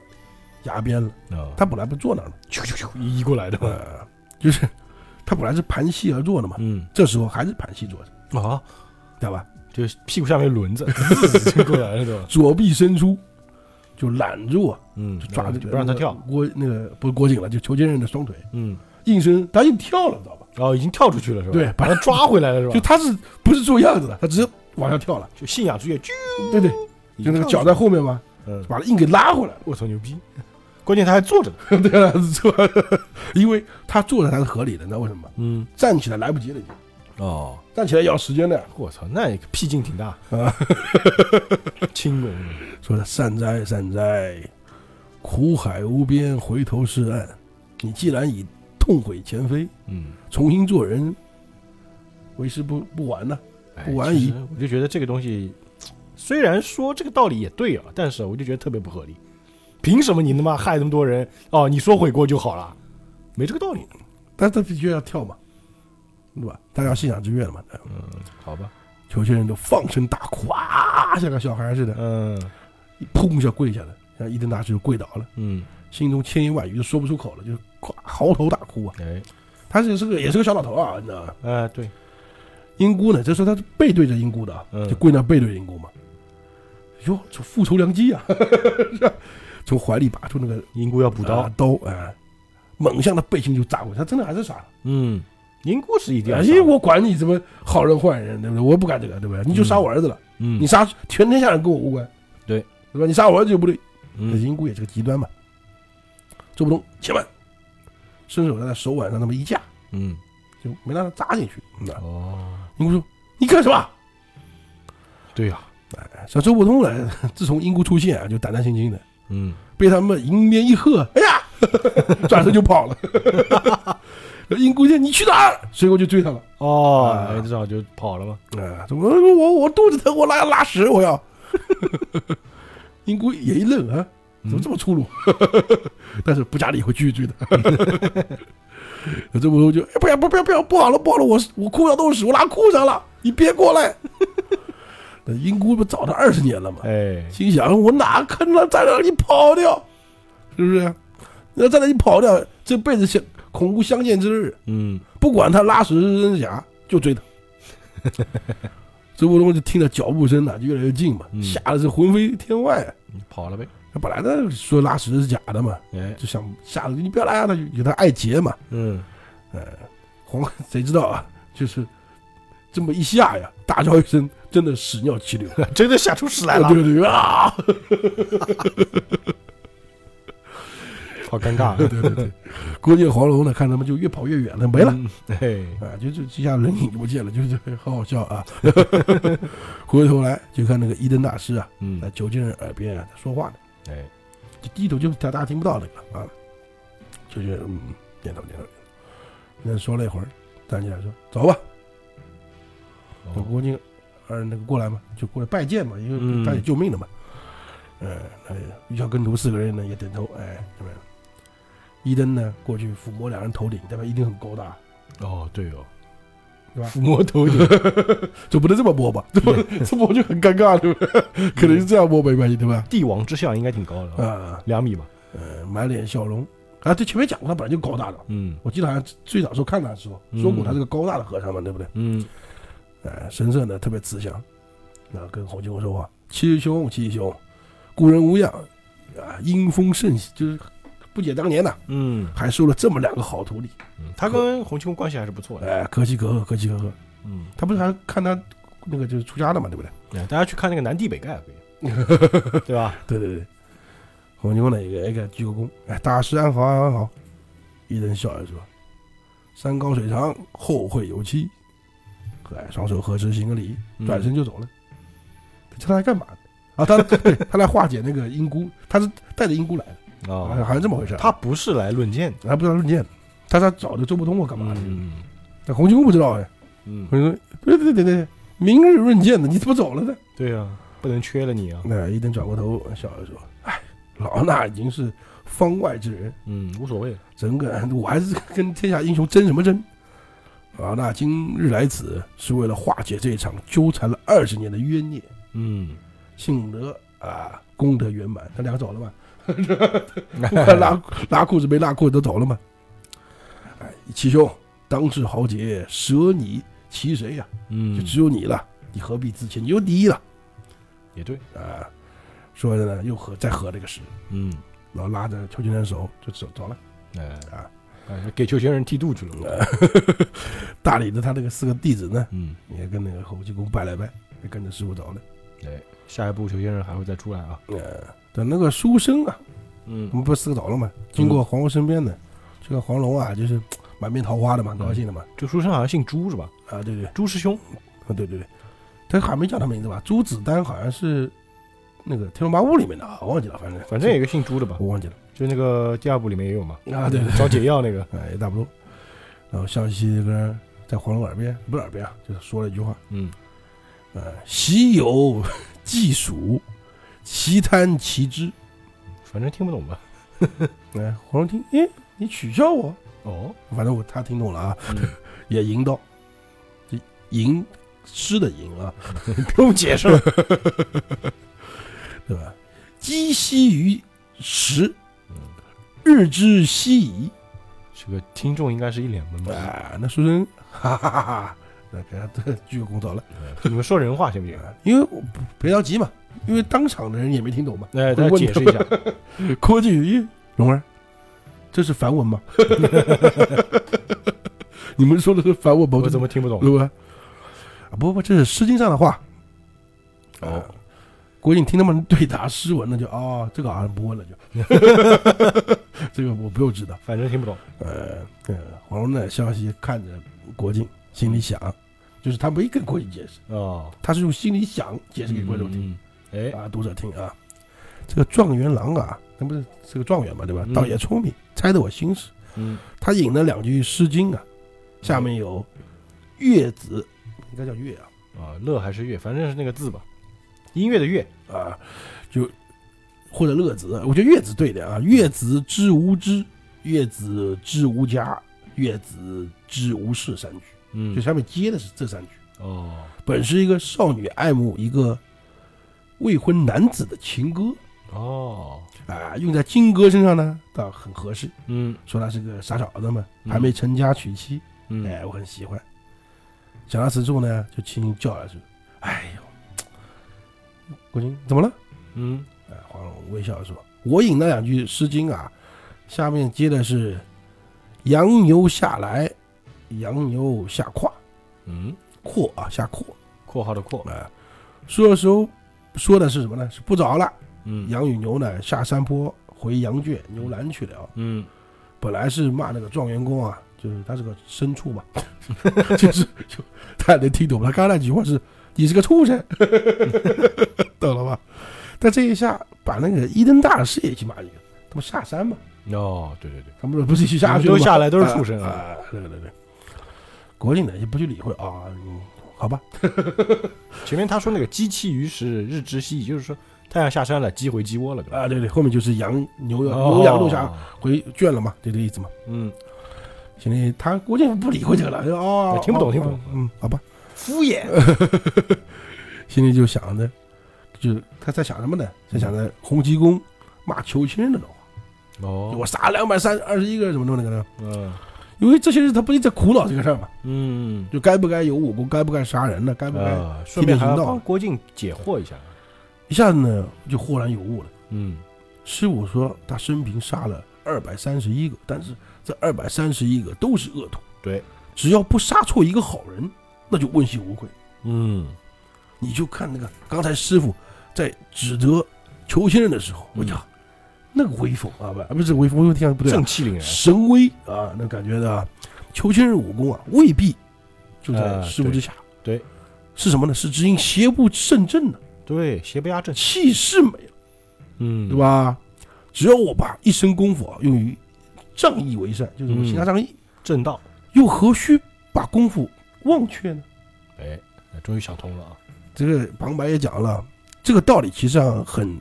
S2: 崖边了。
S1: 啊，
S2: 他本来不坐那儿的，
S1: 咻咻咻移过来的嘛。
S2: 呃，就是他本来是盘膝而坐的嘛，
S1: 嗯，
S2: 这时候还是盘膝坐着，
S1: 啊，
S2: 对吧？
S1: 就是屁股下面有轮子 滋就过来了，对吧？
S2: 左臂伸出，就揽住啊，
S1: 嗯
S2: 就抓着
S1: 不让他跳。
S2: 郭那个不是郭靖了，就裘千仞的双腿，
S1: 嗯，
S2: 应声他又跳了，知道吧？
S1: 哦，已经跳出去了是吧？
S2: 对
S1: 把他抓回来了是吧？
S2: 就他是不是做样子的，他直接往下跳了，
S1: 就信仰之跃，啾
S2: 对对，就那个脚在，后面嘛，
S1: 嗯，
S2: 把他硬给拉回来了。
S1: 我操，牛逼！关键他还坐着呢。
S2: 对啊，坐，因为他坐着才是合理的，你知道为什么吗？
S1: 嗯，
S2: 站起来来不及了，已经
S1: 哦，
S2: 站起来也要时间的呀。
S1: 我操，那屁劲挺大
S2: 啊，
S1: 轻功，
S2: 说的善哉善哉，苦海无边，回头是岸。你既然已痛悔前非，
S1: 嗯，
S2: 重新做人，为时不不晚呢、
S1: 哎
S2: 不玩一
S1: 其实我就觉得这个东西，虽然说这个道理也对啊，但是我就觉得特别不合理。凭什么你他妈害那么多人？哦，你说悔过就好了，没这个道理。
S2: 但是他必须要跳嘛，对吧？大家信仰之愿嘛。
S1: 嗯，好吧，
S2: 有些人都放声大哭啊，像个小孩似的，
S1: 嗯
S2: 砰一下跪下了。然后伊登大师就跪倒了，
S1: 嗯，
S2: 心中千言万语就说不出口了，就是咵嚎啕大哭啊。
S1: 哎
S2: 他这是个也是个小老头啊，你知道吧？
S1: 啊，对，
S2: 英姑呢，这时候他是背对着英姑的啊，
S1: 嗯
S2: 就跪那背对着英姑嘛。哟，这复仇良机啊！ 从怀里拔出那个
S1: 银姑要补刀
S2: 啊，刀，哎，猛向他背心就扎过去，他真的还是傻了。
S1: 嗯，银姑是一定要杀
S2: 哎，我管你什么好人坏人，对不对？我不干这个，对不对？你就杀我儿子了，
S1: 嗯，
S2: 你杀全天下人跟我无关，
S1: 对
S2: 对吧？你杀我儿子就不对。那
S1: 嗯
S2: 银姑也是个极端嘛。周伯通且慢，伸手在他手腕上那么一架，
S1: 嗯，
S2: 就没让他扎进去。嗯啊
S1: 哦，
S2: 英姑说：“你干什么哎
S1: 对呀，？”
S2: 小周伯通呢， 自从英姑出现啊，就胆战心惊的，
S1: 嗯
S2: 被他们迎面一喝，哎呀， 转身就跑了。 英姑见你去哪儿？随后就追他了。
S1: 哦，
S2: 啊
S1: 哎，这好就跑了嘛，
S2: 啊，怎么我我肚子疼，我拉拉屎，我要。 英姑也一愣啊，怎么这么粗鲁？ 但是不加理会，继续追他。 有这么多就、哎、不要不要不要不要不好了不好了，我我裤上都是屎，我拉裤上了，你别过来。 那英姑不找他二十年了吗？
S1: 哎，
S2: 心想我哪可能再让你跑掉？是不是？要再让你跑掉，这辈子相恐怖相见之日。
S1: 嗯
S2: 不管他拉屎是真假，就追他。周伯通就听着脚步声呢、就越来越近嘛，
S1: 嗯
S2: 吓得是魂飞天外啊。
S1: 跑了呗，
S2: 他本来呢说拉屎是假的嘛，
S1: 哎，
S2: 就想吓得你不要来啊，他就有他爱结嘛。
S1: 嗯
S2: 黄 谁知道啊，就是这么一吓呀，大叫一声，真的屎尿齐流。
S1: 真的吓出屎来
S2: 啊
S1: 了，
S2: 对对对啊！
S1: 好尴 尬，
S2: 对对对，郭靖黄蓉呢，看他们就越跑越远了，没了。
S1: 嗯，哎，
S2: 啊，就就就像人影不见了，就是好好笑啊！ 回头来就看那个伊登大师啊，在
S1: 嗯，
S2: 九竟人耳边啊在说话呢，
S1: 哎，
S2: 就低头就大家听不到那个啊，就是嗯点头点头点头，那说了一会儿，站起来说走吧，我
S1: 哦
S2: 郭靖二那个过来嘛，就过来拜见嘛，因
S1: 嗯
S2: 为他也救命的嘛，呃，那玉箫跟徒四个人呢也点头，哎，怎么样？伊登呢过去抚摸两人头顶，代表一定很高大，
S1: 哦，对哦，
S2: 对吧
S1: 抚摸头顶，
S2: 就不能这么摸吧？这么这么摸就很尴尬，对不对？ 可能是这样摸没关系，对吧？
S1: 帝王之相应该挺高的啊，
S2: 啊，
S1: 两米吧，
S2: 呃，满脸笑容啊，对，前面讲过，他本来就高大的。
S1: 嗯
S2: 我记得好像最早时候看他的时候
S1: 嗯
S2: 说过他是个高大的和尚嘛，对不对？
S1: 嗯，
S2: 呃，神色呢特别慈祥，然后跟洪七公说话：“七师兄，七师兄，故人无恙啊，英风甚喜，就是不解当年呐、
S1: 嗯，
S2: 还收了这么两个好徒弟，
S1: 嗯他跟洪七公关系还是不错的，
S2: 哎，可喜可贺，可喜可贺。
S1: 嗯，
S2: 他不是还看他那个就是出家了嘛，对不对？
S1: 哎大家去看那个南帝北丐可以， 对吧？
S2: 对对对，洪七公呢也给一个鞠个躬，哎，大师安好安好。一人笑着说：“山高水长，后会有期。”哎，双手合十行个礼，
S1: 嗯
S2: 转身就走了。他来干嘛的？啊，他对他来 化解那个英姑，他是带着英姑来的，好像
S1: 哦，
S2: 好像这么回事啊。
S1: 他不是来论剑的，
S2: 他不知道论剑，他是找这周伯通或干嘛的？
S1: 嗯
S2: 那洪七公不知道哎，
S1: 嗯，
S2: 洪七公对对对对对，明日论剑的，你怎么走了呢？
S1: 对啊，不能缺了你啊，
S2: 那一登转过头笑着说：“哎，老衲已经是方外之人，
S1: 嗯，无所谓了，
S2: 整个人我还是跟天下英雄争什么争？”老衲今日来此是为了化解这场纠缠了二十年的冤孽。
S1: 嗯，
S2: 幸得啊，功德圆满。他两个走了 吧？拉拉裤子没拉裤子都走了嘛？哎，七兄，当世豪杰，舍你其谁呀、
S1: 嗯
S2: 就，只有你了，你何必自谦？你有第一了
S1: 也对，
S2: 啊！说着呢，又合再合了个十，
S1: 嗯，
S2: 然后拉着邱先生手就走走了。
S1: 哎
S2: 啊
S1: 哎，给邱先生剃度去了，
S2: 大理的他那个四个弟子呢，
S1: 嗯，
S2: 也跟那个侯济公拜了拜，也跟着师傅走了。
S1: 哎，下一步邱先生还会再出来啊，
S2: 呃，等那个书生啊，
S1: 嗯
S2: 我们不是四个走了嘛，经过黄蓉身边呢，这个黄蓉啊，就是满面桃花的嘛，
S1: 嗯
S2: 很高兴的嘛。
S1: 这书生好像姓朱是吧？
S2: 啊，对对，
S1: 朱师兄，
S2: 啊，对对对，他好像没叫他名字吧？朱子丹好像是那个《天龙八部》里面的啊，我忘记了，反正
S1: 反正有一个姓朱的吧，
S2: 我忘记了
S1: 就那个第二部里面也有嘛，
S2: 啊，对对，
S1: 找解药那个，
S2: 哎，也差不多。然后笑嘻嘻跟在黄蓉耳边，不是耳边啊，就是说了一句话，
S1: 嗯，
S2: 呃，习有既属，其贪其知。
S1: 反正听不懂吧？
S2: 哎，黄蓉听，哎，你取笑我，
S1: 哦，
S2: 反正我他听懂了啊，
S1: 嗯
S2: 也吟道，这吟诗的吟啊，
S1: 不用解 释了，
S2: 对吧？积息于时
S1: 嗯，
S2: 日之夕矣。
S1: 这个听众应该是一脸懵吧？
S2: 啊，那书生哈哈哈哈，那给他这鞠个躬道了，啊
S1: 你们说人话行不 行？
S2: 因为我不别着急嘛，因为当场的人也没听懂嘛。
S1: 那
S2: 会
S1: 再
S2: 问
S1: 哎解
S2: 的
S1: 释一下，
S2: 郭靖宇，蓉儿，这是梵文吗？ 你们说的是梵文吗？
S1: 我怎
S2: 么
S1: 么听不懂？
S2: 对吧？啊，不不，这是《诗经》上的话。
S1: 哦，
S2: 郭靖听他们对答诗文了，就哦，这个好像不问了，就 这个我不用知道。
S1: 反正听不懂。
S2: 呃，呃黄蓉呢，笑嘻嘻看着郭靖，心里想，就是他没跟郭靖解释，
S1: 哦，
S2: 他是用心里想解释给观众听。
S1: 听。哎，
S2: 啊，读者听啊，这个状元郎啊，那不是是个状元嘛，对吧？
S1: 嗯
S2: 倒也聪明，猜得我心事。
S1: 嗯，
S2: 他引了两句《诗经》啊，下面有“乐子”，应该叫“乐”啊，
S1: 啊，乐还是乐，反正是那个字吧，音乐的乐。
S2: 啊，就或者“乐子”，我觉得“乐子”对的啊，“乐子知无知，乐子知无家，乐子知无事”三句，
S1: 嗯
S2: 就，下面接的是这三句。
S1: 哦，
S2: 本是一个少女爱慕一个未婚男子的情歌
S1: 哦，
S2: 啊，用在金哥身上呢，倒很合适。
S1: 嗯
S2: 说他是个傻小子嘛，
S1: 嗯
S2: 还没成家娶妻，
S1: 嗯，
S2: 哎，我很喜欢。想到此处呢，就轻轻叫了句：“哎呦，郭靖怎么了
S1: 嗯，？”
S2: 哎，黄蓉微笑地说：“我引那两句《诗经》啊，下面接的是‘羊牛下来，羊牛下胯，
S1: 嗯，
S2: 胯啊下胯
S1: 括号的括，
S2: 啊’。说的时候说的是什么呢？是不着了，
S1: 嗯，
S2: 羊与牛呢下山坡回羊圈牛栏去了。”
S1: 嗯，
S2: 本来是骂那个状元公啊， 就是他是个牲畜嘛， 就是 就他也能听懂。他刚才那句话是“你是个畜生”， 懂了吧？但这一下把那个伊登大师也一起骂一个，他们下山嘛，
S1: 哦，对对对，
S2: 他们不是一起
S1: 你
S2: 下
S1: 们
S2: 去
S1: 都
S2: 了吗
S1: 下来都是畜生
S2: 啊！
S1: 啊。
S2: 啊对对对，国庆呢就不去理会啊，嗯好吧，
S1: 前面他说那个鸡栖于时，日之夕，就是说太阳下山了，鸡回鸡窝了，对吧？
S2: 啊对对，后面就是羊牛羊
S1: 哦
S2: 牛羊肉下，回圈了嘛，就这个意思嘛。
S1: 嗯，
S2: 兄弟，他国庆不理会这个了，就哦，
S1: 听不懂
S2: 哦
S1: 听不懂
S2: 嗯，好吧。
S1: 敷衍。
S2: 心里就想着，就是他在想什么呢？在想着洪七公骂裘千仞的话，
S1: 哦
S2: 我，杀两百三二十一个人怎么弄那个呢？
S1: 嗯
S2: 因为这些人他不一直在苦恼这个事儿嘛，
S1: 嗯，
S2: 就该不该有武功，该不该杀人呢？该不该、
S1: 啊，顺便还要
S2: 听得
S1: 帮
S2: 懂
S1: 郭靖解惑一下。
S2: 一下子呢就豁然有悟了。
S1: 嗯，
S2: 师傅说他生平杀了二百三十一个，但是这二百三十一个都是恶徒，
S1: 对，
S2: 只要不杀错一个好人，那就问心无愧。
S1: 嗯，
S2: 你就看那个刚才师傅在指责裘千仞的时候，
S1: 嗯
S2: 哎呀，那个威风啊，不不是威风，威风听上去不对啊、
S1: 正气凛然。
S2: 神威啊，那感觉的啊裘千仞武功啊，未必就在
S1: 呃
S2: 师傅之下。
S1: 对对嗯
S2: 是什么呢？是只因邪不胜正的
S1: 对，邪不压正，
S2: 气势美了，
S1: 嗯，
S2: 对？吧？只要我把一身功夫啊用于仗义为善，
S1: 嗯
S2: 就是我行侠仗义，
S1: 正道，
S2: 又何须把功夫忘却呢？
S1: 哎，终于想通了啊。
S2: 这个旁白也讲了，这个道理其实上很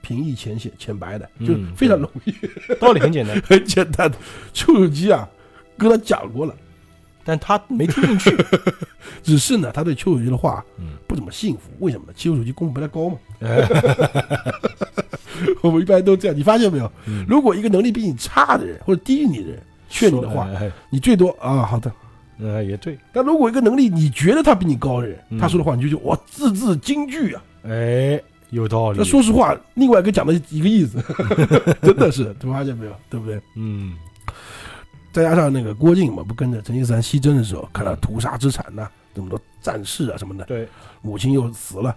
S2: 平易浅显、浅白的，
S1: 嗯
S2: 就非常容易、
S1: 道理很简单，
S2: 很简单的。丘处机啊，跟他讲过了，
S1: 但他没听进去。
S2: 只是呢，他对丘处机的话
S1: 嗯，
S2: 不怎么信服。为什么呢？丘处机功夫比他高嘛。 我们一般都这样，你发现没有？
S1: 嗯
S2: 如果一个能力比你差的人或者低于你的人劝你的话，
S1: 说哎
S2: 你最多啊好的。
S1: 哎哎也对，
S2: 但如果一个能力你觉得他比你高的人，
S1: 嗯
S2: 他说的话你就觉得哇字字金句啊。
S1: 哎，有道理
S2: 那。说实话，另外一个讲的一个意思， 真的是， 你发现没有？对不对？
S1: 嗯，
S2: 再加上那个郭靖嘛，不跟着成吉思汗西征的时候，看到屠杀之惨呐、这么多战士啊什么的，
S1: 对，
S2: 母亲又死了，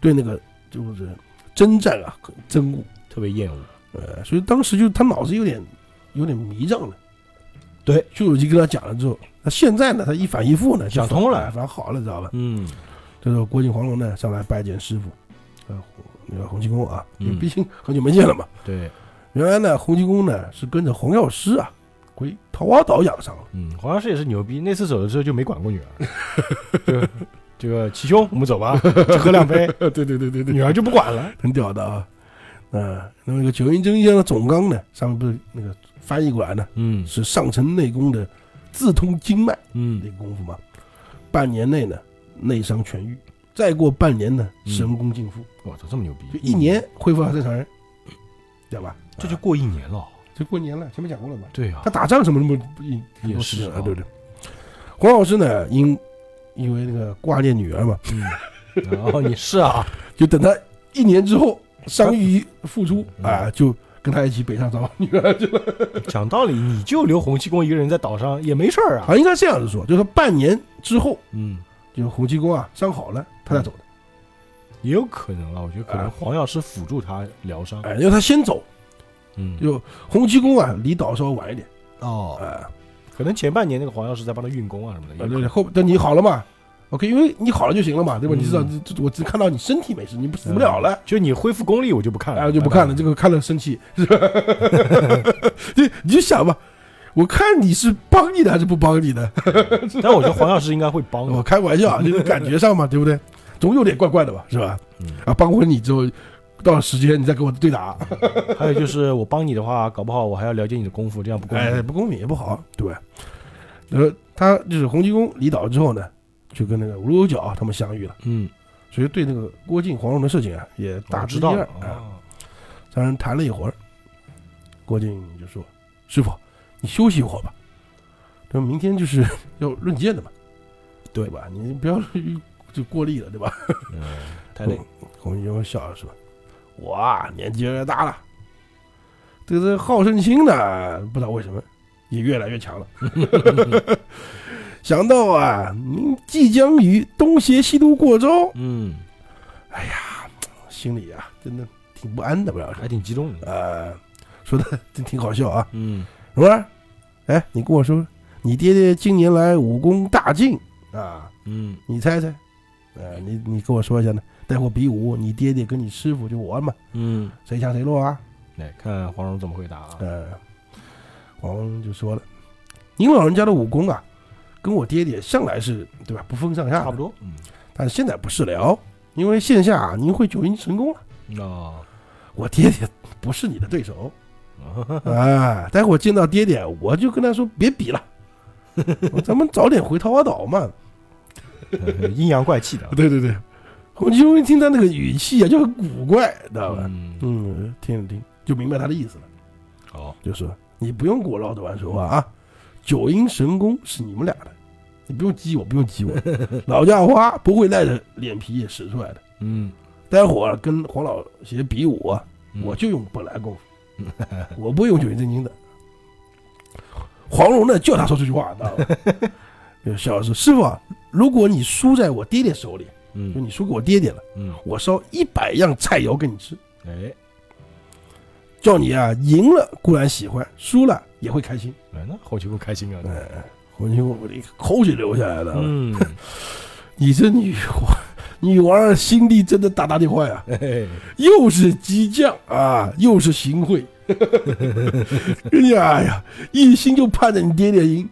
S2: 对那个就是征战啊很憎恶，
S1: 特别厌恶。
S2: 呃，所以当时就他脑子有点有点迷障了。
S1: 对，
S2: 丘处机跟他讲了之后，那现在呢，他一反一复呢，就
S1: 想通了
S2: 反反好了，知道吧？
S1: 嗯，
S2: 这时候郭靖、黄蓉呢上来拜见师傅，呃，那个洪七公啊，因为
S1: 嗯
S2: 毕竟很久没见了嘛。
S1: 对，
S2: 原来呢，洪七公呢是跟着洪药师啊回桃花岛养伤了。
S1: 嗯，黄药师也是牛逼，那次走了之后就没管过女 儿。就这个齐兄，我们走 吧，去喝两杯。
S2: 对对对对
S1: 女，儿就不管了。
S2: 很屌的啊。啊，那么那个九阴真经的总纲呢，上面不是那个翻译过来呢，
S1: 嗯
S2: 是上乘内功的自通经脉那
S1: 嗯，
S2: 个功夫嘛。半年内呢，内伤痊愈，再过半年呢，
S1: 嗯
S2: 神功尽复，
S1: 我操，这么牛逼！嗯
S2: 就一年，恢复到正常人，对吧？啊
S1: 这就过一年了。
S2: 嗯就过年了，前面讲过了吧？
S1: 对啊
S2: 他，打仗什么什么不不
S1: 也是
S2: 啊
S1: 啊，
S2: 对不对？黄老师呢，因因为那个挂念女儿嘛，
S1: 哦，你是啊，
S2: 就等他一年之后伤愈一复出
S1: 嗯
S2: 啊，就跟他一起北上找女儿去了。
S1: 讲道理，你就留洪七公一个人在岛上也没事儿啊。
S2: 啊，应该这样子说，就是半年之后，
S1: 嗯，
S2: 就是洪七公啊伤好了，他才走的。
S1: 也有可能啊，我觉得可能
S2: 啊
S1: 黄药师辅助他疗伤。
S2: 哎，因为他先走，
S1: 嗯，
S2: 就洪七公啊离岛稍微晚一点
S1: 哦，
S2: 啊，
S1: 可能前半年那个黄药师在帮他运功啊什么的。有
S2: 对
S1: 可
S2: 对，
S1: 能
S2: 后等你好了嘛，OK，因为你好了就行了嘛，对吧？
S1: 嗯
S2: 你知道，这这我只看到你身体没事，你不死不了了。
S1: 就你恢复功力，我就不看了，
S2: 哎，我就不看
S1: 拜
S2: 了，
S1: 拜
S2: 这个看了生气，是吧？ 就你就想吧，我看你是帮你的还是不帮你的？
S1: 但我觉得黄药师应该会 帮
S2: 我
S1: 的。
S2: 开玩笑 啊，就是感觉上嘛，对不对？总有点怪怪的吧，是吧？
S1: 嗯
S2: 啊，帮完你之后，到了时间你再跟我对打，
S1: 还有就是，我帮你的话，搞不好我还要了解你的功夫，这样不公
S2: 哎，
S1: 平。
S2: 不公平也不好，对吧？呃，他就是洪七公离岛之后呢，就跟那个卢有角啊他们相遇了，
S1: 嗯，
S2: 所以对那个郭靖、黄蓉的事情啊，也大
S1: 我
S2: 致
S1: 知
S2: 一
S1: 道
S2: 二
S1: 了
S2: 啊。
S1: 啊。
S2: 三人谈了一会儿，郭靖就说：“师傅，你休息一会儿吧，这明天就是 要论剑的嘛，
S1: 对
S2: 吧？你不要就过力了，对吧？”
S1: 嗯，太累。
S2: 孔明就笑着说：“我啊，年纪越来越大了，这个这好胜心呢，不知道为什么也越来越强了。想到啊，您即将与东邪西毒过招，
S1: 嗯，
S2: 心里啊真的挺不安的，不知道是
S1: 还挺激动的。
S2: 呃，说的真挺好笑啊，
S1: 嗯，
S2: 什么？哎，你跟我说，你爹爹近年来武功大进啊，
S1: 嗯，
S2: 你猜猜？呃，你你跟我说一下呢？待会比武，你爹爹跟你师傅就我嘛，
S1: 嗯，
S2: 谁强谁弱啊？”
S1: 来看黄蓉怎么回答啊？
S2: 呃，黄蓉就说了：“您老人家的武功啊，跟我爹爹向来是对吧，不分上下，
S1: 差不。多。嗯，
S2: 但现在不是了哦，因为线下、啊、您会九阴神功了，
S1: 哦，
S2: 我爹爹不是你的对 手啊。待会儿见到爹爹，我就跟他说别比 了，咱们早点回桃花岛嘛。
S1: 阴阳怪气的啊。
S2: 对对对，洪七公一听他那个语气啊，就很古怪，知道吧？
S1: 嗯，哦
S2: 嗯，听了听就明白他的意思了。”
S1: 好，
S2: 就说你不用跟我绕着弯说话啊，九阴神功是你们俩的，你不用激我，不用 激我，老家花不会赖着脸皮也使出来的。
S1: 嗯，
S2: 待会儿跟黄老邪比武啊，
S1: 嗯
S2: 我就用本来功夫， 我不会用九阴真经的。黄蓉呢，叫他说这句话，知道吧？ 就笑着说：“师傅啊，如果你输在我爹爹手里，就
S1: 嗯
S2: 你输给我爹爹了，
S1: 嗯，
S2: 我烧一百样菜肴给你吃，
S1: 哎，
S2: 叫你啊赢了固然喜欢，输了也会开心。”
S1: 哎，那后期够开心啊。
S2: 哎，洪金我这口水流下来了。
S1: 嗯，
S2: 你这女皇，女王儿心地真的大大的坏啊！
S1: 嘿嘿
S2: 又是激将啊，又是 行贿， 人家哎呀，一心就盼着你爹爹赢。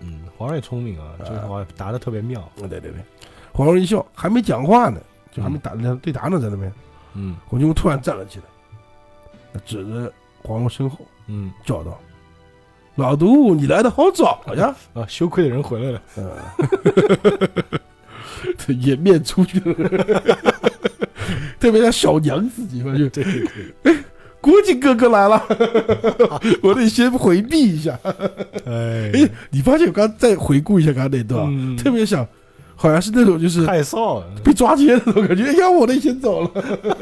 S1: 嗯，皇上也聪明啊，这句话答的特别妙。
S2: 啊对对对，黄蓉一笑，还没讲话呢，就还没打那对答呢，在那边，
S1: 嗯
S2: 洪金公突然站了起来，指着黄蓉身后
S1: 嗯，
S2: 叫道：“老杜，你来的好早呀！”
S1: 啊，羞愧的人回来了。
S2: 这颜面出去 了，特别像小娘子一般，就哎
S1: 对对对，
S2: 郭靖哥 哥来了，我得先回避一下。哎
S1: 哎，，
S2: 你发现我刚刚再回顾一下刚刚那段，
S1: 嗯
S2: 特别想，好像是那种就是
S1: 害臊啊，
S2: 被抓奸的那种感觉， 哎呀，我得先走了，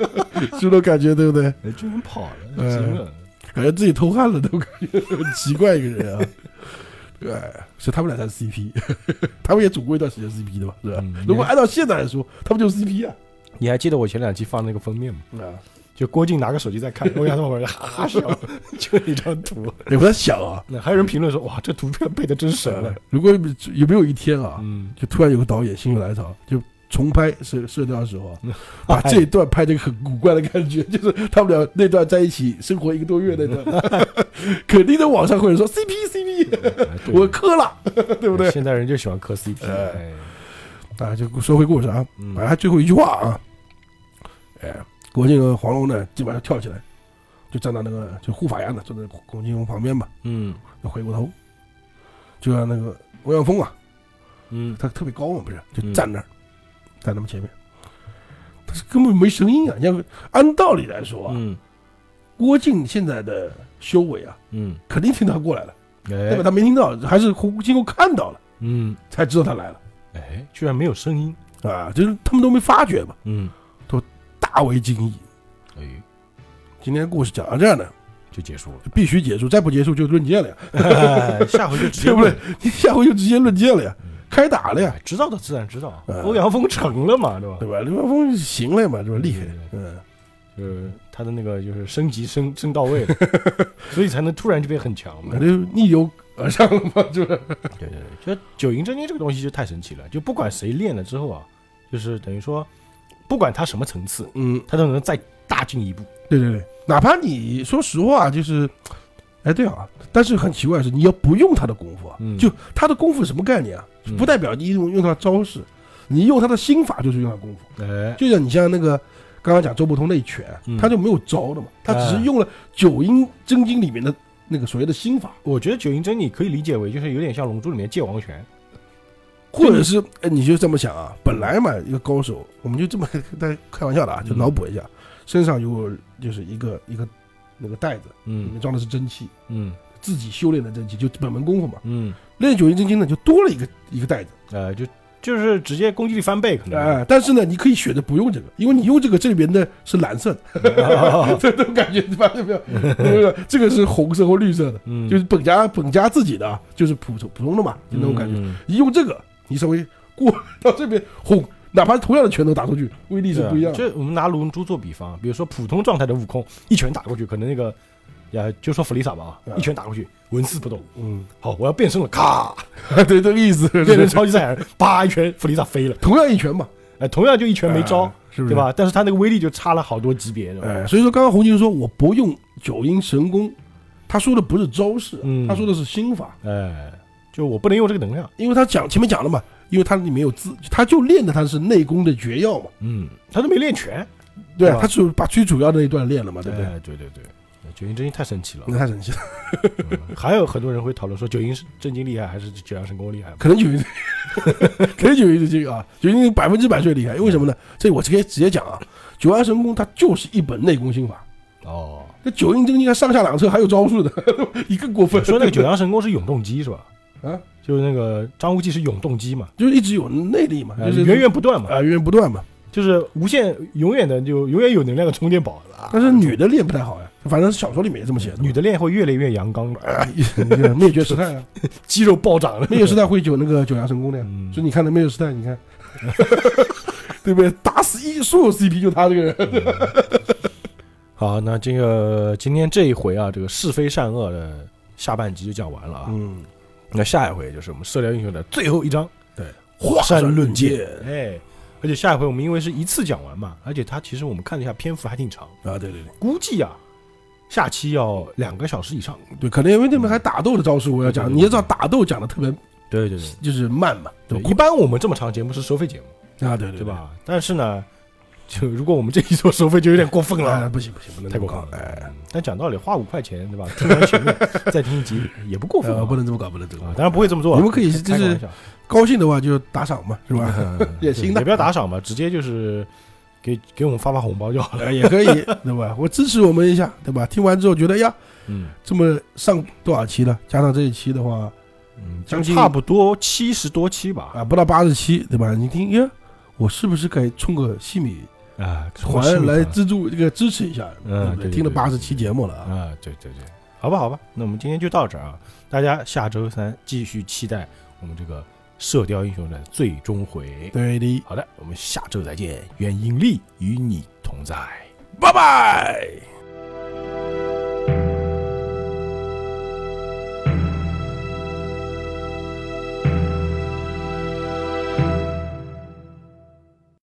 S2: 是那种感觉，对不对？
S1: 哎居然跑了，
S2: 哎
S1: 惊了。
S2: 感觉自己偷汉了，都感觉很奇怪一个人啊。对，所以他们俩才是 CP，他们 也组过一段时间 CP 的嘛，是吧？
S1: 嗯
S2: 如果按照现在来说，他们就是 CP 啊。
S1: 你还记得我前两期放的那个封面吗？
S2: 啊，
S1: 就郭靖拿个手机在看，欧阳他们哈哈笑，就一张图。
S2: 也不太想啊，
S1: 那还有人评论说，哇，这图片配的真神
S2: 呃
S1: 了。
S2: 如果有没有一天啊，
S1: 啊嗯，
S2: 就突然有个导演心血来潮，就重拍《射射雕》的时候
S1: 嗯
S2: 啊， 把这一段拍的很古怪的感觉， 就是他们俩那段在一起生活一个多月那段， 肯定在网上会有人说 CP CP，
S1: 哎 对
S2: 我磕了，对不对？
S1: 现在人就喜欢磕 CP，
S2: 哎
S1: 哎
S2: 啊，就说回故事啊，
S1: 嗯
S2: 反正最后一句话啊，哎，国靖和黄蓉呢，基本上跳起来，就站到那个就护法一样的，坐在孔庆红旁边嘛，
S1: 嗯
S2: 就回过头，就让那个欧阳锋啊，
S1: 嗯
S2: 他特别高嘛，不是，就
S1: 嗯
S2: 站那儿，在他们前面，他是根本没声音啊。你要按道理来说啊，
S1: 嗯
S2: 郭靖现在的修为啊，
S1: 嗯，
S2: 肯定听他过来了，对吧？
S1: 哎
S2: 他没听到，还是洪金公看到了
S1: 嗯
S2: 才知道他来了。
S1: 哎，居然没有声音，
S2: 啊，就是他们都没发觉嘛，
S1: 嗯，
S2: 大为惊异。
S1: 哎，
S2: 今天故事讲到这儿呢，
S1: 就结束了，
S2: 必须结束，再不结束就论剑了呀，
S1: 哎下回就直接
S2: 对不对
S1: 问？？
S2: 你下回就直接论剑了呀
S1: 嗯，
S2: 开打了呀，
S1: 哎知道的自然知道，
S2: 嗯
S1: 欧阳锋成了嘛，对吧？
S2: 对吧？刘晓峰行了嘛，是吧？厉害
S1: 对对，
S2: 嗯，
S1: 呃，他的那个就是升级升升到位 了，所以才能突然就变很强嘛
S2: 那。就逆流而上了嘛，是吧？
S1: 对对对，就九阴真经这个东西就太神奇了，就不管谁练了之后啊，就是等于说，不管他什么层次，
S2: 嗯，
S1: 他都能再大进一步。
S2: 对对对，哪怕你说实话，就是，哎，对啊，但是很奇怪的是，你要不用他的功夫啊，
S1: 嗯
S2: 就他的功夫是什么概念啊？
S1: 嗯
S2: 不代表你用用他的招式，你用他的心法就是用他的功夫。
S1: 哎，
S2: 就像你像那个刚刚讲周伯通那一拳
S1: 嗯，哎
S2: 他就没有招的嘛，他只是用了九阴真经里面的那个所谓的心法，
S1: 我觉得九阴真经可以理解为就是有点像《龙珠》里面界王拳，
S2: 或者是哎，你就这么想啊，本来嘛，一个高手，我们就这么 大家开玩笑的啊，就
S1: 嗯
S2: 脑补一下，身上有就是一个一个那个袋子，里
S1: 嗯
S2: 面装的是真气。
S1: 嗯
S2: 自己修炼的真气，就本门功夫嘛。
S1: 嗯，
S2: 练九阴真经呢，就多了一个一个袋子，
S1: 呃，就就是直接攻击力翻倍可能。
S2: 哎、但是呢，你可以选择不用这个，因为你用这个这里面的是蓝色的， 这种感觉你发现没有？ 对不对这个是红色或绿色的，
S1: 嗯，
S2: 就是本家本家自己的，啊，就是普通普通的嘛，就那种感觉。
S1: 嗯
S2: 一用这个，你稍微过到这边轰，哪怕同样的拳头打出去，威力是不一样的。
S1: 对啊就我们拿龙珠做比方，比如说普通状态的悟空，一拳打过去，可能那个，呀，就说弗利萨吧，啊，
S2: 啊
S1: 一拳打过去纹丝不动。
S2: 嗯，
S1: 好，我要变身了，咔，
S2: 对，这个意思。
S1: 变成超级赛亚人，叭一拳，弗利萨飞了。
S2: 同样一拳嘛，
S1: 哎，同样就一拳没招
S2: 啊，是不是
S1: 对？吧？但是他那个威力就差了好多级别，对吧？
S2: 哎，所以说刚刚红旗说我不用九阴神功，他说的不是招式，啊
S1: 嗯
S2: 他说的是心法，
S1: 哎，就我不能用这个能量。
S2: 因为他讲前面讲了嘛，因为他里面有自，他就练的他是内功的绝药嘛，
S1: 嗯，他都没练全，
S2: 对
S1: 对
S2: 吧
S1: 吧？
S2: 他只有把最主要的那一段练了嘛，对不对？
S1: 哎，对对对，九阴真经太神奇了。
S2: 那太神奇了，
S1: 嗯还有很多人会讨论说九阴真经厉害还是九阳神功厉害嘛？
S2: 可能九阴， 可能九阴这个啊，九阴百分之百最厉害，为什么呢？
S1: 嗯
S2: 这我直接直接讲啊，九阳神功它就是一本内功心法，
S1: 哦，
S2: 那九阴真经它上下两册还有招数的， 你更过分。
S1: 说那个九阳神功是永动机是吧？
S2: 啊，
S1: 就是那个张无忌是永动机嘛，
S2: 就是一直有内力嘛，
S1: 呃
S2: 就是
S1: 源源不断嘛，
S2: 啊源源不断嘛，
S1: 就是无限永远的就永远有能量的充电宝。啊
S2: 但是女的练不太好呀，反正小说里面也这么写的嘛，
S1: 女的练会越来越阳刚的，
S2: 啊， 灭绝 师太啊，
S1: 肌肉暴涨了。
S2: 灭绝师太会九那个九阳神功的呀，
S1: 嗯
S2: 所以你看那灭绝师太，你看，对不对？打死一所有 CP 就他这个人，
S1: 好，那这个今天这一回啊，这个是非善恶的下半集就讲完了啊。
S2: 嗯，
S1: 那下一回就是我们射雕英雄的最后一章，
S2: 对，
S1: 华
S2: 山
S1: 山论
S2: 论剑
S1: 剑。哎，而且下一回我们因为是一次讲完嘛，而且它其实我们看了一下篇幅还挺长，
S2: 啊，对对对
S1: 估计啊，下期要两个小时以上。
S2: 对，可能因为那边还打斗的招式我要
S1: 对对
S2: 讲，
S1: 嗯对
S2: 你也知道打斗讲的特别
S1: 对对对
S2: 就是慢嘛，
S1: 对，
S2: 吧
S1: 一般我们这么长节目是收费节目，
S2: 啊，对对
S1: 对？吧？但是呢，就如果我们这一做收费就有点过分
S2: 啊，
S1: 了，
S2: 不行不行，不能
S1: 哎太
S2: 这么
S1: 过
S2: 搞
S1: 分，了。
S2: 哎，
S1: 嗯 但讲道理，花五块钱对吧？听完前面再听一集也不过分
S2: 呃，
S1: 啊
S2: 不能这么搞，不能这么
S1: 啊，
S2: 搞。
S1: 当然不会这么做啊。
S2: 你们可以就
S1: 开个玩
S2: 是
S1: 笑
S2: 高兴的话就打赏嘛，是吧？ 也行
S1: 嗯
S2: 的
S1: 也不啊要打赏吧，直接就是给给我们发发红包就好了。
S2: 呃也 可以，对吧？我支持我们一下，对吧？听完之后觉得哎呀，
S1: 嗯
S2: 这么上多少期了？加上这一期的话，
S1: 嗯，
S2: 将近
S1: 差不多七十多期吧。
S2: 啊，不到八十七，对吧？你听，耶，我是不是该充个西米
S1: 啊，
S2: 环来资助这个支持一下？
S1: 嗯
S2: 对不
S1: 对对
S2: 听了
S1: 对
S2: 八十期节目了啊，
S1: 啊，对对对，好吧好吧，那我们今天就到这儿啊，大家下周三继续期待我们这个《射雕英雄》的最终回。
S2: 对的，
S1: 好的，我们下周再见，愿引力与你同在。
S2: 拜拜。